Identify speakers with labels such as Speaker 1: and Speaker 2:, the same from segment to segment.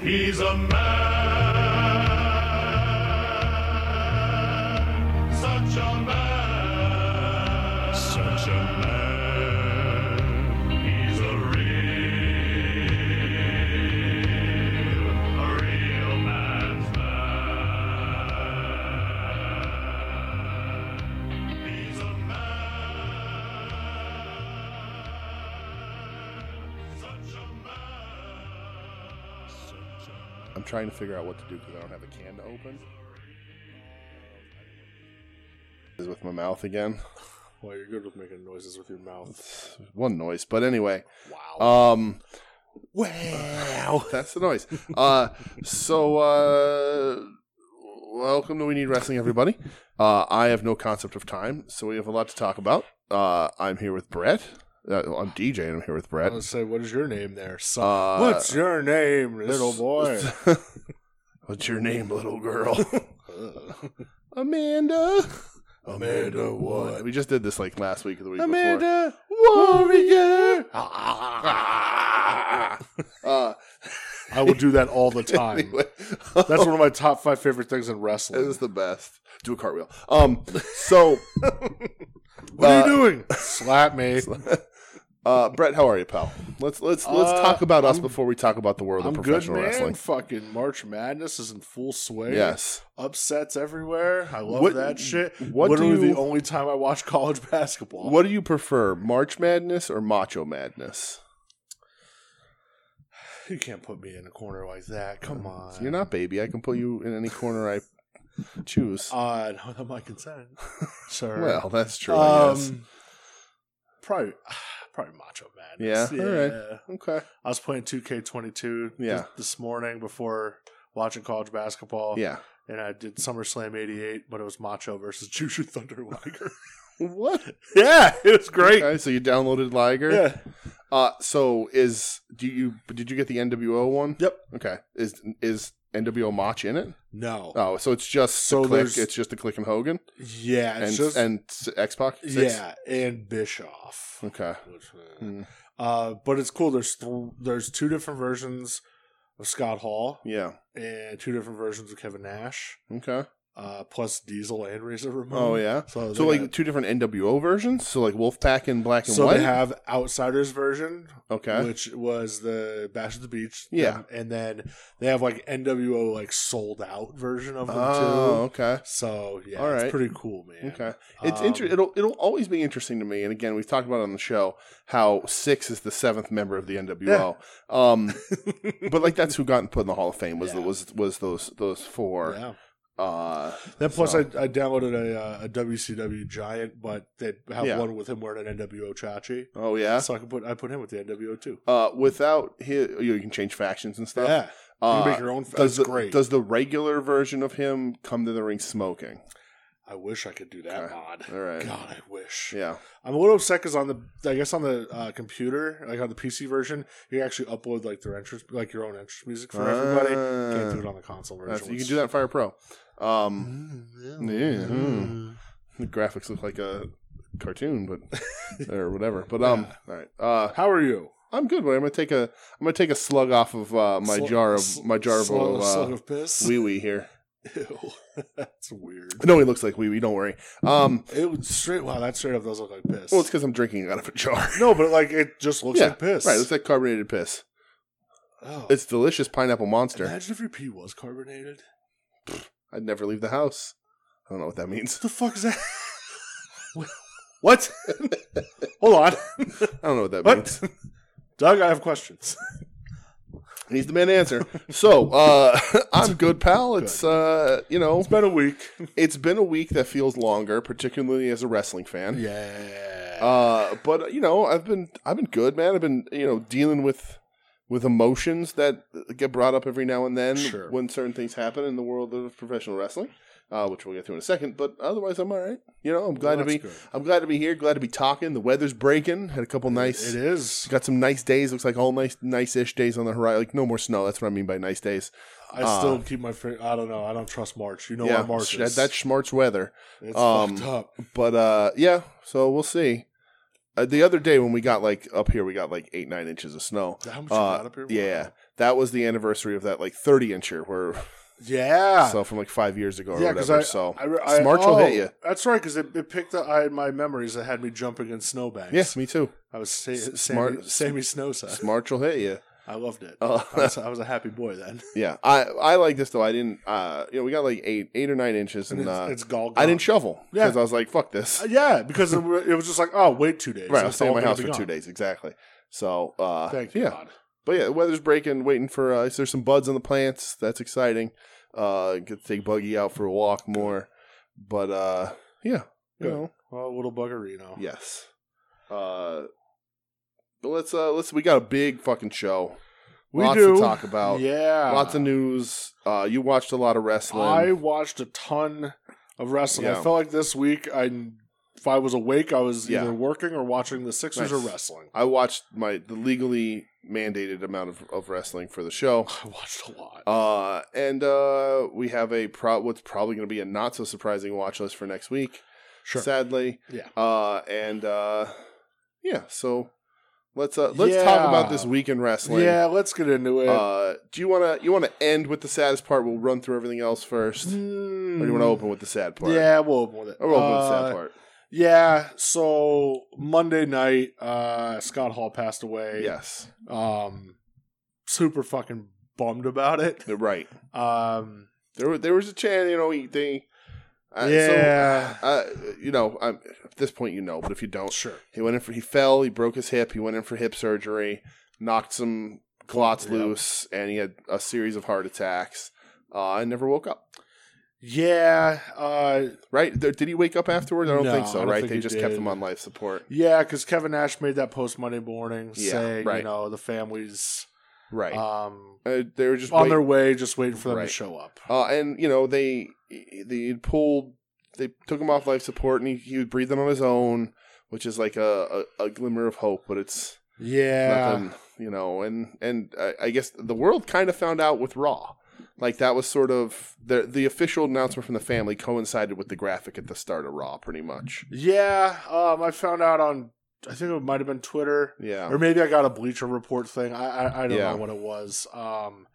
Speaker 1: He's a man, such a man, such a man. He's a real, a real man's man. He's a man, such a man, such a man.
Speaker 2: I'm trying to figure out what to do because I don't have a can to open. Is with my mouth again.
Speaker 3: Well, you're good with making noises with your mouth.
Speaker 2: One noise, but anyway.
Speaker 3: Wow.
Speaker 2: Um,
Speaker 3: wow.
Speaker 2: that's the noise. Uh, so, uh, welcome to We Need Wrestling, everybody. Uh, I have no concept of time, so we have a lot to talk about. Uh, I'm here with Brett. Uh, well, I'm DJ, and I'm here with Brett.
Speaker 3: Let's say, what is your name there, son?
Speaker 2: Uh,
Speaker 3: What's your name, little boy?
Speaker 2: What's your name, little girl? Amanda.
Speaker 3: Amanda what?
Speaker 2: We just did this like last week of the week before.
Speaker 3: Amanda Warrior.
Speaker 2: Uh,
Speaker 3: I will do that all the time.
Speaker 2: anyway,
Speaker 3: That's one of my top five favorite things in wrestling.
Speaker 2: it was the best. Do a cartwheel. Um, so
Speaker 3: what
Speaker 2: uh,
Speaker 3: are you doing? Slap me.
Speaker 2: uh, Brett, how are you, pal? Let's let's let's
Speaker 3: Uh,
Speaker 2: talk about us
Speaker 3: I'm-
Speaker 2: before we talk about the world
Speaker 3: I'm
Speaker 2: of
Speaker 3: good,
Speaker 2: professional
Speaker 3: man.
Speaker 2: wrestling.
Speaker 3: Fucking March Madness is in full swing.
Speaker 2: Yes,
Speaker 3: Upsets everywhere. I love
Speaker 2: What-
Speaker 3: that shit.
Speaker 2: what do
Speaker 3: Literally
Speaker 2: you-
Speaker 3: the only time I watch college basketball.
Speaker 2: what do you prefer, March Madness or Macho Madness?
Speaker 3: You can't put me in a corner like that. Come on.
Speaker 2: You're not baby. I can put you in any corner I choose.
Speaker 3: Uh, not without my consent. Sir.
Speaker 2: well, that's true. I guess.
Speaker 3: um, probably, probably Macho Madness.
Speaker 2: Yeah, all right. Okay.
Speaker 3: I was playing 2K22
Speaker 2: Yeah.
Speaker 3: this, this morning before watching college basketball.
Speaker 2: Yeah.
Speaker 3: And I did SummerSlam 88, but it was Macho versus Jushin Thunder Liger.
Speaker 2: What?
Speaker 3: yeah, it was great.
Speaker 2: Okay, so you downloaded Liger.
Speaker 3: Yeah.
Speaker 2: Uh, so is do you did you get the NWO one?
Speaker 3: Yep.
Speaker 2: Okay. Is is NWO Mach in it?
Speaker 3: No.
Speaker 2: Oh, so it's just
Speaker 3: So
Speaker 2: the click.
Speaker 3: there's-
Speaker 2: It's just the click and Hogan
Speaker 3: yeah, it's
Speaker 2: and
Speaker 3: just,
Speaker 2: and Hmm. X Pac.
Speaker 3: yeah, and Bischoff.
Speaker 2: Okay.
Speaker 3: Which, uh,
Speaker 2: Hmm.
Speaker 3: Uh, but it's cool. There's th- there's two different versions of Scott Hall
Speaker 2: Yeah.
Speaker 3: and two different versions of Kevin Nash,
Speaker 2: Okay.
Speaker 3: uh, plus Diesel and Razor Ramon.
Speaker 2: Oh yeah.
Speaker 3: So,
Speaker 2: So
Speaker 3: they
Speaker 2: like
Speaker 3: got-
Speaker 2: two different NWO versions. So like Wolfpack and Black and
Speaker 3: so
Speaker 2: White.
Speaker 3: they have Outsiders version,
Speaker 2: okay.
Speaker 3: which was the Bash at the Beach.
Speaker 2: Yeah.
Speaker 3: um, and then they have like NWO like sold out version of them
Speaker 2: oh,
Speaker 3: too.
Speaker 2: okay.
Speaker 3: So yeah,
Speaker 2: All right.
Speaker 3: it's pretty cool, man.
Speaker 2: Okay. It's
Speaker 3: Um,
Speaker 2: inter- it'll it'll always be interesting to me. And again, we've talked about it on the show how six is the seventh member of the NWO. Um, but like that's who got put in the Hall of Fame was the,
Speaker 3: Yeah.
Speaker 2: was was those those four.
Speaker 3: yeah.
Speaker 2: Uh,
Speaker 3: Then plus,
Speaker 2: So-
Speaker 3: I, I downloaded a, uh, a WCW giant, but they have
Speaker 2: Yeah.
Speaker 3: one with him wearing an NWO chachi.
Speaker 2: oh yeah.
Speaker 3: So I can put I put him with the NWO too.
Speaker 2: Uh, without his, you, know, you can change factions and stuff.
Speaker 3: yeah, you
Speaker 2: Uh,
Speaker 3: can make your own.
Speaker 2: does
Speaker 3: That's
Speaker 2: the,
Speaker 3: great.
Speaker 2: Does the regular version of him come to the ring smoking?
Speaker 3: I wish I could do that
Speaker 2: Okay.
Speaker 3: mod.
Speaker 2: All right.
Speaker 3: God, I wish.
Speaker 2: Yeah.
Speaker 3: I'm a little upset because on the I guess on the uh, computer, like on the PC version, you actually upload like their entrance, like your own entrance music for everybody. Can't do it on Mm-hmm. the console
Speaker 2: Uh,
Speaker 3: version.
Speaker 2: that's- you can do that in Fire Pro. Um, Yeah. hmm.
Speaker 3: Mm.
Speaker 2: the graphics look like a cartoon, but or whatever. But um, all right. Uh,
Speaker 3: How are you?
Speaker 2: I'm good. But I'm gonna take a I'm gonna take a slug off of uh, my
Speaker 3: Sl-
Speaker 2: jar of
Speaker 3: sl-
Speaker 2: my jar of,
Speaker 3: slug, slug
Speaker 2: uh,
Speaker 3: of piss.
Speaker 2: wee wee here.
Speaker 3: Ew. that's weird.
Speaker 2: No, he looks like wee wee. Don't worry. Um,
Speaker 3: It would straight. Wow, that straight up does look like piss.
Speaker 2: well, it's because I'm drinking it out of a jar.
Speaker 3: no, but like it just looks
Speaker 2: Yeah,
Speaker 3: like piss.
Speaker 2: Right, it's like carbonated piss.
Speaker 3: oh.
Speaker 2: It's delicious pineapple monster.
Speaker 3: Imagine if your pee was carbonated.
Speaker 2: I'd never leave the house. I don't know what that means.
Speaker 3: The fuck is that? what? Hold on,
Speaker 2: I don't know what that
Speaker 3: What?
Speaker 2: means.
Speaker 3: Doug. I have questions.
Speaker 2: He's the man to answer. So, uh, I'm good, pal. It's uh, you know,
Speaker 3: It's been a week.
Speaker 2: it's been a week that feels longer, particularly as a wrestling fan.
Speaker 3: Yeah.
Speaker 2: Uh, but you know, I've been I've been good, man. I've been you know dealing with with emotions that get brought up every now and then
Speaker 3: Sure.
Speaker 2: when certain things happen in the world of professional wrestling, uh, which we'll get to in a second. But otherwise, I'm all right. You know, I'm glad to
Speaker 3: that's
Speaker 2: be
Speaker 3: good.
Speaker 2: I'm glad to be here. Glad to be talking. The weather's breaking. Had a couple nice.
Speaker 3: It is.
Speaker 2: Got some nice days. Looks like all nice, nice-ish days on the horizon. Like no more snow. That's what I mean by nice days.
Speaker 3: I still keep my. fi- I don't know. I don't trust March. You know
Speaker 2: Uh, yeah,
Speaker 3: what March
Speaker 2: that,
Speaker 3: is.
Speaker 2: that's schmart's weather.
Speaker 3: it's
Speaker 2: um,
Speaker 3: fucked up.
Speaker 2: But uh, yeah, so we'll see. Uh, the other day when we got like up here, we got like eight nine inches of snow.
Speaker 3: How much you
Speaker 2: uh,
Speaker 3: got up here?
Speaker 2: Yeah, that was the anniversary of that like 30 incher where
Speaker 3: Yeah.
Speaker 2: so from like five years ago or
Speaker 3: Yeah, 'cause
Speaker 2: whatever.
Speaker 3: I-
Speaker 2: so
Speaker 3: I, oh. re-
Speaker 2: Smarch will hit ya.
Speaker 3: That's right, because it, it picked up I, my memories that had me jumping in snowbanks.
Speaker 2: yes, me too.
Speaker 3: I was sa-
Speaker 2: S-
Speaker 3: Sammy,
Speaker 2: smart-
Speaker 3: Sammy Snowside.
Speaker 2: Smarch will hit you.
Speaker 3: I loved it.
Speaker 2: Oh.
Speaker 3: I, was, I was a happy boy then.
Speaker 2: Yeah, I I like this though. I didn't. Uh, you know, we got like eight eight or nine inches, and,
Speaker 3: And it's,
Speaker 2: uh,
Speaker 3: it's gall.
Speaker 2: I
Speaker 3: gone.
Speaker 2: didn't shovel
Speaker 3: Yeah.
Speaker 2: because I was like, fuck this.
Speaker 3: Uh, yeah, because it, wa- it was just like, oh, wait two days.
Speaker 2: right, I
Speaker 3: It's
Speaker 2: was staying in
Speaker 3: all
Speaker 2: my
Speaker 3: gonna
Speaker 2: house
Speaker 3: be
Speaker 2: for
Speaker 3: gone.
Speaker 2: two days exactly. So uh,
Speaker 3: Thank
Speaker 2: yeah,
Speaker 3: God.
Speaker 2: but yeah, the weather's breaking. Waiting for uh, there's some buds on the plants. That's exciting. Uh, get to take Buggy out for a walk more. But uh, yeah, you
Speaker 3: Good.
Speaker 2: know,
Speaker 3: Well, little buggerino.
Speaker 2: Yes. Uh, but let's uh let's we got a big fucking show.
Speaker 3: we
Speaker 2: lots
Speaker 3: do
Speaker 2: to talk about.
Speaker 3: Yeah,
Speaker 2: Lots of news. Uh, you watched a lot of wrestling.
Speaker 3: I watched a ton of wrestling. I
Speaker 2: Yeah.
Speaker 3: felt like this week, I if I was awake, I was
Speaker 2: Yeah.
Speaker 3: either working or watching the Sixers
Speaker 2: Nice.
Speaker 3: or wrestling.
Speaker 2: I watched my the legally mandated amount of, of wrestling for the show.
Speaker 3: I watched a lot.
Speaker 2: Uh, and uh, we have a pro- what's probably going to be a not so surprising watch list for next week.
Speaker 3: Sure.
Speaker 2: Sadly.
Speaker 3: Yeah.
Speaker 2: Uh, and uh, yeah. So let's uh let's talk about
Speaker 3: Yeah.
Speaker 2: this week in wrestling.
Speaker 3: yeah, let's get into it.
Speaker 2: Uh, do you want to you want to end with the saddest part? We'll run through everything else first, or do you want to open with the sad part?
Speaker 3: Hmm. Mm. Yeah, we'll open with it.
Speaker 2: or we'll open
Speaker 3: Uh,
Speaker 2: with the sad part.
Speaker 3: Yeah, so Monday night, uh, Scott Hall passed away.
Speaker 2: Yes,
Speaker 3: Um, super fucking bummed about it.
Speaker 2: they're right.
Speaker 3: Um,
Speaker 2: There, wa- there was a chance, you know, he- they. Uh,
Speaker 3: yeah,
Speaker 2: So, uh, you know, i at this point, you know, but if you don't,
Speaker 3: sure.
Speaker 2: he went in for he fell, he broke his hip, he went in for hip surgery, knocked some clots
Speaker 3: Yep.
Speaker 2: loose, and he had a series of heart attacks. Uh, and never woke up.
Speaker 3: Yeah, uh,
Speaker 2: Right? There, did he wake up afterwards? I don't
Speaker 3: No,
Speaker 2: think
Speaker 3: I
Speaker 2: so.
Speaker 3: don't
Speaker 2: Right?
Speaker 3: think
Speaker 2: They
Speaker 3: he
Speaker 2: just kept
Speaker 3: did.
Speaker 2: him on life support.
Speaker 3: yeah, because Kevin Nash made that post Monday morning
Speaker 2: Yeah,
Speaker 3: saying,
Speaker 2: right.
Speaker 3: you know, the family's
Speaker 2: Right.
Speaker 3: um
Speaker 2: uh, they were just
Speaker 3: on
Speaker 2: wait-
Speaker 3: their way, just waiting for them
Speaker 2: Right.
Speaker 3: to show up.
Speaker 2: Uh, and you know they they pulled they took him off life support and he, he was breathing on his own, which is like a, a, a glimmer of hope, but it's
Speaker 3: Yeah,
Speaker 2: nothing, you know. And and I, I guess the world kind of found out with Raw, like that was sort of the the official announcement from the family coincided with the graphic at the start of Raw, pretty much.
Speaker 3: yeah. Um, I found out on, I think it might have been Twitter.
Speaker 2: Yeah,
Speaker 3: or maybe I got a Bleacher Report thing. I I, I don't
Speaker 2: Yeah.
Speaker 3: know what it was. Um,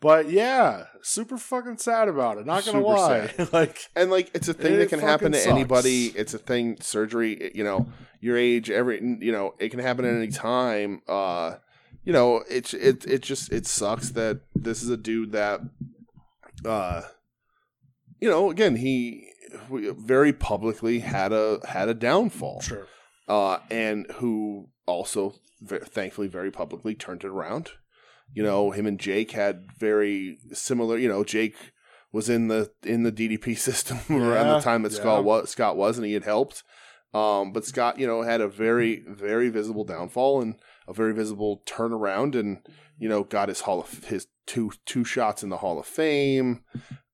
Speaker 3: but yeah, super fucking sad about it. Not gonna
Speaker 2: Super
Speaker 3: lie, like
Speaker 2: and like it's a thing
Speaker 3: It
Speaker 2: that can happen to
Speaker 3: fucking
Speaker 2: anybody
Speaker 3: sucks.
Speaker 2: it's a thing surgery it- you know your age every you know it can happen at any time uh you know it's it it just it sucks that this is a dude that uh you know again he very publicly had a had a downfall
Speaker 3: sure,
Speaker 2: uh, and who also ve- thankfully very publicly turned it around. You know, him and Jake had very similar. You know, Jake was in the in the DDP system around
Speaker 3: Yeah,
Speaker 2: the time that
Speaker 3: yeah.
Speaker 2: Scott was Scott was, and he had helped. Um, but Scott, you know, had a very very visible downfall and a very visible turnaround, and you know, got his hall of his two two shots in the Hall of Fame.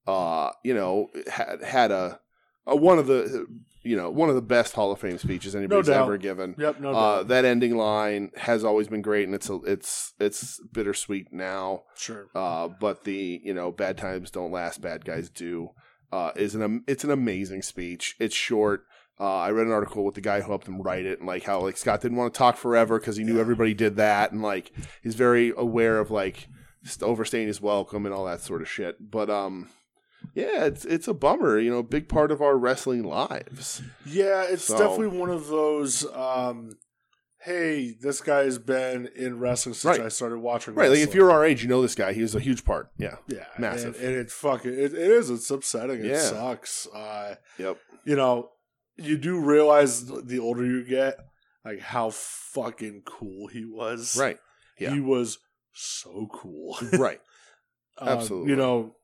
Speaker 2: Uh, you know, had had a, a one of the you know one of the best Hall of Fame speeches anybody's
Speaker 3: doubt.
Speaker 2: ever given.
Speaker 3: yep, no
Speaker 2: Uh,
Speaker 3: doubt,
Speaker 2: that ending line has always been great, and it's a, it's it's bittersweet now.
Speaker 3: sure.
Speaker 2: Uh, but the you know bad times don't last, bad guys do. Uh, is an am- it's an amazing speech. It's short. Uh, I read an article with the guy who helped him write it, and like how like Scott didn't want to talk forever because he knew everybody did that, and like he's very aware of like st- overstaying his welcome and all that sort of shit. But um, yeah, it's it's a bummer. You know, big part of our wrestling lives.
Speaker 3: Yeah, it's
Speaker 2: So-
Speaker 3: definitely one of those. Um, hey, this guy has been in wrestling since
Speaker 2: Right.
Speaker 3: I started watching.
Speaker 2: Right, like if
Speaker 3: wrestling.
Speaker 2: you're our age, you know this guy. He was a huge part. Yeah.
Speaker 3: yeah,
Speaker 2: massive.
Speaker 3: and, and it's fucking it, it is. It's upsetting. It
Speaker 2: Yeah.
Speaker 3: sucks. Uh,
Speaker 2: Yep.
Speaker 3: you know, you do realize the older you get, like how fucking cool he was.
Speaker 2: Right. Yeah.
Speaker 3: He was so cool.
Speaker 2: Right.
Speaker 3: Um,
Speaker 2: Absolutely.
Speaker 3: you know,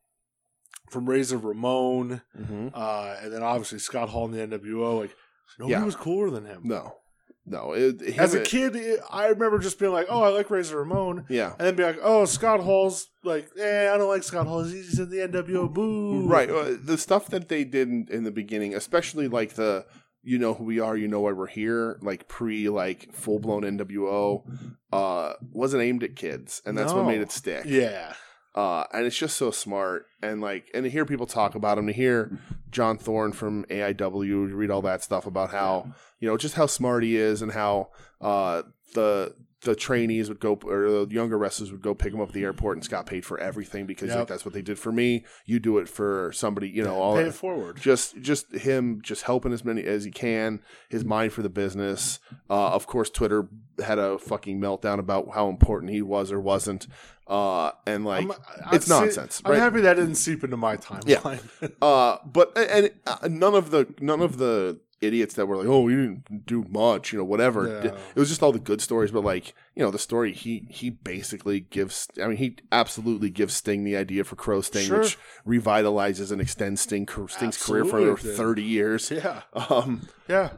Speaker 3: from Razor Ramon,
Speaker 2: mm-hmm.
Speaker 3: uh, and then obviously Scott Hall in the NWO, like nobody
Speaker 2: Yeah.
Speaker 3: was cooler than him.
Speaker 2: No. No. It, him-
Speaker 3: As a kid, it, I remember just being like, "Oh, I like Razor Ramon,"
Speaker 2: Yeah.
Speaker 3: and then be like, "Oh, Scott Hall's like, eh, I don't like Scott Hall. He's in the NWO. Boo!"
Speaker 2: Right. Uh, the stuff that they did in, in the beginning, especially like the you know who we are, you know why we're here, like pre like full blown NWO, uh, wasn't aimed at kids, and that's what
Speaker 3: No.
Speaker 2: made it stick.
Speaker 3: Yeah.
Speaker 2: Uh, and it's just so smart, and like, and to hear people talk about him, to hear John Thorne from AIW read all that stuff about how you know just how smart he is, and how uh, the the trainees would go or the younger wrestlers would go pick them up at the airport and Scott paid for everything because like,
Speaker 3: Yep.
Speaker 2: that's what they did for me. You do it for somebody, you know, all
Speaker 3: Pay it forward.
Speaker 2: just just him just helping as many as he can his mind for the business uh, of course twitter had a fucking meltdown about how important he was or wasn't uh, and like
Speaker 3: I'm- I-
Speaker 2: it's
Speaker 3: I'm se-
Speaker 2: nonsense,
Speaker 3: I'm
Speaker 2: right?
Speaker 3: happy that didn't seep into my timeline.
Speaker 2: uh, but and uh, none of the none of the idiots that were like oh you didn't do much you know whatever
Speaker 3: Yeah.
Speaker 2: it was just all the good stories but like you know the story he he basically gives i mean he absolutely gives sting the idea for crow sting
Speaker 3: Sure.
Speaker 2: which revitalizes and extends sting sting's career for
Speaker 3: Absolutely
Speaker 2: over
Speaker 3: did.
Speaker 2: 30 years
Speaker 3: yeah,
Speaker 2: um
Speaker 3: yeah.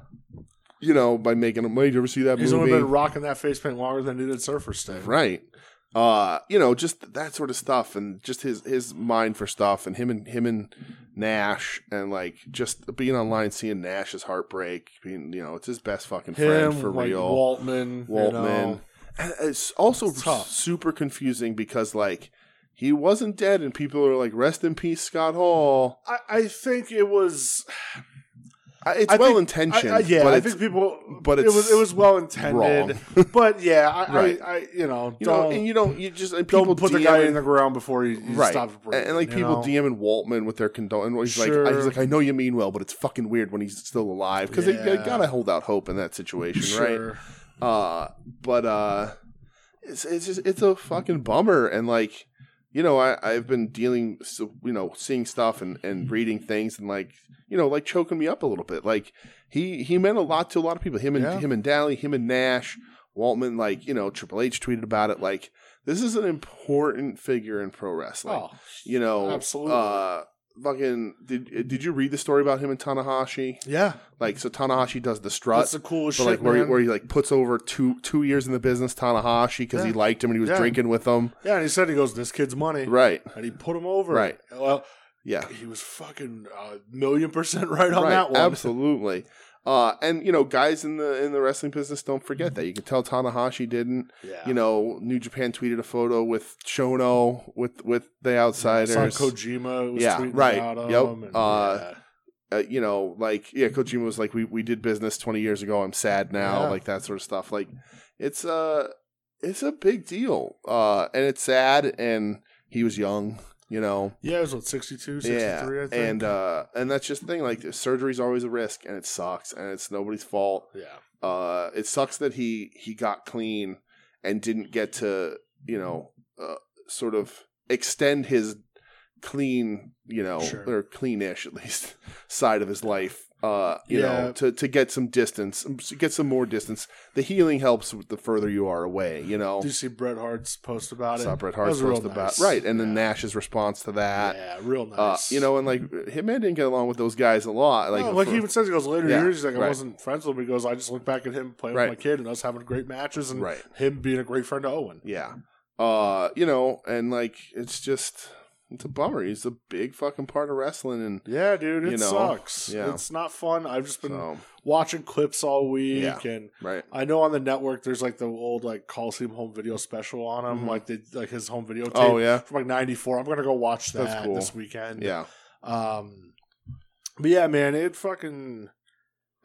Speaker 2: you know, by making him. Did you ever see that
Speaker 3: He's
Speaker 2: movie?
Speaker 3: only been rocking that face paint longer than he did Surfer Stay.
Speaker 2: right. Uh, you know, just that sort of stuff, and just his his mind for stuff, and him and him and Nash, and like just being online, seeing Nash's heartbreak, being you know, it's his best fucking
Speaker 3: Him,
Speaker 2: friend for
Speaker 3: like
Speaker 2: real.
Speaker 3: Waltman,
Speaker 2: Waltman.
Speaker 3: you know.
Speaker 2: And it's also
Speaker 3: It's tough.
Speaker 2: super confusing because like he wasn't dead, and people are like, "Rest in peace, Scott Hall."
Speaker 3: I, I think it was
Speaker 2: I- It's
Speaker 3: I think-
Speaker 2: well intentioned,
Speaker 3: I, I, yeah,
Speaker 2: but
Speaker 3: I
Speaker 2: it's,
Speaker 3: think people.
Speaker 2: but
Speaker 3: But
Speaker 2: it's
Speaker 3: it was it was well intended. but yeah, I,
Speaker 2: Right.
Speaker 3: I, I you know
Speaker 2: you know,
Speaker 3: don't
Speaker 2: and you don't, you just and people
Speaker 3: don't put the guy
Speaker 2: DMing
Speaker 3: in the ground before you, you
Speaker 2: right.
Speaker 3: stop breathing.
Speaker 2: and, and, like
Speaker 3: you
Speaker 2: people
Speaker 3: know?
Speaker 2: DMing Waltman with their condolences. He's
Speaker 3: Sure.
Speaker 2: like, I, he's like, I know you mean well, but it's fucking weird when he's still alive because they, they
Speaker 3: Yeah.
Speaker 2: gotta hold out hope in that situation, right?
Speaker 3: Sure.
Speaker 2: Uh, but uh, it's it's just it's a fucking bummer, and like, you know, I I've been dealing, so, you know, seeing stuff and and reading things, and like, you know, like choking me up a little bit. Like he he meant a lot to a lot of people. Him and
Speaker 3: Yeah.
Speaker 2: him and Dally, him and Nash, Waltman, like you know, Triple H tweeted about it, like. This is an important figure in pro wrestling
Speaker 3: Oh,
Speaker 2: you know,
Speaker 3: Absolutely.
Speaker 2: Uh, fucking did did you read the story about him and Tanahashi?
Speaker 3: yeah,
Speaker 2: Like, so Tanahashi does the strut,
Speaker 3: that's the coolest
Speaker 2: but
Speaker 3: shit.
Speaker 2: like where he,
Speaker 3: man.
Speaker 2: where he like puts over two two years in the business Tanahashi because he
Speaker 3: Yeah.
Speaker 2: liked him and he was
Speaker 3: Yeah.
Speaker 2: drinking with him,
Speaker 3: yeah, and he said he goes, "This kid's money,"
Speaker 2: right?
Speaker 3: and he put him over.
Speaker 2: Right.
Speaker 3: Well,
Speaker 2: Yeah,
Speaker 3: he was fucking a million percent right on
Speaker 2: right,
Speaker 3: that one.
Speaker 2: absolutely. Uh, and you know, guys in the in the wrestling business don't forget that. You can tell Tanahashi didn't.
Speaker 3: Mm-hmm. Yeah.
Speaker 2: You know, New Japan tweeted a photo with Shono with with the
Speaker 3: I saw
Speaker 2: outsiders.
Speaker 3: Kojima was
Speaker 2: Yeah,
Speaker 3: tweeting
Speaker 2: right.
Speaker 3: about
Speaker 2: Yep.
Speaker 3: him. and-
Speaker 2: Uh, uh, you know, like yeah, Kojima was like, we we did business twenty years ago. I'm sad now,
Speaker 3: Yeah.
Speaker 2: like that sort of stuff. Like, it's a it's a big deal, uh, and it's sad. And he was young, you know.
Speaker 3: yeah. yeah, it was what 62, 63,
Speaker 2: Yeah,
Speaker 3: I think.
Speaker 2: and uh, and that's just the thing. Like, surgery's always a risk, and it sucks, and it's nobody's fault.
Speaker 3: yeah,
Speaker 2: Uh, it sucks that he he got clean and didn't get to you know uh, sort of extend his clean you know
Speaker 3: Sure.
Speaker 2: or cleanish at least side of his life uh you know
Speaker 3: Yeah.
Speaker 2: to to get some distance um, to get some more distance the healing helps with the further you are away you know
Speaker 3: Do you see Bret Hart's post about it?
Speaker 2: Saw Bret
Speaker 3: That was
Speaker 2: Hart's
Speaker 3: real
Speaker 2: post about
Speaker 3: nice.
Speaker 2: right and then
Speaker 3: Yeah.
Speaker 2: nash's response to that
Speaker 3: Yeah, real nice.
Speaker 2: uh you know and like hitman didn't get along with those guys a lot like
Speaker 3: like, Oh, like
Speaker 2: for-
Speaker 3: he even says he goes later
Speaker 2: Yeah,
Speaker 3: years. He's like,
Speaker 2: right.
Speaker 3: I wasn't friends with him. He goes, I just look back at him playing
Speaker 2: Right.
Speaker 3: with my kid and us having great matches and
Speaker 2: right
Speaker 3: him being a great friend to Owen.
Speaker 2: Yeah. Uh, you know, and like it's just it's a bummer. He's a big fucking part of wrestling and
Speaker 3: Yeah, dude, it
Speaker 2: You know,
Speaker 3: sucks.
Speaker 2: yeah.
Speaker 3: It's not fun. I've just been
Speaker 2: so
Speaker 3: watching clips all week,
Speaker 2: Yeah.
Speaker 3: and
Speaker 2: right.
Speaker 3: I know on the network there's like the old like Coliseum home video special on him,
Speaker 2: Mhm.
Speaker 3: like they, like his home video tape
Speaker 2: Oh yeah.
Speaker 3: from like '94. I'm gonna go watch
Speaker 2: That's
Speaker 3: that
Speaker 2: cool.
Speaker 3: this weekend.
Speaker 2: Yeah.
Speaker 3: Um, but yeah, man, it fucking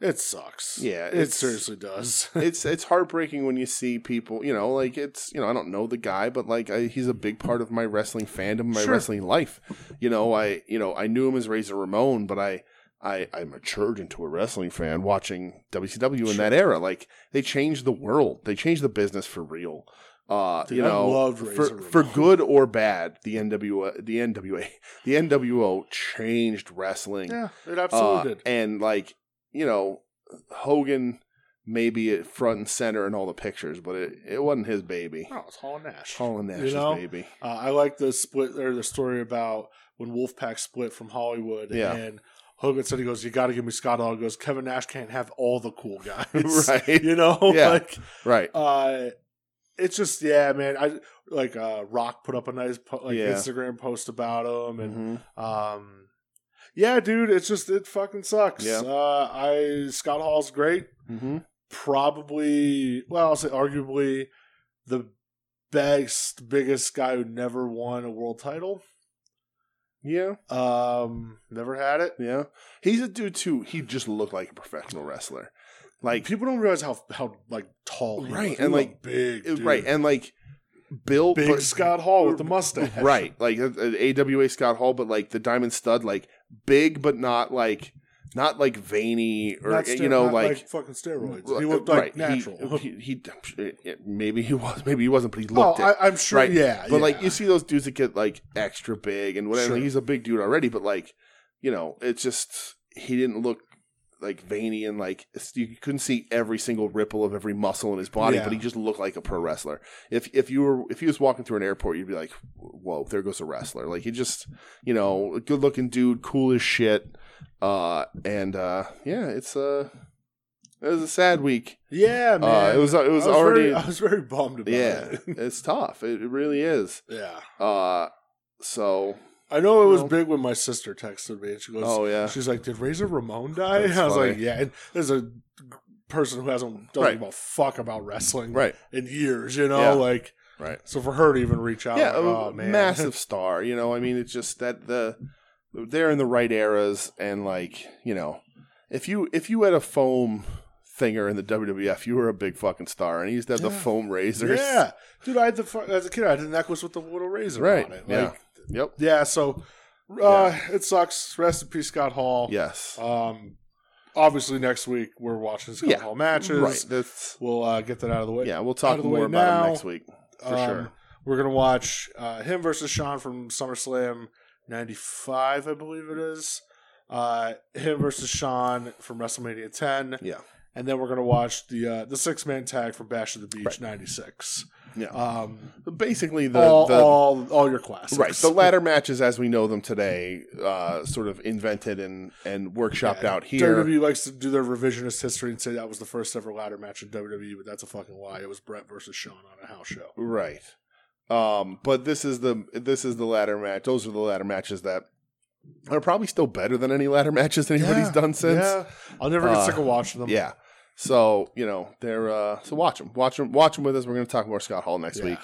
Speaker 3: it sucks.
Speaker 2: Yeah,
Speaker 3: it
Speaker 2: it's-
Speaker 3: seriously does.
Speaker 2: it's it's heartbreaking when you see people, you know, like it's you know I don't know the guy, but like I, he's a big part of my wrestling fandom, my
Speaker 3: Sure.
Speaker 2: wrestling life. You know, I you know I knew him as Razor Ramon, but I I I matured into a wrestling fan watching WCW in
Speaker 3: Sure.
Speaker 2: that era. Like they changed the world, they changed the business for real. Uh,
Speaker 3: Dude,
Speaker 2: you
Speaker 3: I
Speaker 2: know,
Speaker 3: loved
Speaker 2: for,
Speaker 3: Razor
Speaker 2: for
Speaker 3: Ramon.
Speaker 2: good or bad, the NWA, the NWA, the NWO changed wrestling.
Speaker 3: yeah, it absolutely
Speaker 2: Uh,
Speaker 3: did.
Speaker 2: And like you know, Hogan maybe at front and center in all the pictures, but it, it wasn't his baby.
Speaker 3: Oh, it's Hall and Nash.
Speaker 2: Hall and Nash's
Speaker 3: know?
Speaker 2: baby.
Speaker 3: Uh, I like the split or the story about when Wolfpack split from Hollywood.
Speaker 2: Yeah.
Speaker 3: And Hogan said, he goes, You got to give me Scott Hall. He goes, Kevin Nash can't have all the cool guys.
Speaker 2: right,
Speaker 3: You know?
Speaker 2: Yeah.
Speaker 3: Like,
Speaker 2: right.
Speaker 3: uh, it's just, yeah, man. I like, uh, Rock put up a nice po- like
Speaker 2: Yeah.
Speaker 3: Instagram post about him. And,
Speaker 2: Mhm.
Speaker 3: um, yeah, dude, it's just, it fucking sucks.
Speaker 2: Yeah.
Speaker 3: Uh, I, Scott Hall's great
Speaker 2: Mhm.
Speaker 3: probably well i'll say arguably the best biggest guy who never won a world title
Speaker 2: Yeah,
Speaker 3: um never had it
Speaker 2: yeah. He's a dude too. He just looked like a professional wrestler. Like
Speaker 3: People don't realize how how like tall, he
Speaker 2: Right,
Speaker 3: was. He
Speaker 2: and,
Speaker 3: was
Speaker 2: like,
Speaker 3: a big, dude.
Speaker 2: right and like Bill
Speaker 3: big
Speaker 2: but-
Speaker 3: Scott Hall with the mustache,
Speaker 2: right like uh, uh, AWA Scott Hall, but like the Diamond Stud, like big but not like not like veiny or
Speaker 3: Not
Speaker 2: you know
Speaker 3: not
Speaker 2: like.
Speaker 3: fucking steroids.
Speaker 2: uh,
Speaker 3: He looked like
Speaker 2: right, he-
Speaker 3: natural.
Speaker 2: He, he- uh, maybe he was, maybe he wasn't, but he
Speaker 3: oh,
Speaker 2: looked it.
Speaker 3: I, I'm sure.
Speaker 2: Right.
Speaker 3: Yeah,
Speaker 2: But like
Speaker 3: yeah.
Speaker 2: you see those dudes that get like extra big and whatever.
Speaker 3: Sure.
Speaker 2: He's a big dude already, but like you know, it's just he didn't look like veiny and like it's- you couldn't see every single ripple of every muscle in his body.
Speaker 3: Yeah.
Speaker 2: But he just looked like a pro wrestler. If if you were if he was walking through an airport, you'd be like, whoa, there goes a wrestler. Like he just you know, a good looking dude, cool as shit. Uh, and uh, yeah, it's uh, it was a sad week.
Speaker 3: yeah, man.
Speaker 2: Uh, it was it was,
Speaker 3: I
Speaker 2: already
Speaker 3: Very, I was very bummed about
Speaker 2: yeah,
Speaker 3: it.
Speaker 2: it's tough. It, it really is.
Speaker 3: yeah.
Speaker 2: Uh, so
Speaker 3: I know it was
Speaker 2: Well-
Speaker 3: big when my sister texted me and she goes,
Speaker 2: oh yeah,
Speaker 3: she's like, "Did Razor Ramon die?"
Speaker 2: That's
Speaker 3: And I was like,
Speaker 2: funny.
Speaker 3: "Yeah." And there's a person who hasn't doesn't
Speaker 2: Right.
Speaker 3: give a fuck about wrestling
Speaker 2: right,
Speaker 3: in years, you know,
Speaker 2: Yeah.
Speaker 3: like
Speaker 2: right.
Speaker 3: so for her to even reach out,
Speaker 2: yeah,
Speaker 3: like,
Speaker 2: a
Speaker 3: oh man,
Speaker 2: massive star. You know, I mean, it's just that the they're in the right eras, and like you know, if you if you had a foam thinger in the WWF, you were a big fucking star, and he used to have the
Speaker 3: Yeah.
Speaker 2: foam razors.
Speaker 3: yeah, dude. I had the fu- as a kid, I had the necklace with the little razor
Speaker 2: Right,
Speaker 3: on it.
Speaker 2: yeah.
Speaker 3: Like,
Speaker 2: Yep.
Speaker 3: yeah. So uh, it sucks. Rest in peace, Scott Hall.
Speaker 2: Yes.
Speaker 3: Um, obviously next week we're watching Scott
Speaker 2: Yeah.
Speaker 3: Hall matches.
Speaker 2: right. That's
Speaker 3: We'll uh, get that out of the way.
Speaker 2: yeah. We'll
Speaker 3: out
Speaker 2: talk
Speaker 3: of the
Speaker 2: more
Speaker 3: way
Speaker 2: about
Speaker 3: now.
Speaker 2: him next week for
Speaker 3: Um,
Speaker 2: sure.
Speaker 3: We're gonna watch uh, him versus Sean from SummerSlam '95, I believe it is. Uh, him versus Sean from WrestleMania 10,
Speaker 2: Yeah.
Speaker 3: and then we're gonna watch the uh, the six man tag from Bash of the Beach
Speaker 2: Right.
Speaker 3: '96.
Speaker 2: Yeah.
Speaker 3: Um,
Speaker 2: Basically, the
Speaker 3: all,
Speaker 2: the
Speaker 3: all all your classics,
Speaker 2: Right. The ladder matches as we know them today, uh, sort of invented and, and workshopped
Speaker 3: Yeah,
Speaker 2: out here.
Speaker 3: WWE likes to do their revisionist history and say that was the first ever ladder match in WWE, but that's a fucking lie. It was Brett versus Sean on a house show.
Speaker 2: Right. Um, but this is the this is the ladder match. Those are the ladder matches that are probably still better than any ladder matches anybody's
Speaker 3: Yeah,
Speaker 2: done since. Yeah.
Speaker 3: Yeah. I'll never get
Speaker 2: Uh,
Speaker 3: sick of watching them.
Speaker 2: So you know they're uh, so watch them, watch them, watch them with us. We're going to talk more Scott Hall next
Speaker 3: Yeah.
Speaker 2: week.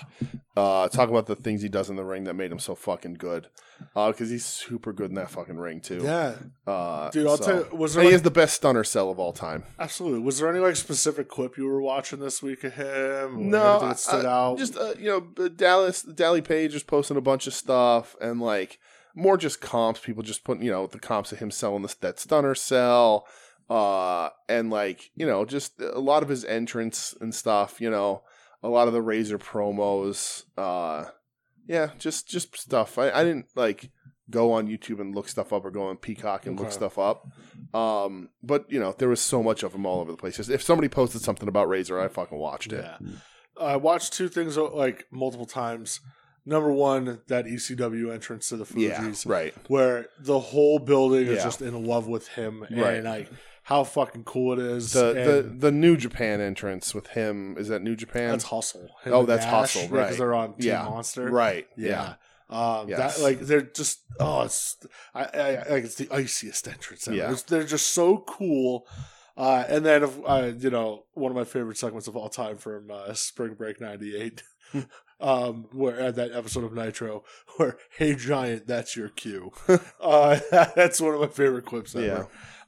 Speaker 2: Uh, talk about the things he does in the ring that made him so fucking good. Because he's super good in that fucking ring too.
Speaker 3: Yeah,
Speaker 2: Uh,
Speaker 3: dude. I'll
Speaker 2: so-
Speaker 3: tell you. Was
Speaker 2: And
Speaker 3: there
Speaker 2: he
Speaker 3: like,
Speaker 2: is the best stunner cell of all time.
Speaker 3: Absolutely. Was there any like specific clip you were watching this week of him? or
Speaker 2: No,
Speaker 3: anything that stood
Speaker 2: I-
Speaker 3: out.
Speaker 2: just uh, you know uh, Dallas Dally Page was posting a bunch of stuff and like more just comps people just putting you know the comps of him selling this that stunner sell uh and like you know just a lot of his entrance and stuff you know a lot of the razor promos uh yeah just just stuff I, I didn't like go on YouTube and look stuff up or go on Peacock and look
Speaker 3: Okay.
Speaker 2: stuff up um but you know there was so much of them all over the place Just if somebody posted something about razor I fucking watched it
Speaker 3: yeah. I watched two things uh, like multiple times. Number one, that ECW entrance to the
Speaker 2: yeah
Speaker 3: Fugees,
Speaker 2: right
Speaker 3: where the whole building is
Speaker 2: Yeah.
Speaker 3: just in love with him, and
Speaker 2: Right.
Speaker 3: like how fucking cool it is.
Speaker 2: the the
Speaker 3: and
Speaker 2: the New Japan entrance with him is that New Japan?
Speaker 3: that's hustle. Him
Speaker 2: Oh,
Speaker 3: and
Speaker 2: that's Hustle,
Speaker 3: yeah,
Speaker 2: right.
Speaker 3: they're on Team
Speaker 2: Yeah.
Speaker 3: Monster,
Speaker 2: right.
Speaker 3: Yeah. Um,
Speaker 2: Yes.
Speaker 3: that like they're just oh it's I, I, I like it's the iciest entrance ever.
Speaker 2: Yeah.
Speaker 3: It's- they're just so cool. Uh, and then if, uh, you know one of my favorite segments of all time from uh, Spring Break '98, um, where uh, that episode of Nitro where Hey Giant, that's your cue. uh, that's one of my favorite clips ever.
Speaker 2: Yeah.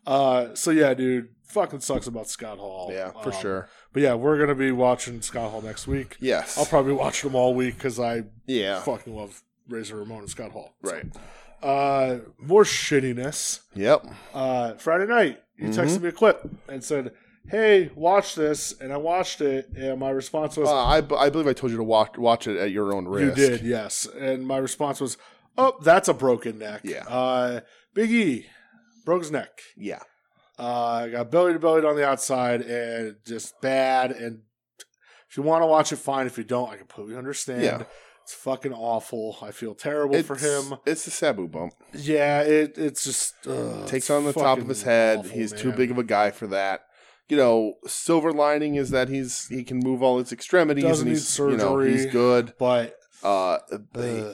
Speaker 3: Uh, so yeah, dude, fucking sucks about Scott Hall.
Speaker 2: Yeah, for
Speaker 3: Um,
Speaker 2: sure.
Speaker 3: But yeah, we're gonna be watching Scott Hall next week.
Speaker 2: Yes.
Speaker 3: I'll probably watch them all week because I
Speaker 2: yeah.
Speaker 3: fucking love Razor Ramon and Scott Hall.
Speaker 2: Right.
Speaker 3: Uh, more shittiness.
Speaker 2: Yep.
Speaker 3: Uh, Friday night, you
Speaker 2: Mhm.
Speaker 3: texted me a clip and said, "Hey, watch this," and I watched it, and my response was,
Speaker 2: Uh, I, b- I believe I told you to watch watch it at your own
Speaker 3: "You
Speaker 2: risk.
Speaker 3: did, yes," and my response was, "Oh, that's a broken neck."
Speaker 2: Yeah.
Speaker 3: Uh, Big E broke his neck.
Speaker 2: Yeah.
Speaker 3: Uh, got belly to belly on the outside, and just bad. And if you want to watch it, fine. If you don't, I completely understand.
Speaker 2: Yeah.
Speaker 3: It's fucking awful. I feel terrible for
Speaker 2: It's-
Speaker 3: him.
Speaker 2: It's the Sabu bump.
Speaker 3: Yeah, it it's just ugh,
Speaker 2: Takes
Speaker 3: it's
Speaker 2: on the top
Speaker 3: fucking
Speaker 2: of his head.
Speaker 3: awful,
Speaker 2: he's too
Speaker 3: man.
Speaker 2: big of a guy for that. You know, silver lining is that he's he can move all his extremities
Speaker 3: Doesn't
Speaker 2: and
Speaker 3: need
Speaker 2: he's you know,
Speaker 3: surgery.
Speaker 2: he's good.
Speaker 3: But
Speaker 2: Uh,
Speaker 3: Ugh,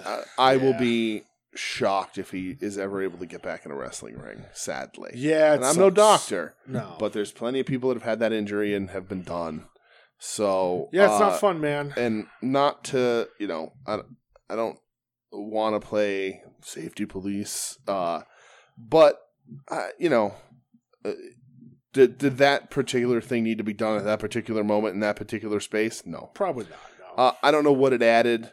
Speaker 2: I, I will
Speaker 3: yeah.
Speaker 2: be shocked if he is ever able to get back in a wrestling ring. Sadly,
Speaker 3: yeah, it
Speaker 2: and I'm no
Speaker 3: sucks.
Speaker 2: doctor.
Speaker 3: No,
Speaker 2: but there's plenty of people that have had that injury and have been done. So
Speaker 3: yeah, it's
Speaker 2: uh,
Speaker 3: not fun, man.
Speaker 2: and not to you know, I I don't want to play safety police, uh, but I, you know, uh, Did did that particular thing need to be done at that particular moment in that particular space? No.
Speaker 3: Probably not. No.
Speaker 2: Uh, I don't know what it added.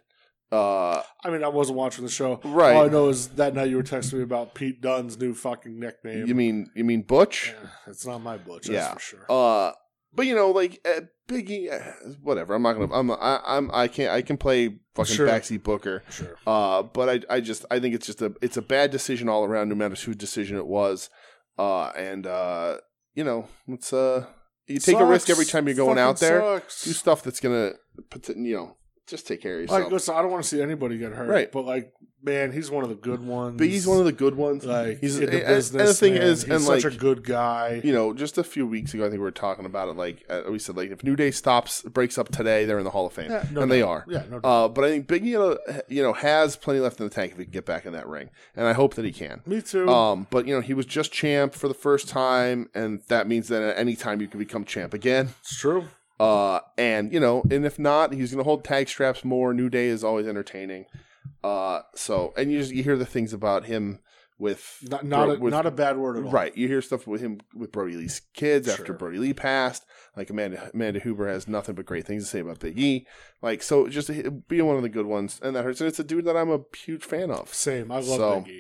Speaker 2: Uh,
Speaker 3: I mean, I wasn't watching the show.
Speaker 2: Right.
Speaker 3: All I know is that night you were texting me about Pete Dunn's new fucking nickname.
Speaker 2: you mean you mean Butch?
Speaker 3: Yeah, it's not my butch, that's
Speaker 2: Yeah.
Speaker 3: for sure.
Speaker 2: Uh, but you know, like uh, Biggie, uh, whatever. I'm not gonna. I'm. I, I'm. I can't. I can play fucking
Speaker 3: Sure.
Speaker 2: backseat Booker.
Speaker 3: sure.
Speaker 2: Uh, but I. I just. I think it's just a. It's a bad decision all around, no matter whose decision it was. Uh, and uh, you know, it's uh, you take a risk
Speaker 3: Sucks.
Speaker 2: every time you're going
Speaker 3: Fucking
Speaker 2: out there.
Speaker 3: sucks.
Speaker 2: Do stuff that's gonna, pot- you know, just take care of yourself.
Speaker 3: Like, uh, listen, I don't want to see anybody get hurt.
Speaker 2: Right.
Speaker 3: But, like, man, he's one of the good ones.
Speaker 2: but he's one of the good ones.
Speaker 3: like
Speaker 2: he's
Speaker 3: in the
Speaker 2: and-
Speaker 3: business.
Speaker 2: And the thing
Speaker 3: man.
Speaker 2: is,
Speaker 3: he's
Speaker 2: and like
Speaker 3: such a good guy.
Speaker 2: you know, just a few weeks ago, I think we were talking about it. Like uh, we said, like if New Day stops, breaks up today, they're in the Hall of Fame,
Speaker 3: Yeah, no
Speaker 2: and they
Speaker 3: doubt.
Speaker 2: are.
Speaker 3: Yeah, no doubt.
Speaker 2: Uh, but I think Biggie, uh, you know, has plenty left in the tank if he can get back in that ring, and I hope that he can.
Speaker 3: Me too.
Speaker 2: Um, but you know, he was just champ for the first time, and that means that at any time you can become champ again.
Speaker 3: it's true.
Speaker 2: Uh, and you know, and if not, he's gonna hold tag straps more. New Day is always entertaining. Uh, so and you just you hear the things about him with
Speaker 3: Not not a,
Speaker 2: with-
Speaker 3: not a bad word at all.
Speaker 2: Right. You hear stuff with him with Brody Lee's kids after
Speaker 3: Sure.
Speaker 2: Brody Lee passed. Like Amanda Amanda Huber has nothing but great things to say about Big E. Like so, just being one of the good ones, and that hurts. And it's a dude that I'm a huge fan of.
Speaker 3: Same. I love
Speaker 2: So,
Speaker 3: Biggie.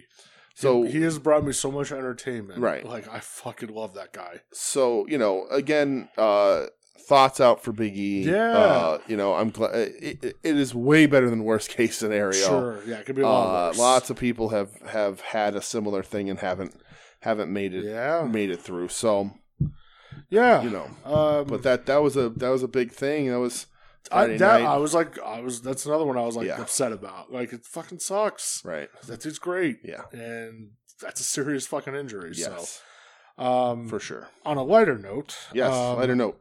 Speaker 2: So
Speaker 3: he, he has brought me so much entertainment.
Speaker 2: Right.
Speaker 3: Like I fucking love that guy.
Speaker 2: so you know, again, uh, thoughts out for Big E.
Speaker 3: Yeah.
Speaker 2: Uh, you know, I'm glad it, it- it is way better than worst case scenario.
Speaker 3: Sure. Yeah. It could be a lot
Speaker 2: Uh,
Speaker 3: worse.
Speaker 2: lots of people have have had a similar thing and haven't haven't made it
Speaker 3: Yeah.
Speaker 2: made it through. So
Speaker 3: Yeah.
Speaker 2: you know.
Speaker 3: Um,
Speaker 2: But that that was a that was a big thing. That was
Speaker 3: I,
Speaker 2: Friday
Speaker 3: that,
Speaker 2: night.
Speaker 3: I was like, I was. That's another one I was like
Speaker 2: Yeah.
Speaker 3: upset about. Like it fucking sucks.
Speaker 2: right.
Speaker 3: That dude's great,
Speaker 2: Yeah.
Speaker 3: and that's a serious fucking injury.
Speaker 2: Yes.
Speaker 3: So, um,
Speaker 2: For sure.
Speaker 3: on a lighter note,
Speaker 2: Yes.
Speaker 3: um,
Speaker 2: Lighter note.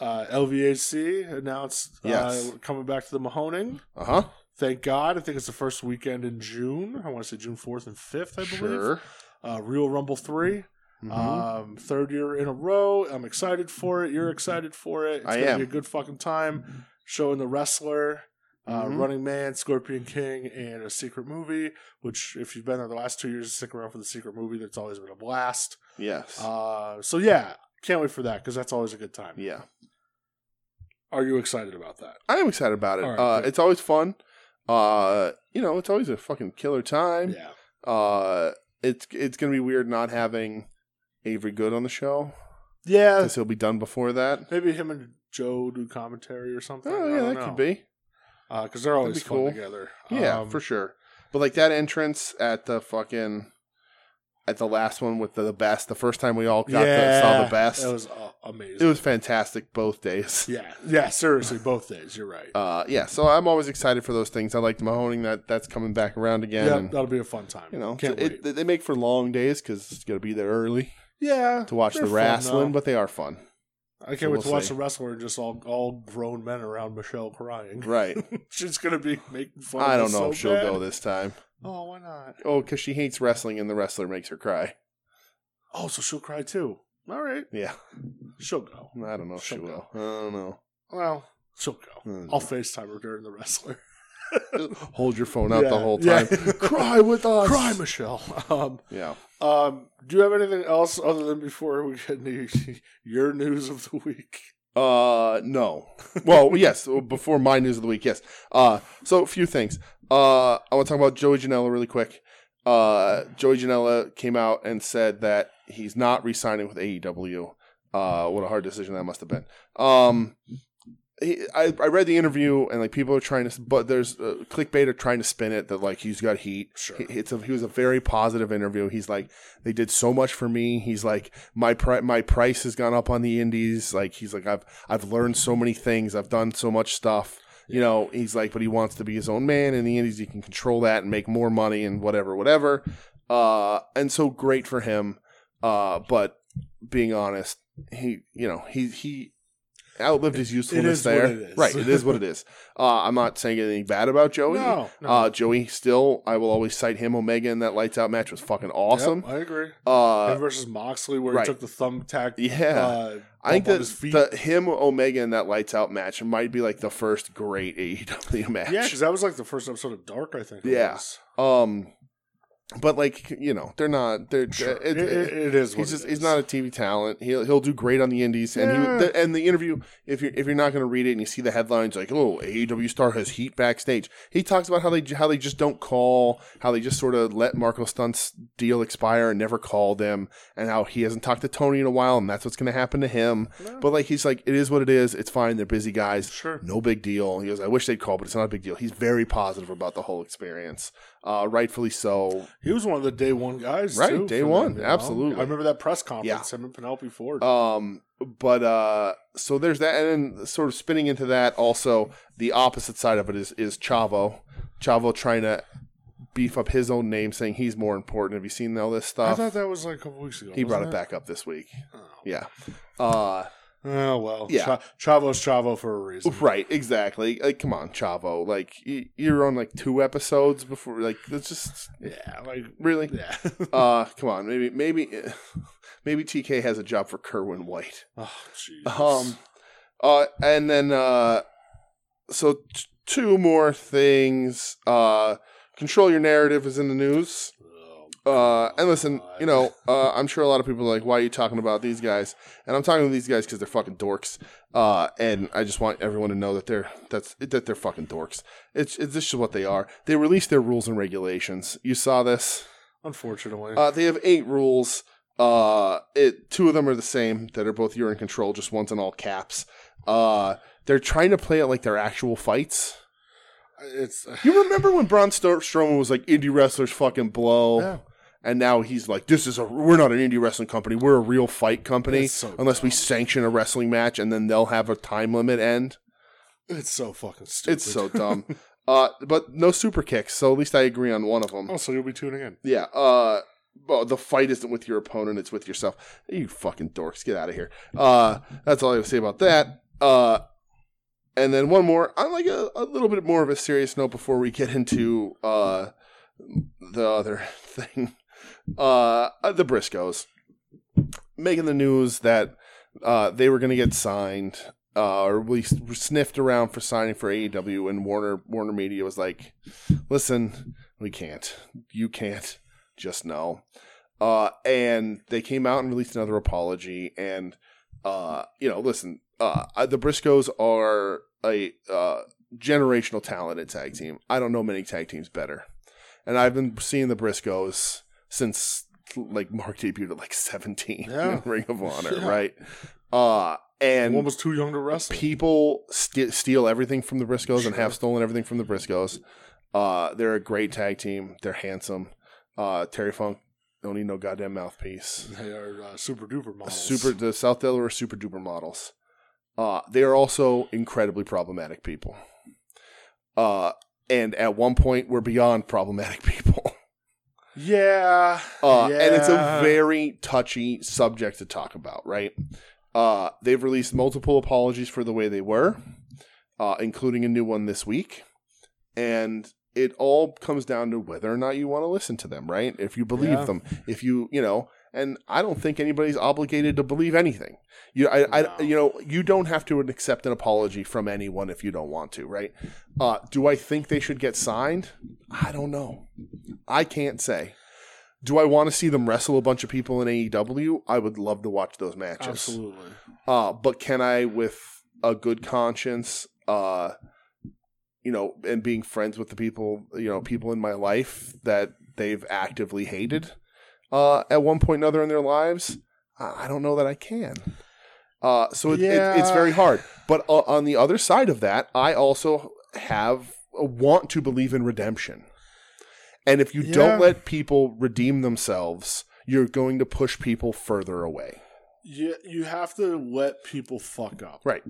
Speaker 3: Uh, LVAC announced
Speaker 2: Yes.
Speaker 3: uh, coming back to the Mahoning.
Speaker 2: Uh huh.
Speaker 3: Thank God. I think it's the first weekend in June. I want to say June 4th and 5th, I believe.
Speaker 2: Sure.
Speaker 3: Uh, Real Rumble 3.
Speaker 2: Mhm.
Speaker 3: Um, third year in a row. I'm excited for it. You're excited for it. It's
Speaker 2: I
Speaker 3: gonna
Speaker 2: am. Mm-hmm.
Speaker 3: be a good fucking time. Showing the wrestler, uh,
Speaker 2: Mhm.
Speaker 3: Running Man, Scorpion King, and a secret movie, which, if you've been there the last two years, stick around for the secret movie. That's always been a blast.
Speaker 2: yes.
Speaker 3: Uh, so, yeah, can't wait for that because that's always a good time.
Speaker 2: yeah.
Speaker 3: Are you excited about that?
Speaker 2: I am excited about it.
Speaker 3: All right,
Speaker 2: uh,
Speaker 3: good.
Speaker 2: it's always fun. Uh, you know, it's always a fucking killer time.
Speaker 3: Yeah.
Speaker 2: Uh, it's it's gonna be weird not having Avery Good on the show
Speaker 3: Yeah.
Speaker 2: because he'll be done before that.
Speaker 3: Maybe him and Joe do commentary or something.
Speaker 2: Oh
Speaker 3: I
Speaker 2: yeah,
Speaker 3: don't
Speaker 2: that
Speaker 3: know.
Speaker 2: could be.
Speaker 3: because Uh, they're always
Speaker 2: be
Speaker 3: fun
Speaker 2: cool.
Speaker 3: together.
Speaker 2: Yeah,
Speaker 3: Um,
Speaker 2: for sure. But like that entrance at the fucking at the last one with the, the best, the first time we all got the, saw the best,
Speaker 3: That was uh, amazing.
Speaker 2: it was fantastic both days.
Speaker 3: yeah, yeah. Seriously, both days. You're right.
Speaker 2: Uh, yeah, so I'm always excited for those things. I like the Mahoning that that's coming back around again.
Speaker 3: yeah,
Speaker 2: and,
Speaker 3: that'll be a fun time.
Speaker 2: you know,
Speaker 3: can't wait.
Speaker 2: it, they make for long days because it's gonna be there early
Speaker 3: yeah,
Speaker 2: to watch
Speaker 3: they're
Speaker 2: the
Speaker 3: fun,
Speaker 2: wrestling,
Speaker 3: though.
Speaker 2: but they are fun,
Speaker 3: I can't
Speaker 2: so
Speaker 3: wait
Speaker 2: we'll
Speaker 3: to watch
Speaker 2: see.
Speaker 3: the wrestler and just all all grown men around Michelle crying.
Speaker 2: right?
Speaker 3: She's gonna be making fun.
Speaker 2: I
Speaker 3: of
Speaker 2: don't
Speaker 3: us
Speaker 2: know
Speaker 3: so
Speaker 2: if she'll
Speaker 3: bad.
Speaker 2: go this time.
Speaker 3: Oh, why not?
Speaker 2: Oh, because she hates wrestling, and the wrestler makes her cry.
Speaker 3: Oh, so she'll cry too. All right,
Speaker 2: Yeah,
Speaker 3: she'll go.
Speaker 2: I don't know if she
Speaker 3: She'll
Speaker 2: will.
Speaker 3: go.
Speaker 2: I don't know.
Speaker 3: Well, she'll go.
Speaker 2: Mm.
Speaker 3: I'll FaceTime her during the wrestler.
Speaker 2: Hold your phone out
Speaker 3: Yeah,
Speaker 2: the whole
Speaker 3: yeah.
Speaker 2: time. Cry with us.
Speaker 3: Cry, Michelle. Um,
Speaker 2: Yeah.
Speaker 3: Um, do you have anything else other than before we get into your news of the week?
Speaker 2: Uh, no. Well, yes. uh, Before my news of the week, yes. Uh, so a few things. Uh, I want to talk about Joey Janela really quick. Uh, Joey Janela came out and said that he's not re-signing with AEW. Uh, what a hard decision that must have been. Um, he, I, I read the interview and like people are trying to, but there's uh, clickbait are trying to spin it that like he's got heat.
Speaker 3: Sure.
Speaker 2: He- It's a, he was a very positive interview. He's like, they did so much for me. He's like, my pri- my price has gone up on the indies. Like he's like, I've I've learned so many things. I've done so much stuff. You know, he's like, but he wants to be his own man in the indies. He can control that and make more money and whatever, whatever. Uh, and so great for him. Uh, but being honest, he you know he he outlived his usefulness
Speaker 3: is what
Speaker 2: there.
Speaker 3: it is.
Speaker 2: Right, it is what it is. Uh, I'm not saying anything bad about Joey.
Speaker 3: No, no.
Speaker 2: Uh, Joey still, I will always cite him. Omega in that lights out match was fucking awesome.
Speaker 3: Yep, I agree.
Speaker 2: Uh,
Speaker 3: Him versus Moxley, where
Speaker 2: right.
Speaker 3: he took the thumbtack.
Speaker 2: Yeah.
Speaker 3: uh,
Speaker 2: I think
Speaker 3: bump on
Speaker 2: that
Speaker 3: his feet.
Speaker 2: the, him Omega in that lights out match might be like the first great AEW match.
Speaker 3: yeah, because that was like the first episode of Dark. I think. it
Speaker 2: Yeah.
Speaker 3: was.
Speaker 2: Um, but like you know, they're not. They're
Speaker 3: Sure.
Speaker 2: it-
Speaker 3: It,
Speaker 2: it-
Speaker 3: it- it is. what
Speaker 2: he's
Speaker 3: it
Speaker 2: just
Speaker 3: is.
Speaker 2: he's not a TV talent. He'll he'll do great on the indies, and
Speaker 3: Yeah.
Speaker 2: he the, and the interview if you're if you're not going to read it and you see the headlines like oh AEW star has heat backstage. He talks about how they how they just don't call, how they just sort of let Marco Stunt's deal expire and never call them, and how he hasn't talked to Tony in a while, and that's what's going to happen to him. But like he's like it is what it is. It's fine. They're busy guys.
Speaker 3: Sure.
Speaker 2: No big deal. He goes, I wish they'd call, but it's not a big deal. He's very positive about the whole experience. Uh, rightfully so.
Speaker 3: He was one of the day one guys,
Speaker 2: Right,
Speaker 3: too,
Speaker 2: day
Speaker 3: for
Speaker 2: one,
Speaker 3: you know?
Speaker 2: absolutely.
Speaker 3: I remember that press conference. Him and Penelope Ford.
Speaker 2: Um, but uh, so there's that, and then sort of spinning into that. Also, the opposite side of it is is Chavo, Chavo trying to beef up his own name, saying he's more important. Have you seen all this
Speaker 3: I
Speaker 2: stuff?
Speaker 3: thought that was like a couple weeks ago.
Speaker 2: he brought it
Speaker 3: wasn't
Speaker 2: back up this week. Yeah. Uh,
Speaker 3: Oh well,
Speaker 2: Yeah.
Speaker 3: Cha- Chavo's Chavo for a reason.
Speaker 2: right. Exactly. Like, come on, Chavo. Like, y- you're on like two episodes before. Like, that's just
Speaker 3: Yeah, like
Speaker 2: really.
Speaker 3: yeah.
Speaker 2: Uh, come on. Maybe, maybe, maybe TK has a job for Kerwin White.
Speaker 3: oh, Jesus.
Speaker 2: Um, uh, and then uh, so t- two more things. Uh, control your narrative is in the news.
Speaker 3: Oh,
Speaker 2: Uh, and listen, you know, uh, I'm sure a lot of people are like, "Why are you talking about these guys?" And I'm talking to these guys because they're fucking dorks. Uh, and I just want everyone to know that they're that's that they're fucking dorks. It's, it's this is what they are. They released their rules and regulations. You saw this.
Speaker 3: unfortunately,
Speaker 2: Uh, they have eight rules. Uh, it two of them are the same that are both you're in control. Just one's in all caps. Uh, they're trying to play it like they're actual fights.
Speaker 3: it's uh,
Speaker 2: You remember when Braun Sto- Strowman was like indie wrestlers fucking blow,
Speaker 3: Yeah.
Speaker 2: and now he's like, this is a we're not an indie wrestling company. We're a real fight company.
Speaker 3: That's so
Speaker 2: unless we sanction a wrestling match, and then they'll have a time limit end.
Speaker 3: it's so fucking stupid.
Speaker 2: It's so dumb. uh, but no super kicks. So at least I agree on one of them.
Speaker 3: Oh, so you'll be tuning in.
Speaker 2: Yeah. Uh, well, the fight isn't with your opponent; it's with yourself. You fucking dorks, get out of here. Uh, that's all I have to say about that. Uh, and then one more, on like a, a little bit more of a serious note before we get into uh the other thing. Uh, the Briscoes making the news that uh they were going to get signed. Uh, or at least sniffed around for signing for AEW, and Warner Warner Media was like, "Listen, we can't. You can't just know. Uh, and they came out and released another apology. And uh, you know, listen, uh, I- the Briscoes are a uh, generational talented tag team. I don't know many tag teams better, and I've been seeing the Briscoes since like Mark debuted at like seventeen
Speaker 3: Yeah.
Speaker 2: in Ring of Honor,
Speaker 3: Yeah.
Speaker 2: right? Uh, and
Speaker 3: One was too young to wrestle.
Speaker 2: people st- steal everything from the Briscoes and
Speaker 3: Sure.
Speaker 2: have stolen everything from the Briscoes. Uh, they're a great tag team. They're handsome. Uh, Terry Funk don't need no goddamn mouthpiece.
Speaker 3: they are uh, super duper models.
Speaker 2: Super the South Delaware super duper models. Uh, they are also incredibly problematic people. Uh, and at one point, we're beyond problematic people.
Speaker 3: Yeah.
Speaker 2: Uh, And it's a
Speaker 3: yeah.
Speaker 2: very touchy subject to talk about, right? Uh, they've released multiple apologies for the way they were, uh, including a new one this week. And it all comes down to whether or not you want to listen to them, right? If you believe
Speaker 3: Yeah.
Speaker 2: them, if you, you know, and I don't think anybody's obligated to believe anything. You, I,
Speaker 3: No.
Speaker 2: I, you know, you don't have to accept an apology from anyone if you don't want to, right? Uh, do I think they should get signed? I don't know. I can't say. Do I want to see them wrestle a bunch of people in AEW? I would love to watch those matches.
Speaker 3: absolutely.
Speaker 2: Uh, but can I, with a good conscience, uh, you know, and being friends with the people, you know, people in my life that they've actively hated uh, at one point or another in their lives? I I don't know that I can. Uh, so it, it, it's
Speaker 3: Yeah.
Speaker 2: very hard. But uh, on the other side of that, I also have uh, want to believe in redemption. And if you
Speaker 3: Yeah.
Speaker 2: don't let people redeem themselves, you're going to push people further away.
Speaker 3: You you have to let people fuck up.
Speaker 2: Right.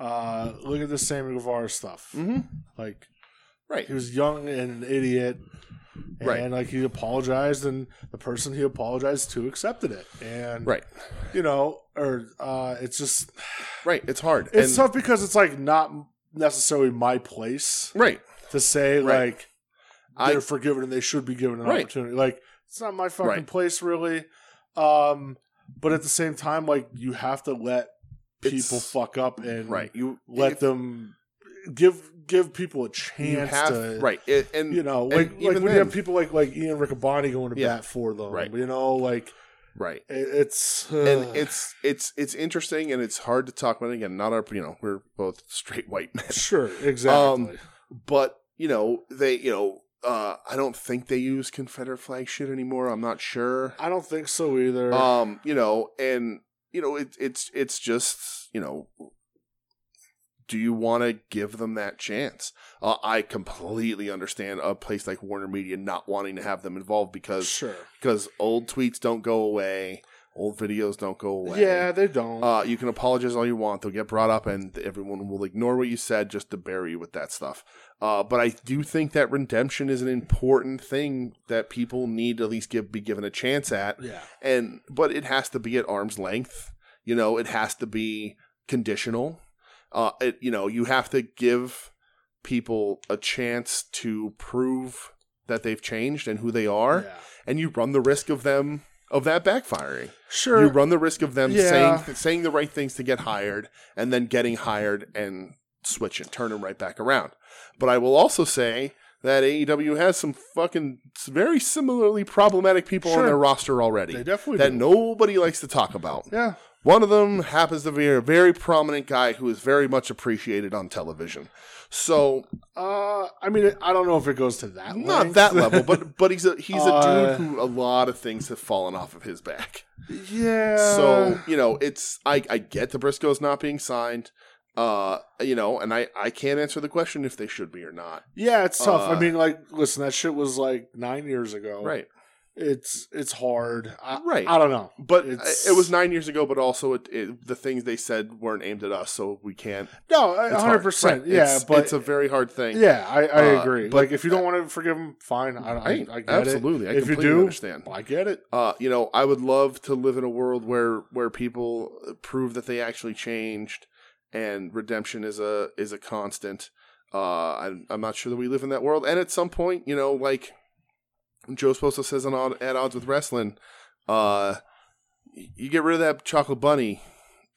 Speaker 3: Uh, look at the Sammy Guevara stuff.
Speaker 2: Mm-hmm.
Speaker 3: Like
Speaker 2: Right.
Speaker 3: he was young and an idiot. And
Speaker 2: Right.
Speaker 3: like he apologized and the person he apologized to accepted it. And
Speaker 2: Right.
Speaker 3: you know, or uh it's just
Speaker 2: Right. It's hard.
Speaker 3: it's
Speaker 2: and,
Speaker 3: tough because it's like not necessarily my place
Speaker 2: Right.
Speaker 3: to say
Speaker 2: Right.
Speaker 3: like
Speaker 2: I-
Speaker 3: they're forgiven and they should be given an
Speaker 2: Right.
Speaker 3: opportunity. Like it's not my fucking
Speaker 2: Right.
Speaker 3: place really. Um but at the same time like you have to let people
Speaker 2: It's-
Speaker 3: fuck up and
Speaker 2: Right. You
Speaker 3: let
Speaker 2: if-
Speaker 3: them give give people a chance
Speaker 2: you have
Speaker 3: to
Speaker 2: right, and, and
Speaker 3: you know like,
Speaker 2: even
Speaker 3: like when
Speaker 2: then-
Speaker 3: you have people like like Ian Riccaboni going to
Speaker 2: Yeah.
Speaker 3: bat for them
Speaker 2: Right.
Speaker 3: you know like
Speaker 2: right.
Speaker 3: it, it's uh,
Speaker 2: and it's it's it's interesting and it's hard to talk about again not our you know we're both straight white men
Speaker 3: sure exactly
Speaker 2: Um, but you know they you know uh i don't think they use confederate flag shit anymore i'm not sure
Speaker 3: I don't think so either
Speaker 2: um you know and you know it, it's it's just you know do you want to give them that chance uh, i completely understand a place like warner media not wanting to have them involved because
Speaker 3: sure
Speaker 2: because old tweets don't go away old videos don't go away
Speaker 3: yeah they don't
Speaker 2: uh, you can apologize all you want. They'll get brought up, and everyone will ignore what you said just to bury you with that stuff. Uh, but I do think that redemption is an important thing that people need to at least give, be given a chance at.
Speaker 3: yeah
Speaker 2: And but it has to be at arm's length. You know, it has to be conditional. Uh, it, you know, you have to give people a chance to prove that they've changed and who they are,
Speaker 3: yeah.
Speaker 2: and you run the risk of them of that backfiring
Speaker 3: sure
Speaker 2: you run the risk of them
Speaker 3: Yeah.
Speaker 2: saying saying the right things to get hired and then getting hired and switching, turning right back around. But I will also say that AEW has some fucking very similarly problematic people on
Speaker 3: Sure.
Speaker 2: their roster already
Speaker 3: they definitely
Speaker 2: that
Speaker 3: do.
Speaker 2: nobody likes to talk about.
Speaker 3: yeah
Speaker 2: One of them happens to be a very prominent guy who is very much appreciated on television. So
Speaker 3: uh I mean I don't know if it goes to that
Speaker 2: not
Speaker 3: length.
Speaker 2: that level, but but he's a he's a
Speaker 3: Uh,
Speaker 2: dude who a lot of things have fallen off of his back.
Speaker 3: yeah Uh.
Speaker 2: so you know it's I, I get the briscoes not being signed uh you know and i i can't answer the question if they should be or not
Speaker 3: Yeah, it's tough.
Speaker 2: Uh,
Speaker 3: I mean, like, listen, that shit was like nine years ago. It's it's hard. I,
Speaker 2: Right.
Speaker 3: I don't know.
Speaker 2: but uh,
Speaker 3: It's-
Speaker 2: it was nine years ago but also it, it, the things they said weren't aimed at us so we can't
Speaker 3: No,
Speaker 2: it's
Speaker 3: hundred
Speaker 2: hard.
Speaker 3: percent.
Speaker 2: Right.
Speaker 3: Yeah,
Speaker 2: it's,
Speaker 3: but
Speaker 2: it's a very hard thing
Speaker 3: yeah, I, I
Speaker 2: uh,
Speaker 3: agree.
Speaker 2: but-
Speaker 3: like, if you don't want to forgive him, fine. I, I,
Speaker 2: Right.
Speaker 3: I get it.
Speaker 2: absolutely i
Speaker 3: If you
Speaker 2: completely
Speaker 3: do-
Speaker 2: understand
Speaker 3: I get it.
Speaker 2: uh, you know, I would love to live in a world where where people prove that they actually changed, and redemption is a is a constant. Uh, I'm, I'm not sure that we live in that world. And at some point, you know, like Joe Sposo says on Odd- at odds with wrestling, uh, y- you get rid of that chocolate bunny,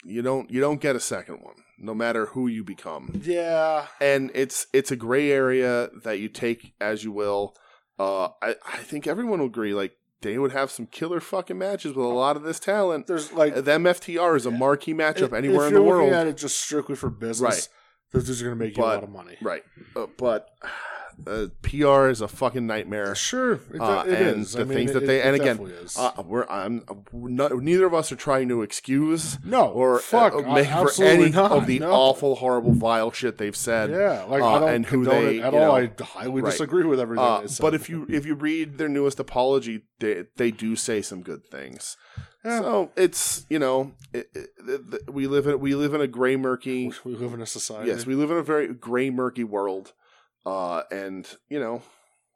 Speaker 2: you don't you don't get a second one, no matter who you become
Speaker 3: Yeah,
Speaker 2: and it's it's a gray area that you take as you will. Uh, I I think everyone will agree. Like they would have some killer fucking matches with a lot of this talent.
Speaker 3: there's like
Speaker 2: The MFTR is a marquee matchup
Speaker 3: if-
Speaker 2: anywhere
Speaker 3: if
Speaker 2: in the
Speaker 3: you're looking
Speaker 2: world,
Speaker 3: At it just strictly for business,
Speaker 2: Right.
Speaker 3: those dudes are gonna make you a
Speaker 2: But-
Speaker 3: lot of money.
Speaker 2: right? Uh, but uh, PR is a fucking nightmare.
Speaker 3: Sure, it,
Speaker 2: Uh,
Speaker 3: it
Speaker 2: and
Speaker 3: is.
Speaker 2: the things that they- and again,
Speaker 3: definitely is.
Speaker 2: Uh, we're I'm not, neither of us are trying to excuse
Speaker 3: no
Speaker 2: or
Speaker 3: fuck
Speaker 2: uh,
Speaker 3: I-
Speaker 2: make for
Speaker 3: absolutely
Speaker 2: any
Speaker 3: not,
Speaker 2: of the
Speaker 3: no.
Speaker 2: awful, horrible, vile shit they've said.
Speaker 3: Yeah, like
Speaker 2: uh,
Speaker 3: I don't
Speaker 2: and who
Speaker 3: condone
Speaker 2: they-
Speaker 3: it at
Speaker 2: you
Speaker 3: all.
Speaker 2: know,
Speaker 3: I highly
Speaker 2: right.
Speaker 3: disagree with everything.
Speaker 2: Uh,
Speaker 3: they said.
Speaker 2: but if you if you read their newest apology, they they do say some good things.
Speaker 3: Yeah.
Speaker 2: So it's you know it, it, it- we live in we live in a gray murky
Speaker 3: we live in a society.
Speaker 2: yes we live in a very gray murky world, uh, and you know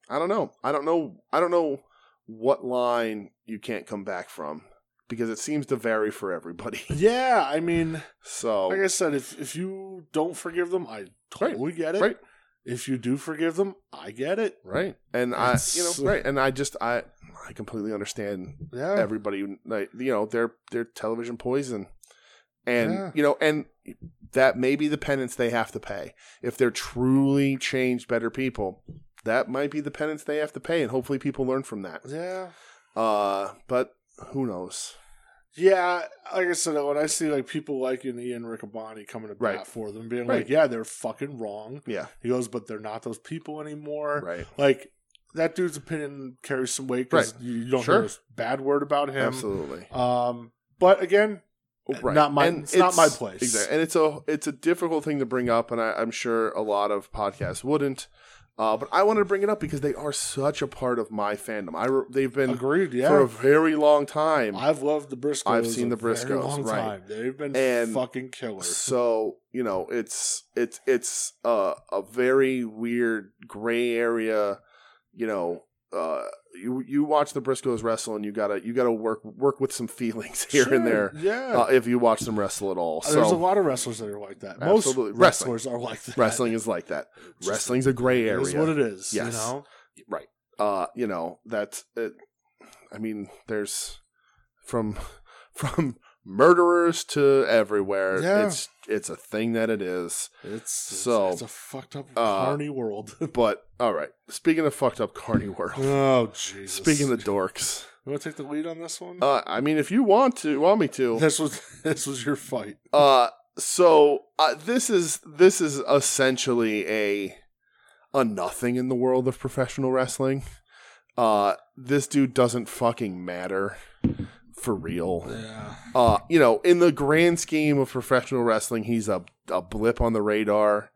Speaker 2: I don't know I don't know I don't know what line you can't come back from because it seems to vary for everybody.
Speaker 3: yeah, I mean,
Speaker 2: So
Speaker 3: like I said, if if you don't forgive them, I totally get it.
Speaker 2: right.
Speaker 3: If you do forgive them, I get it.
Speaker 2: right and I
Speaker 3: It's-
Speaker 2: you know right and I just I I completely understand
Speaker 3: Yeah,
Speaker 2: everybody like you know they're they're television poison and
Speaker 3: Yeah.
Speaker 2: you know and that may be the penance they have to pay if they're truly changed better people that might be the penance they have to pay and hopefully people learn from that
Speaker 3: yeah,
Speaker 2: uh but who knows
Speaker 3: yeah. Like I said, when I see like people like an Ian Riccaboni coming to bat
Speaker 2: Right.
Speaker 3: for them, being
Speaker 2: Right.
Speaker 3: like, "Yeah, they're fucking wrong,"
Speaker 2: yeah
Speaker 3: he goes, "But they're not those people anymore."
Speaker 2: right
Speaker 3: Like that dude's opinion carries some weight because you you don't
Speaker 2: Sure.
Speaker 3: hear a bad word about him.
Speaker 2: absolutely
Speaker 3: Um, but again, uh, Not my- it's not my place.
Speaker 2: Exactly. And it's a it's a difficult thing to bring up, and I, I'm sure a lot of podcasts wouldn't. Uh, but I wanted to bring it up because they are such a part of my fandom. I re- they've been
Speaker 3: agreed. Yeah,
Speaker 2: for a very long time.
Speaker 3: I've loved the Briscoes.
Speaker 2: I've seen the
Speaker 3: a very
Speaker 2: Briscoes,
Speaker 3: long
Speaker 2: right.
Speaker 3: time. They've been
Speaker 2: And
Speaker 3: fucking killer.
Speaker 2: So you know, it's it's it's a a very weird gray area. You know, uh, you you watch the Briscoes wrestle, and you gotta you gotta work work with some feelings here
Speaker 3: Sure,
Speaker 2: and there
Speaker 3: Yeah. Uh,
Speaker 2: uh, if you watch them wrestle at all. So
Speaker 3: There's a lot of wrestlers that are like that. Most
Speaker 2: Absolutely. Wrestling.
Speaker 3: wrestlers are like that.
Speaker 2: wrestling is like that.
Speaker 3: Just-
Speaker 2: Wrestling's a gray
Speaker 3: It
Speaker 2: area.
Speaker 3: is what it is. You
Speaker 2: Yes.
Speaker 3: know?
Speaker 2: right uh you know that's it, i mean there's from from murderers to everywhere.
Speaker 3: Yeah.
Speaker 2: It's it's a thing that it is.
Speaker 3: It's
Speaker 2: So,
Speaker 3: it's, it's a fucked up
Speaker 2: uh,
Speaker 3: carny world.
Speaker 2: But all right. Speaking of fucked up carny world.
Speaker 3: oh Jesus!
Speaker 2: Speaking of dorks.
Speaker 3: you want to take the lead on this one?
Speaker 2: Uh, I mean, if you want to, want me to.
Speaker 3: this was this was your fight.
Speaker 2: Uh, so uh, this is this is essentially a a nothing in the world of professional wrestling. Uh, this dude doesn't fucking matter for real.
Speaker 3: Yeah.
Speaker 2: Uh, you know, in the grand scheme of professional wrestling, he's a a blip on the radar.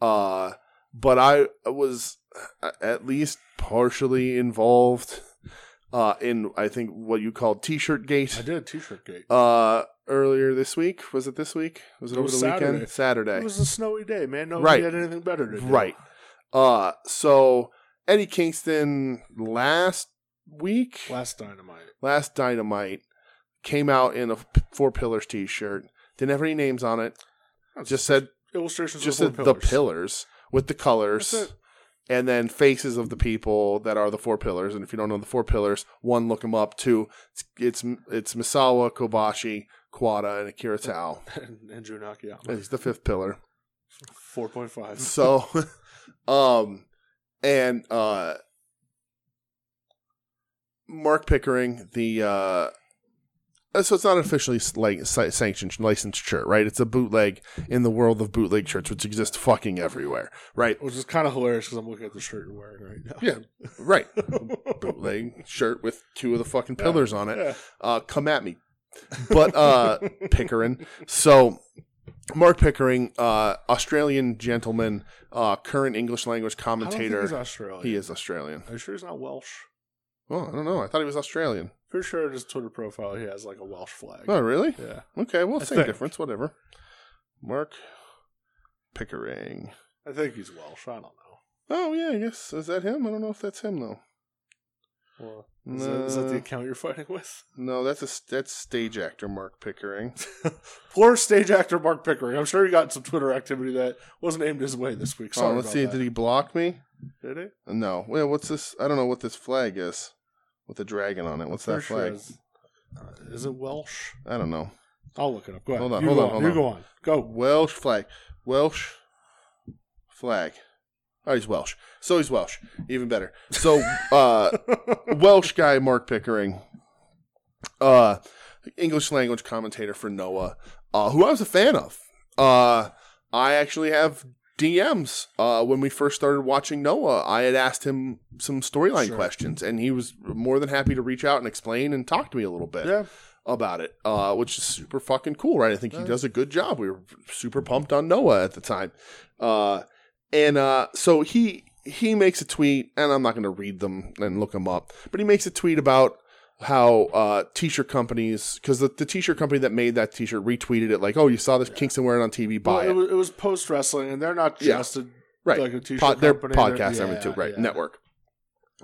Speaker 2: Uh, but I was uh, at least partially involved. Uh, in I think what you called T-shirt Gate
Speaker 3: I did a T-shirt gate.
Speaker 2: uh earlier this week. Was it this week? Was it,
Speaker 3: It
Speaker 2: over
Speaker 3: was
Speaker 2: the weekend? Saturday.
Speaker 3: It was a snowy day, man. Nobody
Speaker 2: Right.
Speaker 3: had anything better to do.
Speaker 2: right. Uh so Eddie Kingston last week,
Speaker 3: Last dynamite.
Speaker 2: last Dynamite came out in a p- Four Pillars t-shirt. Didn't have any names on it. Just said
Speaker 3: illustrations.
Speaker 2: just said
Speaker 3: of the
Speaker 2: the
Speaker 3: four pillars.
Speaker 2: pillars with the colors.
Speaker 3: That's it.
Speaker 2: And then faces of the people that are the four pillars. And if you don't know the four pillars, one, look them up. Two, it's it's, it's Misawa, Kobashi, Kawada, and Akira Tao.
Speaker 3: and, and Drew Nakayama.
Speaker 2: He's the fifth pillar.
Speaker 3: Four point five.
Speaker 2: so um and uh mark pickering the uh so it's not officially like sa- sanctioned licensed shirt right it's a bootleg in the world of bootleg shirts which exist fucking everywhere right
Speaker 3: Which is kind of hilarious because I'm looking at the shirt you're wearing right now.
Speaker 2: Yeah. right bootleg shirt with two of the fucking pillars on it
Speaker 3: Yeah.
Speaker 2: uh come at me but uh pickering so mark pickering uh australian gentleman uh current english language
Speaker 3: I don't think
Speaker 2: commentator
Speaker 3: he's Australian.
Speaker 2: He is Australian.
Speaker 3: Are you sure he's not Welsh?
Speaker 2: Oh, I don't know. I thought he was Australian.
Speaker 3: Pretty sure in his Twitter profile he has like a Welsh flag.
Speaker 2: Oh, really?
Speaker 3: Yeah,
Speaker 2: Okay, well,
Speaker 3: I
Speaker 2: same
Speaker 3: think.
Speaker 2: difference. Whatever. Mark Pickering.
Speaker 3: I think he's Welsh. I don't know.
Speaker 2: Oh, yeah, I guess. Is that him? I don't know if that's him, though.
Speaker 3: Well, is, that, is that the
Speaker 2: No.
Speaker 3: account you're fighting with?
Speaker 2: No, that's a that's stage actor Mark Pickering.
Speaker 3: Poor stage actor Mark Pickering. I'm sure he got some Twitter activity that wasn't aimed his way this week. Sorry
Speaker 2: oh, let's
Speaker 3: about
Speaker 2: see.
Speaker 3: that.
Speaker 2: Did he block me?
Speaker 3: Did he?
Speaker 2: No. Well, what's this? I don't know what this flag is with the dragon on it. What's that
Speaker 3: Pretty sure
Speaker 2: flag?
Speaker 3: it's- uh, is it Welsh?
Speaker 2: I don't know.
Speaker 3: I'll look it up. Go ahead.
Speaker 2: Hold on,
Speaker 3: you
Speaker 2: hold
Speaker 3: go
Speaker 2: on, hold
Speaker 3: You
Speaker 2: on.
Speaker 3: go on. Go.
Speaker 2: Oh, Welsh flag. Welsh flag. Oh, he's Welsh. So he's Welsh. Even better. So, uh, Welsh guy Mark Pickering, uh, English language commentator for Noah, uh, who I was a fan of. Uh, I actually have DMs. Uh, when we first started watching Noah, I had asked him some storyline
Speaker 3: Sure.
Speaker 2: questions, and he was more than happy to reach out and explain and talk to me a little bit
Speaker 3: yeah.
Speaker 2: about it, uh, which is super fucking cool, right? I think he
Speaker 3: Yeah.
Speaker 2: does a good job. We were super pumped on Noah at the time, uh, and uh, so he he makes a tweet, and I'm not going to read them and look them up, but he makes a tweet about how uh, t-shirt companies, because the, the t-shirt company that made that t-shirt retweeted it, like, oh, you saw this Kingston wearing on TV, buy
Speaker 3: Well,
Speaker 2: it,
Speaker 3: it, was, it was post wrestling, and they're not
Speaker 2: Yeah.
Speaker 3: just a,
Speaker 2: right?
Speaker 3: like a t-shirt
Speaker 2: pod, their
Speaker 3: company.
Speaker 2: podcast
Speaker 3: They're-
Speaker 2: and everything too, right?
Speaker 3: yeah.
Speaker 2: Network.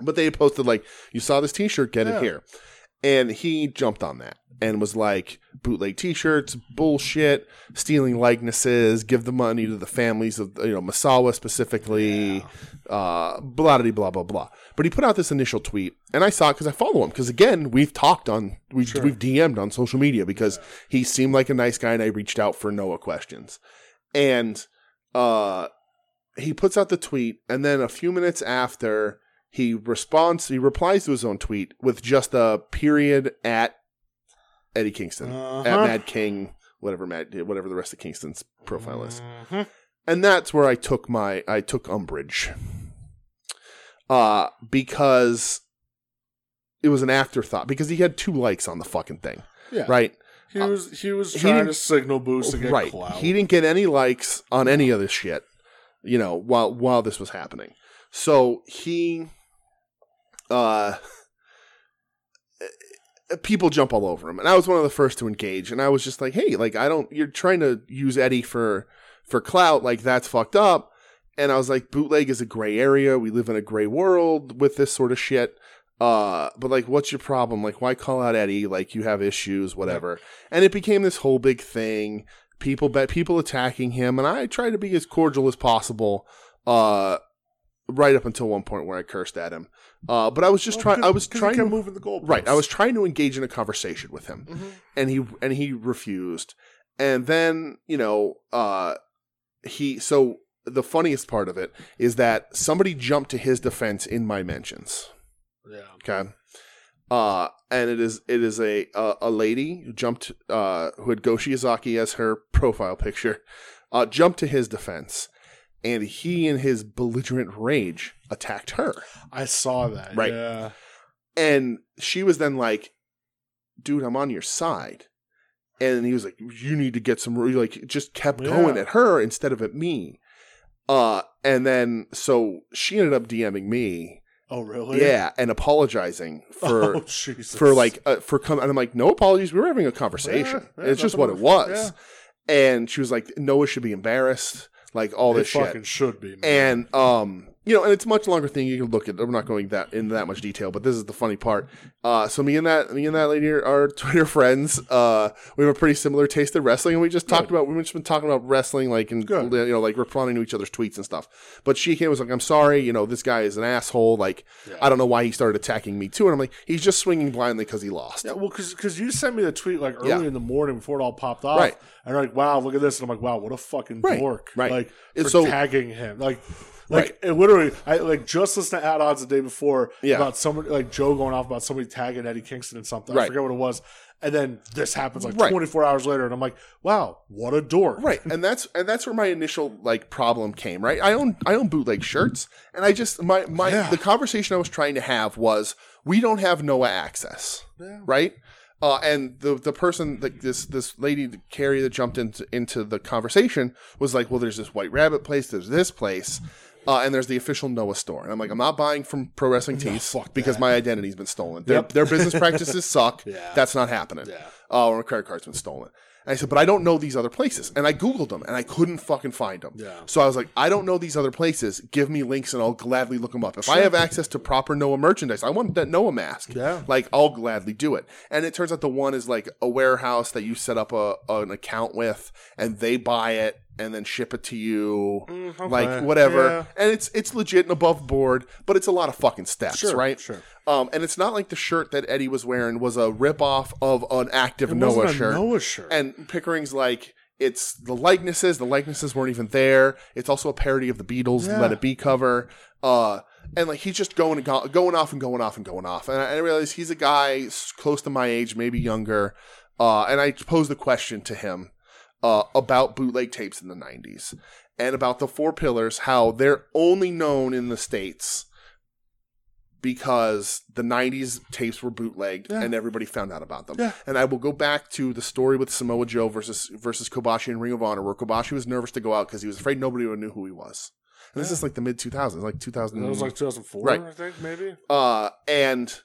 Speaker 2: But they posted like, "You saw this T-shirt, get
Speaker 3: Yeah.
Speaker 2: it here," and he jumped on that and was like, "Bootleg T-shirts, bullshit, stealing likenesses, give the money to the families of you know Masawa specifically,
Speaker 3: Uh-huh.
Speaker 2: uh, blah blah blah blah blah." But he put out this initial tweet, and I saw it because I follow him. Because again, we've talked on we
Speaker 3: Sure.
Speaker 2: we've DM'd on social media because he seemed like a nice guy, and I reached out for Noah questions, and uh he puts out the tweet and then a few minutes after he responds he replies to his own tweet with just a period at Eddie Kingston at
Speaker 3: Uh-huh.
Speaker 2: Mad King whatever Mad whatever the rest of Kingston's profile is
Speaker 3: Mhm.
Speaker 2: and that's where I took my I took umbrage uh because it was an afterthought because he had two likes on the fucking thing
Speaker 3: Yeah.
Speaker 2: right
Speaker 3: He was he was
Speaker 2: he
Speaker 3: trying to
Speaker 2: didn't-
Speaker 3: signal boost to get
Speaker 2: right.
Speaker 3: clout.
Speaker 2: He didn't get any likes on any of this shit, you know, while while this was happening. So he uh eh, people jump all over him. And I was one of the first to engage and I was just like, "Hey, like I don't you're trying to use Eddie for for clout, like that's fucked up." And I was like, "Bootleg is a gray area. We live in a gray world with this sort of shit." Uh, but like, what's your problem? Like, why call out Eddie? Like, you have issues, whatever. And it became this whole big thing people be- people attacking him and I tried to be as cordial as possible uh right up until one point where I cursed at him. Uh, but I was just trying. I was trying to
Speaker 3: to move in the Mm-hmm. goal.
Speaker 2: right. I was trying to engage in a conversation with him, and he and he refused. And then you know, uh, he so the funniest part of it is that somebody jumped to his defense in my mentions.
Speaker 3: Yeah.
Speaker 2: Okay. Uh, and it is it is a a, a lady who jumped uh, who had Go Shiozaki as her profile picture, uh, jumped to his defense, and he in his belligerent rage attacked her,
Speaker 3: I saw that.
Speaker 2: Right.
Speaker 3: Yeah.
Speaker 2: and she was then like, "Dude, I'm on your side," and he was like, "You need to get some re-" like," just kept
Speaker 3: Yeah.
Speaker 2: going at her instead of at me. Uh, and then so she ended up DMing me,
Speaker 3: Oh, really?
Speaker 2: yeah, and apologizing for
Speaker 3: oh, Jesus.
Speaker 2: for like uh, for come and I'm like no apologies we were having a conversation
Speaker 3: Yeah, yeah,
Speaker 2: it's just what
Speaker 3: nothing
Speaker 2: it was and she was like Noah should be embarrassed like all
Speaker 3: They
Speaker 2: this
Speaker 3: fucking
Speaker 2: shit
Speaker 3: should be. Man.
Speaker 2: and um you know and it's a much longer thing you can look at I'm not going that into that much detail but this is the funny part uh so me and that me and that lady are, are Twitter friends uh we have a pretty similar taste in wrestling and we just talked about we've just been talking about wrestling like and
Speaker 3: Good.
Speaker 2: you know like responding to each other's tweets and stuff but she came and was like I'm sorry you know this guy is an asshole like
Speaker 3: Yeah.
Speaker 2: I don't know why he started attacking me too and I'm like he's just swinging blindly because he lost
Speaker 3: Yeah, well, because you sent me the tweet like early
Speaker 2: Yeah.
Speaker 3: in the morning before it all popped off,
Speaker 2: Right.
Speaker 3: and you're like, "Wow, look at this!" And I'm like, "Wow, what a fucking
Speaker 2: Right,
Speaker 3: dork!"
Speaker 2: right.
Speaker 3: Like
Speaker 2: It's
Speaker 3: for
Speaker 2: so-
Speaker 3: tagging him, like, like it literally, I like just listened to add-ons the day before
Speaker 2: Yeah.
Speaker 3: about somebody like Joe going off about somebody tagging Eddie Kingston and something. I
Speaker 2: Right.
Speaker 3: forget what it was, and then this happens like
Speaker 2: Right.
Speaker 3: 24 hours later, and I'm like, "Wow, what a dork!"
Speaker 2: right and that's and that's where my initial like problem came right i own i own bootleg shirts and i just my my
Speaker 3: Yeah.
Speaker 2: the conversation i was trying to have was we don't have noah access
Speaker 3: Yeah.
Speaker 2: right uh, and the the person like this this lady Carrie that jumped into into the conversation was like, well, there's this White Rabbit place, there's this place, uh, and there's the official Noah store. And I'm like, I'm not buying from Pro Wrestling Tees
Speaker 3: fuck
Speaker 2: because
Speaker 3: that.
Speaker 2: my identity's been stolen. Their,
Speaker 3: Yep.
Speaker 2: their business practices suck.
Speaker 3: Yeah.
Speaker 2: That's not happening.
Speaker 3: Yeah.
Speaker 2: Oh, or my credit card's been stolen. And I said, but I don't know these other places. And I Googled them and I couldn't fucking find them.
Speaker 3: Yeah.
Speaker 2: So I was like, I don't know these other places. Give me links and I'll gladly look them up. If I have access to proper Noah merchandise, I want that Noah mask.
Speaker 3: Yeah.
Speaker 2: Like, I'll gladly do it. And it turns out the one is like a warehouse that you set up a, an account with and they buy it and then ship it to you. Like, whatever.
Speaker 3: Mm, Yeah.
Speaker 2: And it's it's legit and above board, but it's a lot of fucking steps,
Speaker 3: Sure,
Speaker 2: right?
Speaker 3: sure.
Speaker 2: Um, and it's not like the shirt that Eddie was wearing was a ripoff of an active
Speaker 3: It wasn't
Speaker 2: Noah
Speaker 3: a
Speaker 2: shirt.
Speaker 3: Noah shirt.
Speaker 2: And Pickering's like, it's the likenesses. The likenesses weren't even there. It's also a parody of the Beatles'
Speaker 3: Yeah.
Speaker 2: "Let It Be" cover. Uh, and like he's just going and go- going off and going off and going off. And I, I realize he's a guy s- close to my age, maybe younger. Uh, and I posed the question to him uh, about bootleg tapes in the '90s and about the Four Pillars, how they're only known in the states because the 90s tapes were bootlegged
Speaker 3: Yeah.
Speaker 2: and everybody found out about them.
Speaker 3: Yeah.
Speaker 2: And I will go back to the story with Samoa Joe versus versus Kobashi in Ring of Honor where Kobashi was nervous to go out cuz he was afraid nobody would knew who he was. And this
Speaker 3: Yeah.
Speaker 2: is like the mid 2000s, like 2000
Speaker 3: That was like 2004,
Speaker 2: Right.
Speaker 3: I think maybe.
Speaker 2: uh and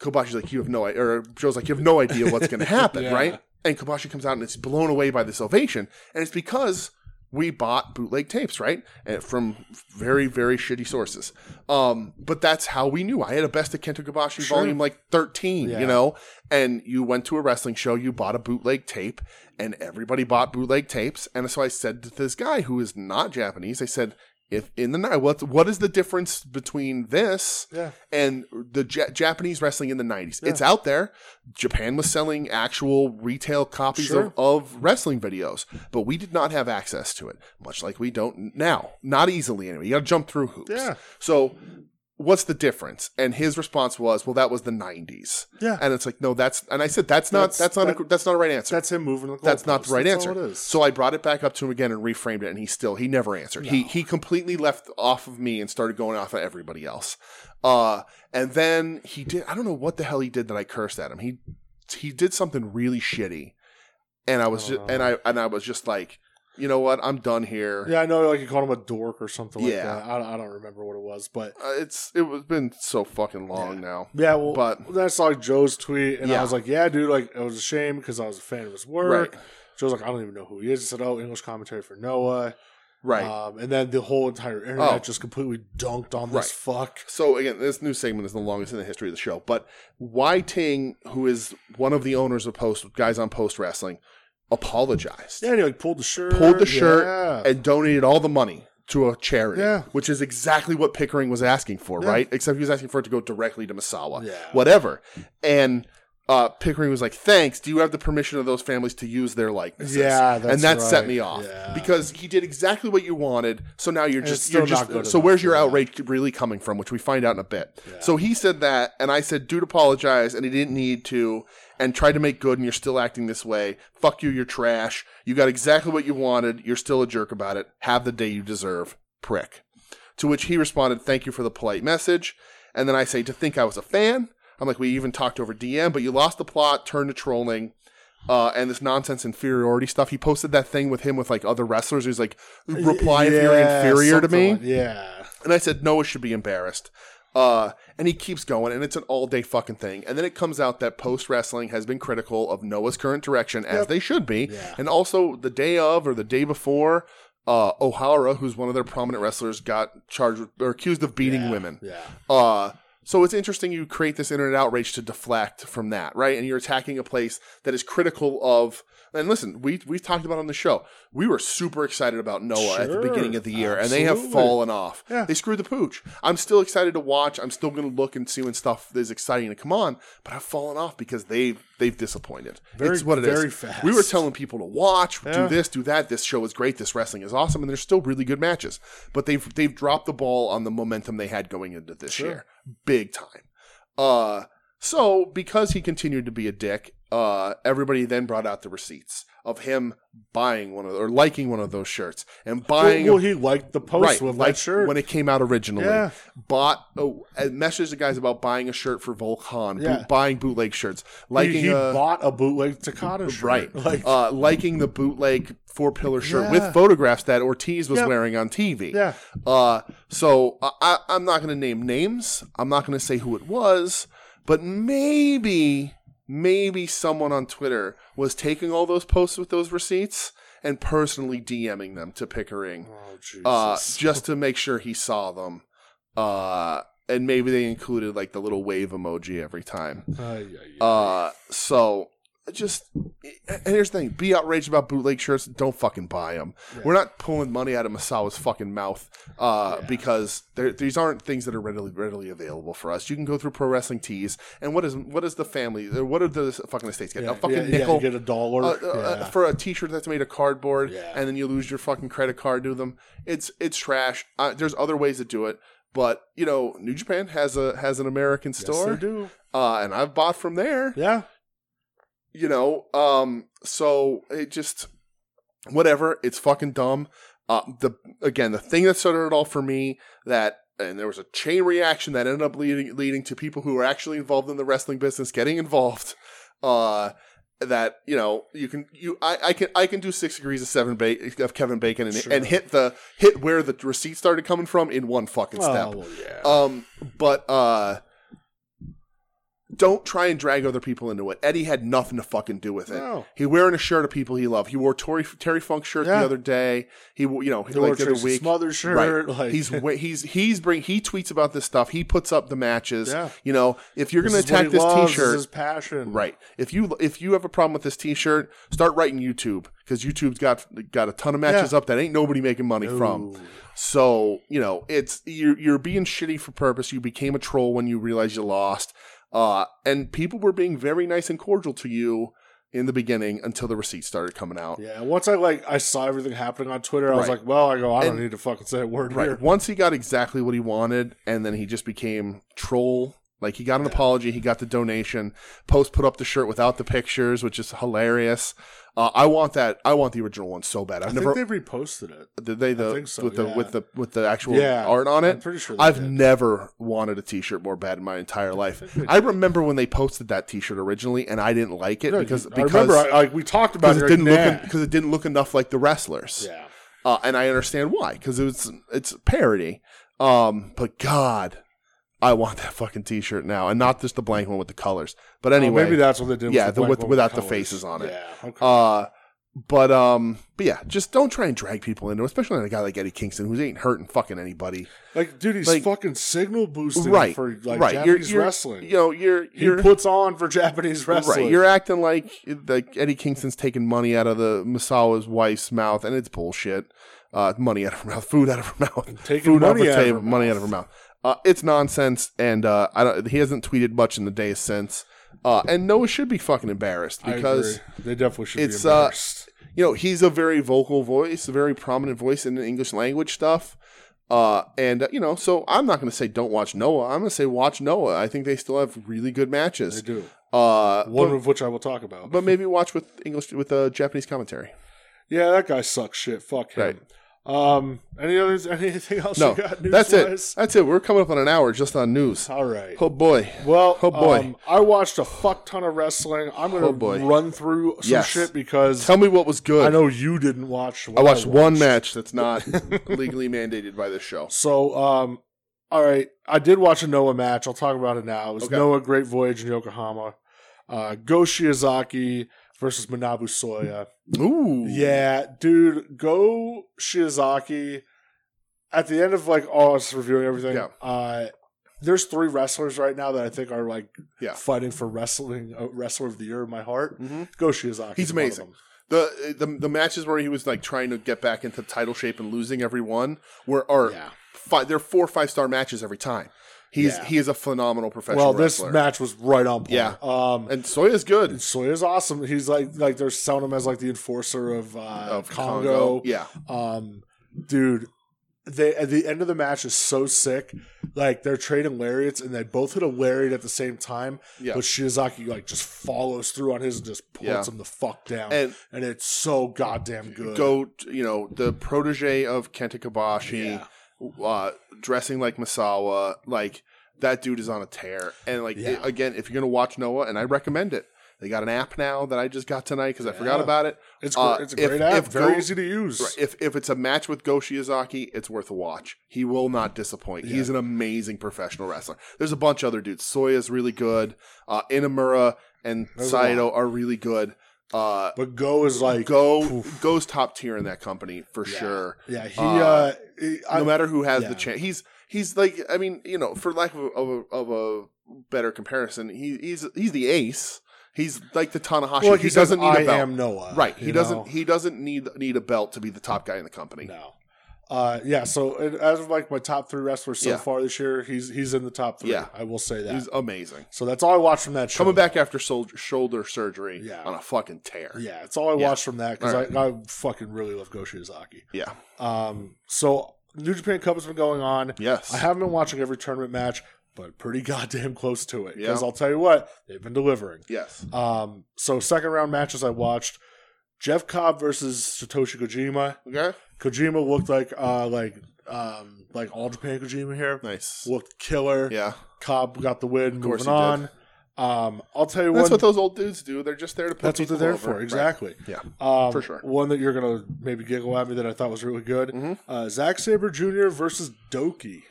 Speaker 2: Kobashi's like you have no i- or Joe's like you have no idea what's going to happen,
Speaker 3: Yeah.
Speaker 2: right? And Kobashi comes out and it's blown away by this ovation and it's because we bought bootleg tapes, right? And from very, very shitty sources. Um, but that's how we knew. I had a best of Kento Kobashi
Speaker 3: Sure.
Speaker 2: volume like 13,
Speaker 3: Yeah.
Speaker 2: you know? And you went to a wrestling show, you bought a bootleg tape, and everybody bought bootleg tapes. And so I said to this guy who is not Japanese, I said, if in the night, what what is the difference between this
Speaker 3: Yeah.
Speaker 2: and the Ja- Japanese wrestling in the '90s? It's out there. Japan was selling actual retail copies
Speaker 3: Sure.
Speaker 2: of of wrestling videos, but we did not have access to it, much like we don't now. Not easily anyway. You got to jump through hoops.
Speaker 3: Yeah.
Speaker 2: So, what's the difference? And his response was, "Well, that was the '90s."
Speaker 3: Yeah.
Speaker 2: And it's like, no, that's. And I said, "That's not. That's,
Speaker 3: That's-
Speaker 2: not.
Speaker 3: that-
Speaker 2: a, that's not a right answer.
Speaker 3: That's him moving the
Speaker 2: that's not the
Speaker 3: goalposts.
Speaker 2: right
Speaker 3: That's
Speaker 2: answer."
Speaker 3: All it is.
Speaker 2: So I brought it back up to him again and reframed it, and he still he never answered. He he completely left off of me and started going off at everybody else. Uh, and then he did. I don't know what the hell he did that I cursed at him. He he did something really shitty, and I was
Speaker 3: Oh,
Speaker 2: just,
Speaker 3: no.
Speaker 2: and I and I was just like, you know what? I'm done here.
Speaker 3: Yeah, I know, like you called him a dork or something like
Speaker 2: Yeah.
Speaker 3: that. I, don't- I don't remember what it was, but
Speaker 2: Uh, it's it was been so fucking long
Speaker 3: Yeah.
Speaker 2: now.
Speaker 3: yeah, well,
Speaker 2: But-
Speaker 3: that's like Joe's tweet, and I
Speaker 2: Yeah.
Speaker 3: was like, yeah, dude, like it was a shame because I was a fan of his work.
Speaker 2: Right.
Speaker 3: Joe's like, I don't even know who he is. I said, oh, English commentary for Noah,
Speaker 2: Right.
Speaker 3: Um, and then the whole entire internet
Speaker 2: Oh.
Speaker 3: just completely dunked on this
Speaker 2: Right.
Speaker 3: fuck.
Speaker 2: So again, this new segment is the longest in the history of the show. But Y Ting, who is one of the owners of Post Guys on Post Wrestling, apologized
Speaker 3: Yeah, and he like pulled the shirt,
Speaker 2: Pulled the shirt
Speaker 3: yeah.
Speaker 2: and donated all the money to a charity,
Speaker 3: Yeah.
Speaker 2: which is exactly what Pickering was asking for,
Speaker 3: Yeah.
Speaker 2: right? Except he was asking for it to go directly to Misawa,
Speaker 3: Yeah.
Speaker 2: whatever. And uh, Pickering was like, "Thanks. Do you have the permission of those families to use their likenesses?"
Speaker 3: Yeah, that's
Speaker 2: and that set
Speaker 3: right.
Speaker 2: me off
Speaker 3: Yeah.
Speaker 2: because he did exactly what you wanted. So now you're
Speaker 3: And it's
Speaker 2: just
Speaker 3: still
Speaker 2: you're just
Speaker 3: not good
Speaker 2: so
Speaker 3: enough,
Speaker 2: where's your
Speaker 3: yeah.
Speaker 2: outrage really coming from, which we find out in a bit.
Speaker 3: Yeah.
Speaker 2: So he said that, and I said, "Dude, apologize," and he didn't need to, and tried to make good, and you're still acting this way. Fuck you, you're trash. You got exactly what you wanted. You're still a jerk about it. Have the day you deserve, prick. To which he responded, "Thank you for the polite message," and then I say, "To think I was a fan." I'm like, we even talked over DM, but you lost the plot, turned to trolling uh, and this nonsense inferiority stuff. He posted that thing with him with like other wrestlers. He's like, reply if you're
Speaker 3: Yeah,
Speaker 2: inferior to
Speaker 3: something
Speaker 2: me.
Speaker 3: like- yeah.
Speaker 2: And I said, Noah should be embarrassed. Uh, and he keeps going, and it's an all day fucking thing. And then it comes out that post wrestling has been critical of Noah's current direction, as they should be.
Speaker 3: Yeah.
Speaker 2: And also, the day of or the day before, uh, O'Hara, who's one of their prominent wrestlers, got charged with, or accused of beating
Speaker 3: yeah,
Speaker 2: women.
Speaker 3: Yeah.
Speaker 2: Uh, so it's interesting you create this internet outrage to deflect from that, right? And you're attacking a place that is critical of. And listen, we we talked about it on the show. We were super excited about Noah at the
Speaker 3: Sure,
Speaker 2: beginning of the year, and they have
Speaker 3: absolutely.
Speaker 2: fallen off.
Speaker 3: Yeah.
Speaker 2: They screwed the pooch. I'm still excited to watch. I'm still going to look and see when stuff is exciting to come on, but I've fallen off because they've they've disappointed.
Speaker 3: Very-
Speaker 2: it's what it is.
Speaker 3: very fast.
Speaker 2: We were telling people to watch, do
Speaker 3: Yeah.
Speaker 2: this, do that. This show is great. This wrestling is awesome, and there's still really good matches. But they've they've dropped the ball on the momentum they had going into this
Speaker 3: Sure.
Speaker 2: year, big time. Uh, so because he continued to be a dick, uh, everybody then brought out the receipts of him buying one of or liking one of those shirts and buying
Speaker 3: Well, well, he liked the post
Speaker 2: right,
Speaker 3: with
Speaker 2: like
Speaker 3: that shirt.
Speaker 2: when it came out originally.
Speaker 3: Yeah.
Speaker 2: Bought oh, uh, messaged the guys about buying a shirt for Volkan, boot-
Speaker 3: Yeah.
Speaker 2: buying bootleg shirts,
Speaker 3: He-
Speaker 2: liking
Speaker 3: he,
Speaker 2: a-
Speaker 3: bought a bootleg Takata shirt.
Speaker 2: Right.
Speaker 3: Like,
Speaker 2: uh, liking the bootleg four pillar shirt
Speaker 3: Yeah.
Speaker 2: with photographs that Ortiz was
Speaker 3: Yep.
Speaker 2: wearing on TV.
Speaker 3: yeah.
Speaker 2: Uh, so I- I, I'm not going to name names. I'm not going to say who it was, but maybe, maybe someone on Twitter was taking all those posts with those receipts and personally DMing them to Pickering
Speaker 3: Oh, Jesus.
Speaker 2: uh, just to make sure he saw them. Uh, and maybe they included like the little wave emoji every time.
Speaker 3: Ay, ay, ay.
Speaker 2: Uh, so just and here's the thing: be outraged about bootleg shirts. Don't fucking buy them. We're not pulling money out of Masawa's fucking mouth uh, because there- these aren't things that are readily readily available for us. You can go through pro wrestling tees, and what is what does the family? or What do the fucking estates get?
Speaker 3: yeah,
Speaker 2: a fucking
Speaker 3: yeah, yeah,
Speaker 2: nickel.
Speaker 3: you get a dollar.
Speaker 2: uh, uh, uh,
Speaker 3: yeah.
Speaker 2: for a T-shirt that's made of cardboard,
Speaker 3: Yeah.
Speaker 2: and then you lose your fucking credit card to them. It's it's trash. Uh, there's other ways to do it, but you know, New Japan has a has an American
Speaker 3: Yes, they
Speaker 2: store,
Speaker 3: do.
Speaker 2: uh, and I've bought from there
Speaker 3: Yeah.
Speaker 2: you know um so it just whatever it's fucking dumb uh the again the thing that started it all for me that and there was a chain reaction that ended up leading leading to people who were actually involved in the wrestling business getting involved uh that you know you can you I, I can I can do six degrees of seven ba- of Kevin Bacon and,
Speaker 3: Sure.
Speaker 2: and hit the hit where the receipt started coming from in one fucking step.
Speaker 3: Oh, well, yeah.
Speaker 2: Um, but uh, don't try and drag other people into it. Eddie had nothing to fucking do with it.
Speaker 3: No.
Speaker 2: He wearing a shirt of people he loved. He wore Tory, Terry Funk's shirt
Speaker 3: Yeah.
Speaker 2: the other day. He wo- you know
Speaker 3: They
Speaker 2: like
Speaker 3: wore
Speaker 2: the other
Speaker 3: Tracy
Speaker 2: week.
Speaker 3: Smothers shirt.
Speaker 2: Right.
Speaker 3: Like,
Speaker 2: he's wa- he's he's bring he tweets about this stuff. He puts up the matches.
Speaker 3: Yeah.
Speaker 2: You know, if you're going to
Speaker 3: is what
Speaker 2: attack
Speaker 3: he
Speaker 2: this
Speaker 3: loves,
Speaker 2: t-shirt,
Speaker 3: This is passion.
Speaker 2: Right. If you if you have a problem with this T-shirt, start writing YouTube because YouTube's got got a ton of matches
Speaker 3: Yeah.
Speaker 2: up that ain't nobody making money from. So you know it's you're you're being shitty for purpose. You became a troll when you realized you lost, uh, and people were being very nice and cordial to you in the beginning until the receipts started coming out.
Speaker 3: Yeah. Once I like, I saw everything happening on Twitter. I was
Speaker 2: Right.
Speaker 3: like, well, I go, I don't
Speaker 2: And-
Speaker 3: need to fucking say a word
Speaker 2: Right.
Speaker 3: here.
Speaker 2: Once he got exactly what he wanted, and then he just became troll. Like he got an apology, he got the donation. Post put up the shirt without the pictures, which is hilarious. Uh, I want that. I want the original one so bad. I've
Speaker 3: I
Speaker 2: never
Speaker 3: think they reposted it.
Speaker 2: did they the
Speaker 3: think so,
Speaker 2: with the
Speaker 3: yeah.
Speaker 2: with the with the actual
Speaker 3: Yeah,
Speaker 2: art on
Speaker 3: I'm
Speaker 2: it.
Speaker 3: pretty sure. They
Speaker 2: I've
Speaker 3: did.
Speaker 2: never wanted a T-shirt more bad in my entire life. I remember when they posted that T-shirt originally, and I didn't like it
Speaker 3: No,
Speaker 2: because
Speaker 3: I
Speaker 2: because
Speaker 3: remember. I, like we talked about
Speaker 2: because
Speaker 3: it.
Speaker 2: it
Speaker 3: like,
Speaker 2: didn't
Speaker 3: nah.
Speaker 2: look because it didn't look enough like the wrestlers.
Speaker 3: Yeah.
Speaker 2: Uh, and I understand why, because it was it's parody. Um, but God, I want that fucking T-shirt now, and not just the blank one with the colors. But
Speaker 3: Well,
Speaker 2: anyway,
Speaker 3: Oh, maybe that's what they did.
Speaker 2: yeah,
Speaker 3: with
Speaker 2: the-
Speaker 3: the, black
Speaker 2: with-
Speaker 3: one
Speaker 2: without the
Speaker 3: colors.
Speaker 2: faces on it.
Speaker 3: Yeah. Okay.
Speaker 2: uh, But um, but yeah, just don't try and drag people into, it, especially on a guy like Eddie Kingston, who ain't hurting fucking anybody.
Speaker 3: Like, dude, he's
Speaker 2: Like-
Speaker 3: fucking signal boosting
Speaker 2: Right,
Speaker 3: for like
Speaker 2: right. You're-
Speaker 3: Japanese
Speaker 2: you're-
Speaker 3: wrestling.
Speaker 2: You know, you're
Speaker 3: he
Speaker 2: you're
Speaker 3: puts on for Japanese wrestling.
Speaker 2: right. You're acting like like Eddie Kingston's taking money out of the Masawa's wife's mouth, and it's bullshit. Uh, money out of her mouth, food out of her mouth,
Speaker 3: taking
Speaker 2: food off
Speaker 3: money
Speaker 2: the
Speaker 3: out of
Speaker 2: table,
Speaker 3: her
Speaker 2: money out of her mouth. Uh, it's nonsense, and uh, I don't, he hasn't tweeted much in the days since. Uh, and Noah should be fucking embarrassed
Speaker 3: I
Speaker 2: because
Speaker 3: agree. they definitely should
Speaker 2: it's,
Speaker 3: be
Speaker 2: uh,
Speaker 3: embarrassed.
Speaker 2: you know he's a very vocal voice, a very prominent voice in the English language stuff. Uh, and uh, you know, so I'm not going to say don't watch Noah. I'm going to say watch Noah. I think they still have really good
Speaker 3: they
Speaker 2: matches.
Speaker 3: do.
Speaker 2: Uh,
Speaker 3: One
Speaker 2: but-
Speaker 3: of which I will talk about.
Speaker 2: but maybe watch with English with a Japanese commentary.
Speaker 3: yeah, that guy sucks shit. Fuck him. Um, any others? Anything else?
Speaker 2: No,
Speaker 3: you got
Speaker 2: that's it.
Speaker 3: news-wise?
Speaker 2: That's it. We're coming up on an hour just on news.
Speaker 3: All right.
Speaker 2: Oh boy.
Speaker 3: Well,
Speaker 2: Oh, boy.
Speaker 3: um, I watched a fuck ton of wrestling. I'm gonna
Speaker 2: Oh, boy.
Speaker 3: run through some
Speaker 2: Yes.
Speaker 3: shit because
Speaker 2: Tell me what was good.
Speaker 3: I know you didn't watch. What
Speaker 2: I watched one match that's not legally mandated by this show.
Speaker 3: So, um, all right, I did watch a Noah match. I'll talk about it now. It was
Speaker 2: Okay.
Speaker 3: Noah Great Voyage in Yokohama, uh, Go Shiozaki versus Manabu Soya.
Speaker 2: Ooh.
Speaker 3: Yeah, dude, Go Shiozaki. At the end of like all us reviewing everything,
Speaker 2: Yeah.
Speaker 3: uh, there's three wrestlers right now that I think are like
Speaker 2: Yeah.
Speaker 3: fighting for wrestling uh, wrestler of the year in my heart.
Speaker 2: Mhm.
Speaker 3: Go Shiozaki.
Speaker 2: He's amazing. The, the the matches where he was like trying to get back into title shape and losing every one were are
Speaker 3: Yeah.
Speaker 2: fi- they're four five star matches every time. He's
Speaker 3: Yeah.
Speaker 2: he is a phenomenal professional
Speaker 3: Well, this
Speaker 2: wrestler.
Speaker 3: match was right on point.
Speaker 2: Yeah.
Speaker 3: Um,
Speaker 2: and Soya's good.
Speaker 3: Soya's awesome. He's like like they're selling him as like the enforcer of, uh,
Speaker 2: Of
Speaker 3: Congo.
Speaker 2: Yeah.
Speaker 3: Um, dude, they at the end of the match is so sick. Like they're trading lariats and they both hit a lariat at the same time.
Speaker 2: Yeah.
Speaker 3: But Shizaki like just follows through on his and just puts
Speaker 2: Yeah.
Speaker 3: him the fuck down. And,
Speaker 2: And
Speaker 3: it's so goddamn good.
Speaker 2: go, you know, the protege of Kenta Kobashi, uh, dressing like Misawa, like that dude is on a tear. And like
Speaker 3: Yeah.
Speaker 2: it- again, if you're gonna watch Noah, and I recommend it. They got an app now that I just got tonight because I forgot
Speaker 3: Yeah.
Speaker 2: about it.
Speaker 3: It's
Speaker 2: Uh,
Speaker 3: gr- it's a
Speaker 2: if-
Speaker 3: great app.
Speaker 2: if
Speaker 3: Very
Speaker 2: Go-
Speaker 3: easy to use.
Speaker 2: Right, If if it's a match with Go Shiozaki, it's worth a watch. He will not disappoint. He's an amazing professional wrestler. There's a bunch of other dudes. Soya's really good. Uh, Inamura and
Speaker 3: There's a lot.
Speaker 2: Saito are really good. Uh,
Speaker 3: But Go is like
Speaker 2: Go
Speaker 3: Oof.
Speaker 2: goes top tier in that company for
Speaker 3: Yeah.
Speaker 2: sure.
Speaker 3: yeah he
Speaker 2: Uh,
Speaker 3: uh, he- I,
Speaker 2: no matter who has
Speaker 3: yeah.
Speaker 2: the chance. He's he's like I mean you know for lack of a, of a, of a better comparison, he, he's he's the ace. He's like the Tanahashi.
Speaker 3: well,
Speaker 2: he doesn't need
Speaker 3: I
Speaker 2: a belt.
Speaker 3: am Noah.
Speaker 2: right. He
Speaker 3: you
Speaker 2: doesn't
Speaker 3: know?
Speaker 2: he doesn't need need a belt to be the top guy in the company.
Speaker 3: No. Uh, yeah. So and as of like my top three wrestlers so
Speaker 2: Yeah.
Speaker 3: far this year, he's he's in the top three.
Speaker 2: Yeah.
Speaker 3: I will say that.
Speaker 2: He's amazing.
Speaker 3: so that's all I watched from that show.
Speaker 2: Coming back after soldier, shoulder surgery
Speaker 3: Yeah.
Speaker 2: on a fucking tear.
Speaker 3: Yeah, it's all I
Speaker 2: Yeah.
Speaker 3: watched from that because
Speaker 2: All right.
Speaker 3: I, I fucking really love Go Shiozaki.
Speaker 2: Yeah.
Speaker 3: Um. So New Japan Cup has been going on.
Speaker 2: Yes.
Speaker 3: I haven't been watching every tournament match, but pretty goddamn close to it. Because
Speaker 2: Yeah.
Speaker 3: I'll tell you what, they've been delivering.
Speaker 2: yes.
Speaker 3: Um. So second round matches I watched. Jeff Cobb versus Satoshi Kojima.
Speaker 2: Okay.
Speaker 3: Kojima looked like uh like um like all Japan Kojima here.
Speaker 2: Nice.
Speaker 3: looked killer.
Speaker 2: Yeah.
Speaker 3: Cobb got the win.
Speaker 2: course
Speaker 3: Moving
Speaker 2: he did.
Speaker 3: on. Um, I'll tell you
Speaker 2: That's
Speaker 3: one.
Speaker 2: what those old dudes do. They're just there to put
Speaker 3: that's what they're
Speaker 2: people
Speaker 3: there
Speaker 2: over.
Speaker 3: for.
Speaker 2: Right.
Speaker 3: Exactly.
Speaker 2: Yeah.
Speaker 3: Um,
Speaker 2: For sure.
Speaker 3: One that you're gonna maybe giggle at me that I thought was really good.
Speaker 2: Mhm.
Speaker 3: Uh, Zack Saber Jr. versus Doki.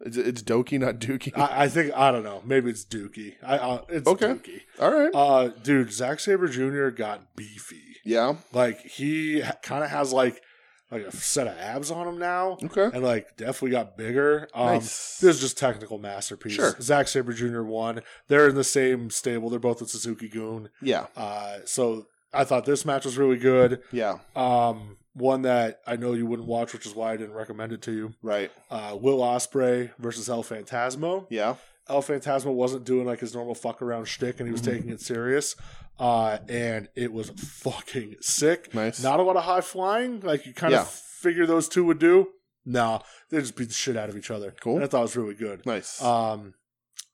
Speaker 2: It's, it's Doki, not Dookie.
Speaker 3: I, I think I don't know. Maybe it's Dookie. I, I it's
Speaker 2: Okay.
Speaker 3: Dookie.
Speaker 2: All right.
Speaker 3: Uh, dude, Zack Saber Jr. got beefy.
Speaker 2: yeah.
Speaker 3: Like he ha- kind of has like like a set of abs on him now,
Speaker 2: Okay.
Speaker 3: and like definitely got bigger. Um,
Speaker 2: nice.
Speaker 3: This is just technical masterpiece.
Speaker 2: Sure.
Speaker 3: Zack Sabre Jr. won. They're in the same stable. They're both at Suzuki Goon.
Speaker 2: yeah.
Speaker 3: Uh, so I thought this match was really good.
Speaker 2: Yeah.
Speaker 3: Um, one that I know you wouldn't watch, which is why I didn't recommend it to you.
Speaker 2: Right.
Speaker 3: Uh, Will Osprey versus El Fantasmo.
Speaker 2: Yeah.
Speaker 3: El Fantasmo wasn't doing like his normal fuck around shtick, and he was
Speaker 2: Mhm.
Speaker 3: taking it serious. Uh, and it was fucking sick.
Speaker 2: Nice.
Speaker 3: Not a lot of high flying, like you kind
Speaker 2: Yeah.
Speaker 3: of figure those two would do. Nah, they just beat the shit out of each other.
Speaker 2: Cool.
Speaker 3: And I thought it was really good.
Speaker 2: nice.
Speaker 3: Um,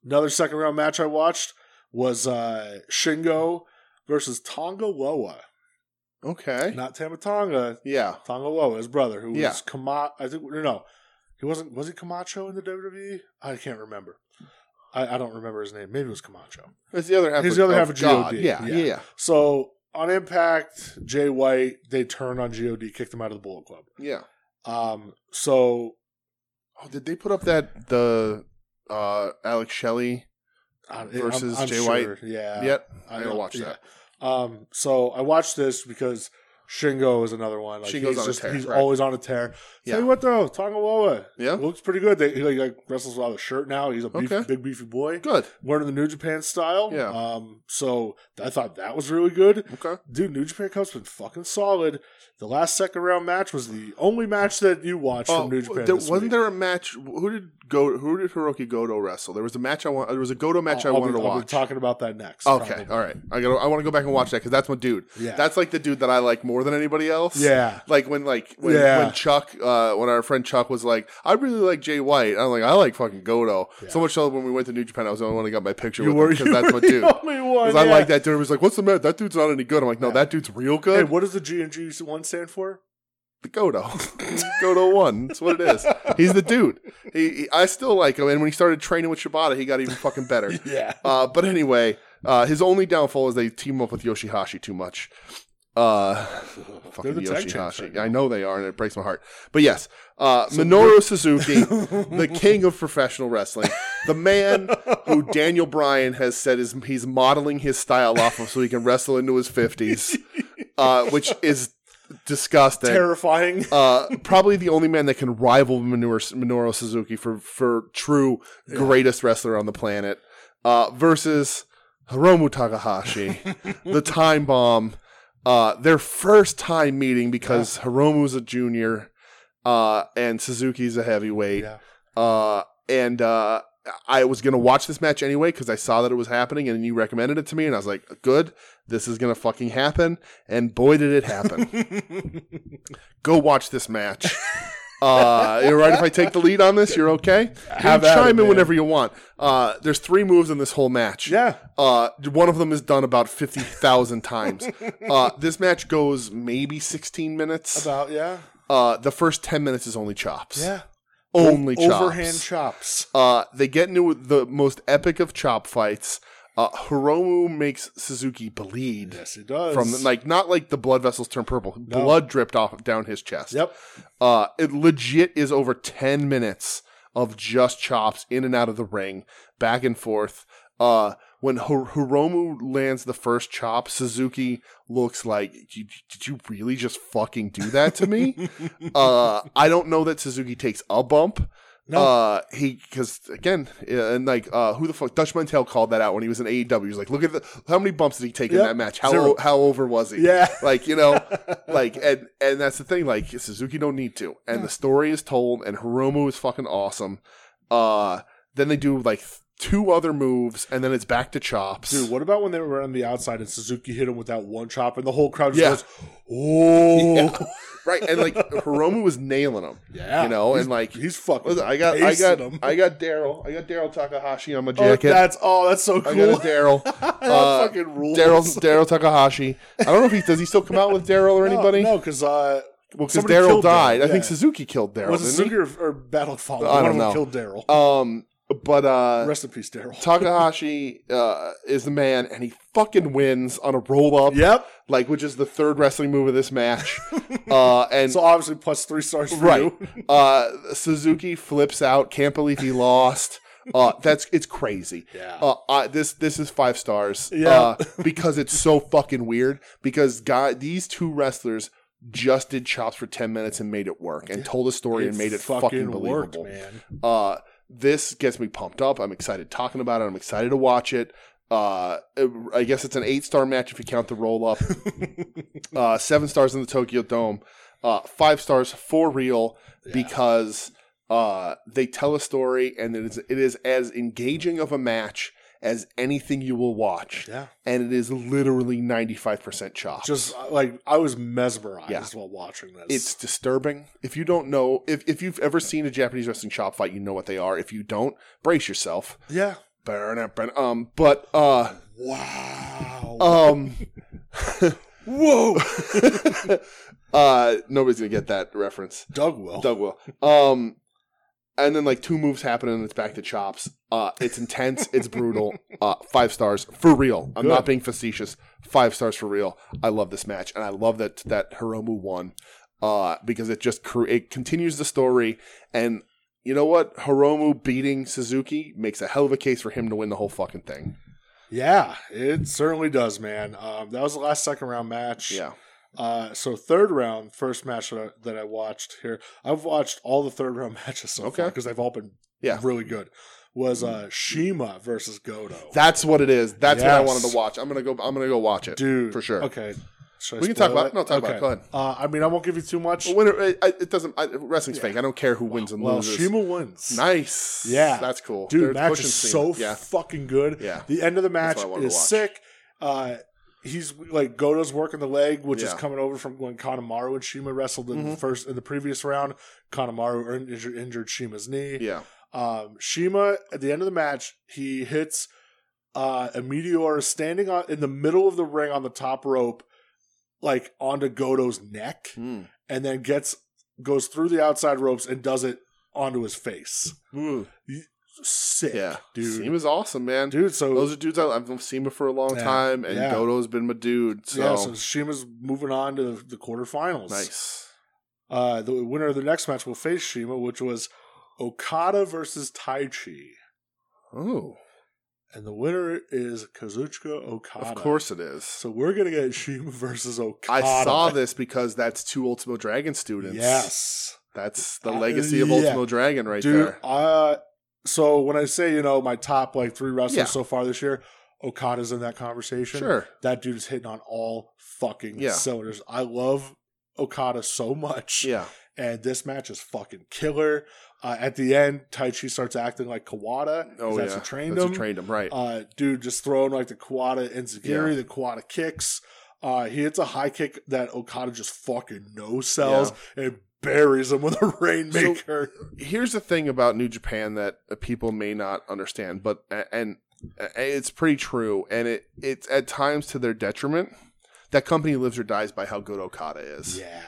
Speaker 3: another second round match I watched was uh, Shingo versus Tonga Loa,
Speaker 2: okay.
Speaker 3: not Tamatonga.
Speaker 2: yeah.
Speaker 3: Tonga Loa, his brother, who
Speaker 2: Yeah.
Speaker 3: was Camacho. I think no, no, he wasn't. Was he Camacho in the WWE? I can't remember. I, I don't remember his name. Maybe it was Camacho.
Speaker 2: It's the other half.
Speaker 3: He's
Speaker 2: of,
Speaker 3: the other half of
Speaker 2: God.
Speaker 3: GOD.
Speaker 2: Yeah. Yeah.
Speaker 3: Yeah.
Speaker 2: Yeah.
Speaker 3: So on Impact, Jay White they turned on God, kicked him out of the Bullet Club.
Speaker 2: Yeah.
Speaker 3: Um, so
Speaker 2: Oh, did they put up that the uh Alex Shelley
Speaker 3: I- I'm-
Speaker 2: Versus
Speaker 3: I'm
Speaker 2: Jay White?
Speaker 3: sure, yeah,
Speaker 2: yet?
Speaker 3: I
Speaker 2: I gotta
Speaker 3: don't-
Speaker 2: watch
Speaker 3: yeah.
Speaker 2: that.
Speaker 3: Um, so I watched this because Shingo is another one. Like,
Speaker 2: Shingo's
Speaker 3: he's
Speaker 2: on a
Speaker 3: just,
Speaker 2: tear,
Speaker 3: He's
Speaker 2: right.
Speaker 3: always on a tear.
Speaker 2: Yeah.
Speaker 3: Tell you what though, Tonga Loa
Speaker 2: Yeah.
Speaker 3: looks pretty good. They, he like, like, wrestles without a shirt now. He's a beef,
Speaker 2: Okay.
Speaker 3: big beefy boy.
Speaker 2: Good.
Speaker 3: Wearing the New Japan style.
Speaker 2: Yeah.
Speaker 3: Um, so I thought that was really good.
Speaker 2: Okay.
Speaker 3: Dude, New Japan Cup's been fucking solid. The last second round match was the only match that you watched
Speaker 2: Oh,
Speaker 3: from New Japan.
Speaker 2: there,
Speaker 3: this
Speaker 2: wasn't
Speaker 3: week.
Speaker 2: there a match? Who did go? Who did Hiroki Goto wrestle? There was a match I want. There was a Goto match
Speaker 3: I'll-
Speaker 2: I
Speaker 3: I'll
Speaker 2: wanted
Speaker 3: be-
Speaker 2: to
Speaker 3: I'll be
Speaker 2: watch.
Speaker 3: talking about that next.
Speaker 2: okay,
Speaker 3: Oh, probably.
Speaker 2: all right. I got. to I want to go back and watch that because that's my dude.
Speaker 3: Yeah.
Speaker 2: That's like the dude that I like more than anybody else.
Speaker 3: yeah.
Speaker 2: Like when like when,
Speaker 3: Yeah.
Speaker 2: when Chuck uh, when our friend Chuck was like, I really like Jay White. I'm like, I like fucking Goto.
Speaker 3: Yeah.
Speaker 2: So much so that when we went to New Japan, I was the only one that got my picture
Speaker 3: You
Speaker 2: with
Speaker 3: were,
Speaker 2: him
Speaker 3: you
Speaker 2: because that's
Speaker 3: were
Speaker 2: my dude.
Speaker 3: the only one.
Speaker 2: Because I
Speaker 3: yeah.
Speaker 2: like that dude. He was like, What's the matter? That dude's not any good. I'm like, No,
Speaker 3: Yeah.
Speaker 2: that dude's real
Speaker 3: Hey,
Speaker 2: good.
Speaker 3: what does the G and G one stand for?
Speaker 2: the Goto. Goto one. That's what it is. He's the dude. He, he- I still like him. And when he started training with Shibata, he got even fucking better.
Speaker 3: Yeah.
Speaker 2: Uh, but anyway, uh, his only downfall is they team up with Yoshihashi too much. Uh, fucking
Speaker 3: the tag champs right
Speaker 2: Yoshihashi.
Speaker 3: now.
Speaker 2: I know they are, and it breaks my heart. But yes, uh, Minoru Suzuki, the king of professional wrestling, the man who Daniel Bryan has said is he's modeling his style off of so he can wrestle into his fifties, uh, which is disgusting
Speaker 3: Terrifying.
Speaker 2: uh, probably the only man that can rival Minoru, Minoru Suzuki for for true greatest wrestler on the planet uh, versus Hiromu Takahashi, the time bomb. Uh, their first time meeting because Hiromu's a junior uh, and Suzuki's a heavyweight.
Speaker 3: Yeah.
Speaker 2: Uh, and uh, I was gonna watch this match anyway because I saw that it was happening, and you recommended it to me, and I was like, "Good, this is gonna fucking happen." And boy, did it happen! Go watch this match. Uh, you're right. If I take the lead on this, you're okay.
Speaker 3: Have
Speaker 2: you
Speaker 3: at
Speaker 2: can
Speaker 3: it,
Speaker 2: chime in
Speaker 3: man.
Speaker 2: whenever you want. Uh, there's three moves in this whole match.
Speaker 3: Yeah.
Speaker 2: Uh, one of them is done about fifty thousand times. Uh, this match goes maybe sixteen minutes.
Speaker 3: About yeah.
Speaker 2: Uh, the first ten minutes is only chops.
Speaker 3: Yeah.
Speaker 2: Only chops.
Speaker 3: Overhand chops.
Speaker 2: Uh, they get into the most epic of chop fights. Uh, Hiromu makes Suzuki bleed
Speaker 3: Yes, it does.
Speaker 2: from like not like the blood vessels turn purple. Blood dripped off down his chest.
Speaker 3: Yep.
Speaker 2: Uh, it legit is over ten minutes of just chops in and out of the ring, back and forth. Uh, when Hir- Hiromu lands the first chop, Suzuki looks like, "Did did you really just fucking do that to me?" uh, I don't know that Suzuki takes a bump.
Speaker 3: No.
Speaker 2: Uh, he because again, yeah, and like uh, who the fuck Dutch Mantel called that out when he was in AEW. He was like, look at the how many bumps did he take in
Speaker 3: Yep.
Speaker 2: that match? How
Speaker 3: Zero.
Speaker 2: how over was he?
Speaker 3: Yeah.
Speaker 2: like you know, like and and that's the thing. Like Suzuki don't need to, and the story is told, and Hiromu is fucking awesome. Uh, then they do like th- two other moves, and then it's back to chops.
Speaker 3: Dude, what about when they were on the outside and Suzuki hit him with that one chop and the whole crowd just
Speaker 2: Yeah.
Speaker 3: goes, "Oh,
Speaker 2: Yeah. right, and like Hiromu was nailing him.
Speaker 3: Yeah.
Speaker 2: you know,
Speaker 3: He's-
Speaker 2: and like
Speaker 3: he's fucking."
Speaker 2: Listen, I got, I
Speaker 3: pacing
Speaker 2: got,
Speaker 3: him.
Speaker 2: I got Daryl, I got Daryl Takahashi on my
Speaker 3: oh,
Speaker 2: jacket.
Speaker 3: that's oh, that's so cool.
Speaker 2: I got a Daryl. Uh,
Speaker 3: fucking rules.
Speaker 2: Daryl Daryl Takahashi. I don't know if he does. He still come out with Daryl or anybody?
Speaker 3: No, because uh,
Speaker 2: Well, because
Speaker 3: somebody
Speaker 2: Daryl
Speaker 3: killed
Speaker 2: died. I
Speaker 3: Daryl,
Speaker 2: think
Speaker 3: yeah.
Speaker 2: Suzuki killed Daryl.
Speaker 3: was it
Speaker 2: didn't
Speaker 3: Suzuki or, or Battle Fall?
Speaker 2: I
Speaker 3: One
Speaker 2: don't
Speaker 3: of them
Speaker 2: know.
Speaker 3: killed Daryl.
Speaker 2: he? Um, but uh,
Speaker 3: Rest in peace, Daryl.
Speaker 2: Takahashi uh, is the man, and he fucking wins on a roll up.
Speaker 3: Yep.
Speaker 2: like which is the third wrestling move of this match. uh, and
Speaker 3: So obviously plus three stars for
Speaker 2: right,
Speaker 3: you.
Speaker 2: uh, Suzuki flips out. Can't believe he lost. Uh, that's it's crazy.
Speaker 3: Yeah.
Speaker 2: Uh, I, this this is five stars.
Speaker 3: Yeah.
Speaker 2: uh, because it's so fucking weird. Because guy, these two wrestlers just did chops for ten minutes and made it work, and told a story and made it fucking,
Speaker 3: worked,
Speaker 2: believable.
Speaker 3: man.
Speaker 2: uh, this gets me pumped up. I'm excited talking about it. I'm excited to watch it. Uh, I guess it's an eight star match if you count the roll up. uh, seven stars in the Tokyo Dome. Uh, five stars for real because uh, they tell a story and it is it is as engaging of a match as anything you will watch.
Speaker 3: Yeah.
Speaker 2: And it is literally 95% chop.
Speaker 3: Just uh, like I was mesmerized
Speaker 2: Yeah.
Speaker 3: while watching this.
Speaker 2: It's disturbing. If you don't know, if, if you've ever seen a Japanese wrestling chop fight, you know what they are. If you don't, brace yourself.
Speaker 3: yeah.
Speaker 2: Um, but uh,
Speaker 3: Wow.
Speaker 2: um,
Speaker 3: Whoa.
Speaker 2: uh, nobody's gonna get that reference.
Speaker 3: Doug will.
Speaker 2: Doug will. Um, and then like two moves happen and it's back to chops. Uh, it's intense. It's brutal. Uh, five stars for real. I'm not
Speaker 3: Good.
Speaker 2: being facetious. Five stars for real. I love this match and I love that that Hiromu won. Uh, because it just cre- it continues the story and. You know what? Hiromu beating Suzuki makes a hell of a case for him to win the whole fucking thing.
Speaker 3: Yeah, it certainly does, man. Um, that was the last second round match.
Speaker 2: Yeah.
Speaker 3: Uh, so third round, first match that I, that I watched here. I've watched all the third round matches so
Speaker 2: Okay.
Speaker 3: far because they've all been
Speaker 2: Yeah.
Speaker 3: really good. Was uh, Shima versus Goto,
Speaker 2: That's what it is. That's what I
Speaker 3: Yes.
Speaker 2: wanted to watch. I'm gonna go. I'm gonna go watch it
Speaker 3: dude?
Speaker 2: for sure.
Speaker 3: Okay, Should I
Speaker 2: We can talk
Speaker 3: spoil
Speaker 2: about it. No, talk about it. Go ahead.
Speaker 3: Uh, I mean, I won't give you too much.
Speaker 2: Well, winner, it, I- it doesn't. I, wrestling's
Speaker 3: Yeah.
Speaker 2: fake. I don't care who wins and
Speaker 3: well,
Speaker 2: loses.
Speaker 3: Shima wins.
Speaker 2: nice.
Speaker 3: Yeah.
Speaker 2: that's cool.
Speaker 3: dude,
Speaker 2: They're
Speaker 3: match
Speaker 2: pushing
Speaker 3: is
Speaker 2: Cena.
Speaker 3: so
Speaker 2: yeah,
Speaker 3: fucking good.
Speaker 2: yeah,
Speaker 3: The end of the match
Speaker 2: That's what I wanted to
Speaker 3: is
Speaker 2: watch.
Speaker 3: sick. Uh, he's like Goto's working the leg, which is
Speaker 2: Yeah.
Speaker 3: coming over from when Kanemaru and Shima wrestled in the
Speaker 2: Mhm.
Speaker 3: first in the previous round. Kanemaru earned- injured, injured Shima's knee.
Speaker 2: yeah.
Speaker 3: Um, Shima at the end of the match, he hits uh, a meteor standing on in the middle of the ring on the top rope, like onto Goto's neck,
Speaker 2: Mm.
Speaker 3: and then gets goes through the outside ropes and does it onto his face. Sick,
Speaker 2: Hmm. Yeah,
Speaker 3: dude.
Speaker 2: Seema's awesome, man.
Speaker 3: dude, so
Speaker 2: Those are dudes I, I've known Seema for a long
Speaker 3: Yeah.
Speaker 2: time, and
Speaker 3: Yeah.
Speaker 2: Godo's been my dude. So,
Speaker 3: Yeah, so Shima's moving on to the quarterfinals.
Speaker 2: nice.
Speaker 3: Uh, the winner of the next match will face Shima, which was Okada versus Taichi.
Speaker 2: Oh,
Speaker 3: And the winner is Kazuchika Okada.
Speaker 2: of course it is.
Speaker 3: So we're going to get Shima versus
Speaker 2: I
Speaker 3: Okada.
Speaker 2: saw this because that's two Ultimo Dragon students.
Speaker 3: Yes.
Speaker 2: that's the
Speaker 3: Uh,
Speaker 2: legacy of
Speaker 3: yeah.
Speaker 2: Ultimo Dragon right
Speaker 3: Dude,
Speaker 2: there.
Speaker 3: uh, so when I say, you know, my top like three wrestlers
Speaker 2: Yeah.
Speaker 3: so far this year, Okada's in that conversation.
Speaker 2: Sure.
Speaker 3: That dude is hitting on all fucking
Speaker 2: Yeah.
Speaker 3: cylinders. I love Okada so much.
Speaker 2: Yeah.
Speaker 3: and this match is fucking killer. Uh, at the end, Tai Chi starts acting like Kawada. 'cause
Speaker 2: Oh
Speaker 3: that's
Speaker 2: yeah.
Speaker 3: Who trained
Speaker 2: that's
Speaker 3: him.
Speaker 2: Who trained him. Right.
Speaker 3: uh, dude just throwing like the Kawada Enzigiri, the Kawada kicks. Uh, he hits a high kick that Okada just fucking no sells and buries him with a rainmaker.
Speaker 2: here's the thing about New Japan that uh, people may not understand, but a- and, and it's pretty true, and it it's at times to their detriment. That company lives or dies by how good Okada is,
Speaker 3: yeah.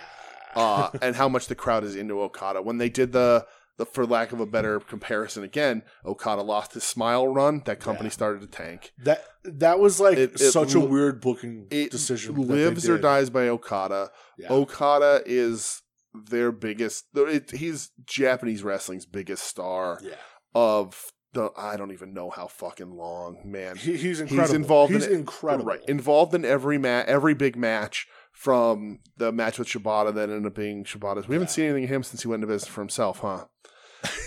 Speaker 2: uh, and how much the crowd is into Okada. When they did the the for lack of a better comparison, again, Okada lost his smile run. That company
Speaker 3: Yeah.
Speaker 2: started to tank.
Speaker 3: that that was like
Speaker 2: It- it
Speaker 3: such a
Speaker 2: li-
Speaker 3: weird booking
Speaker 2: It
Speaker 3: decision. that they
Speaker 2: lives or
Speaker 3: did.
Speaker 2: dies by Okada.
Speaker 3: Yeah.
Speaker 2: Okada is their biggest. It, he's Japanese wrestling's biggest star.
Speaker 3: Yeah.
Speaker 2: of the I don't even know how fucking long, man.
Speaker 3: He, he's incredible. He's
Speaker 2: involved in it.
Speaker 3: incredible.
Speaker 2: Right, involved in every ma- every big match from the match with Shibata that ended up being Shibata's. We haven't
Speaker 3: Yeah.
Speaker 2: seen anything of him since he went into business for himself, huh?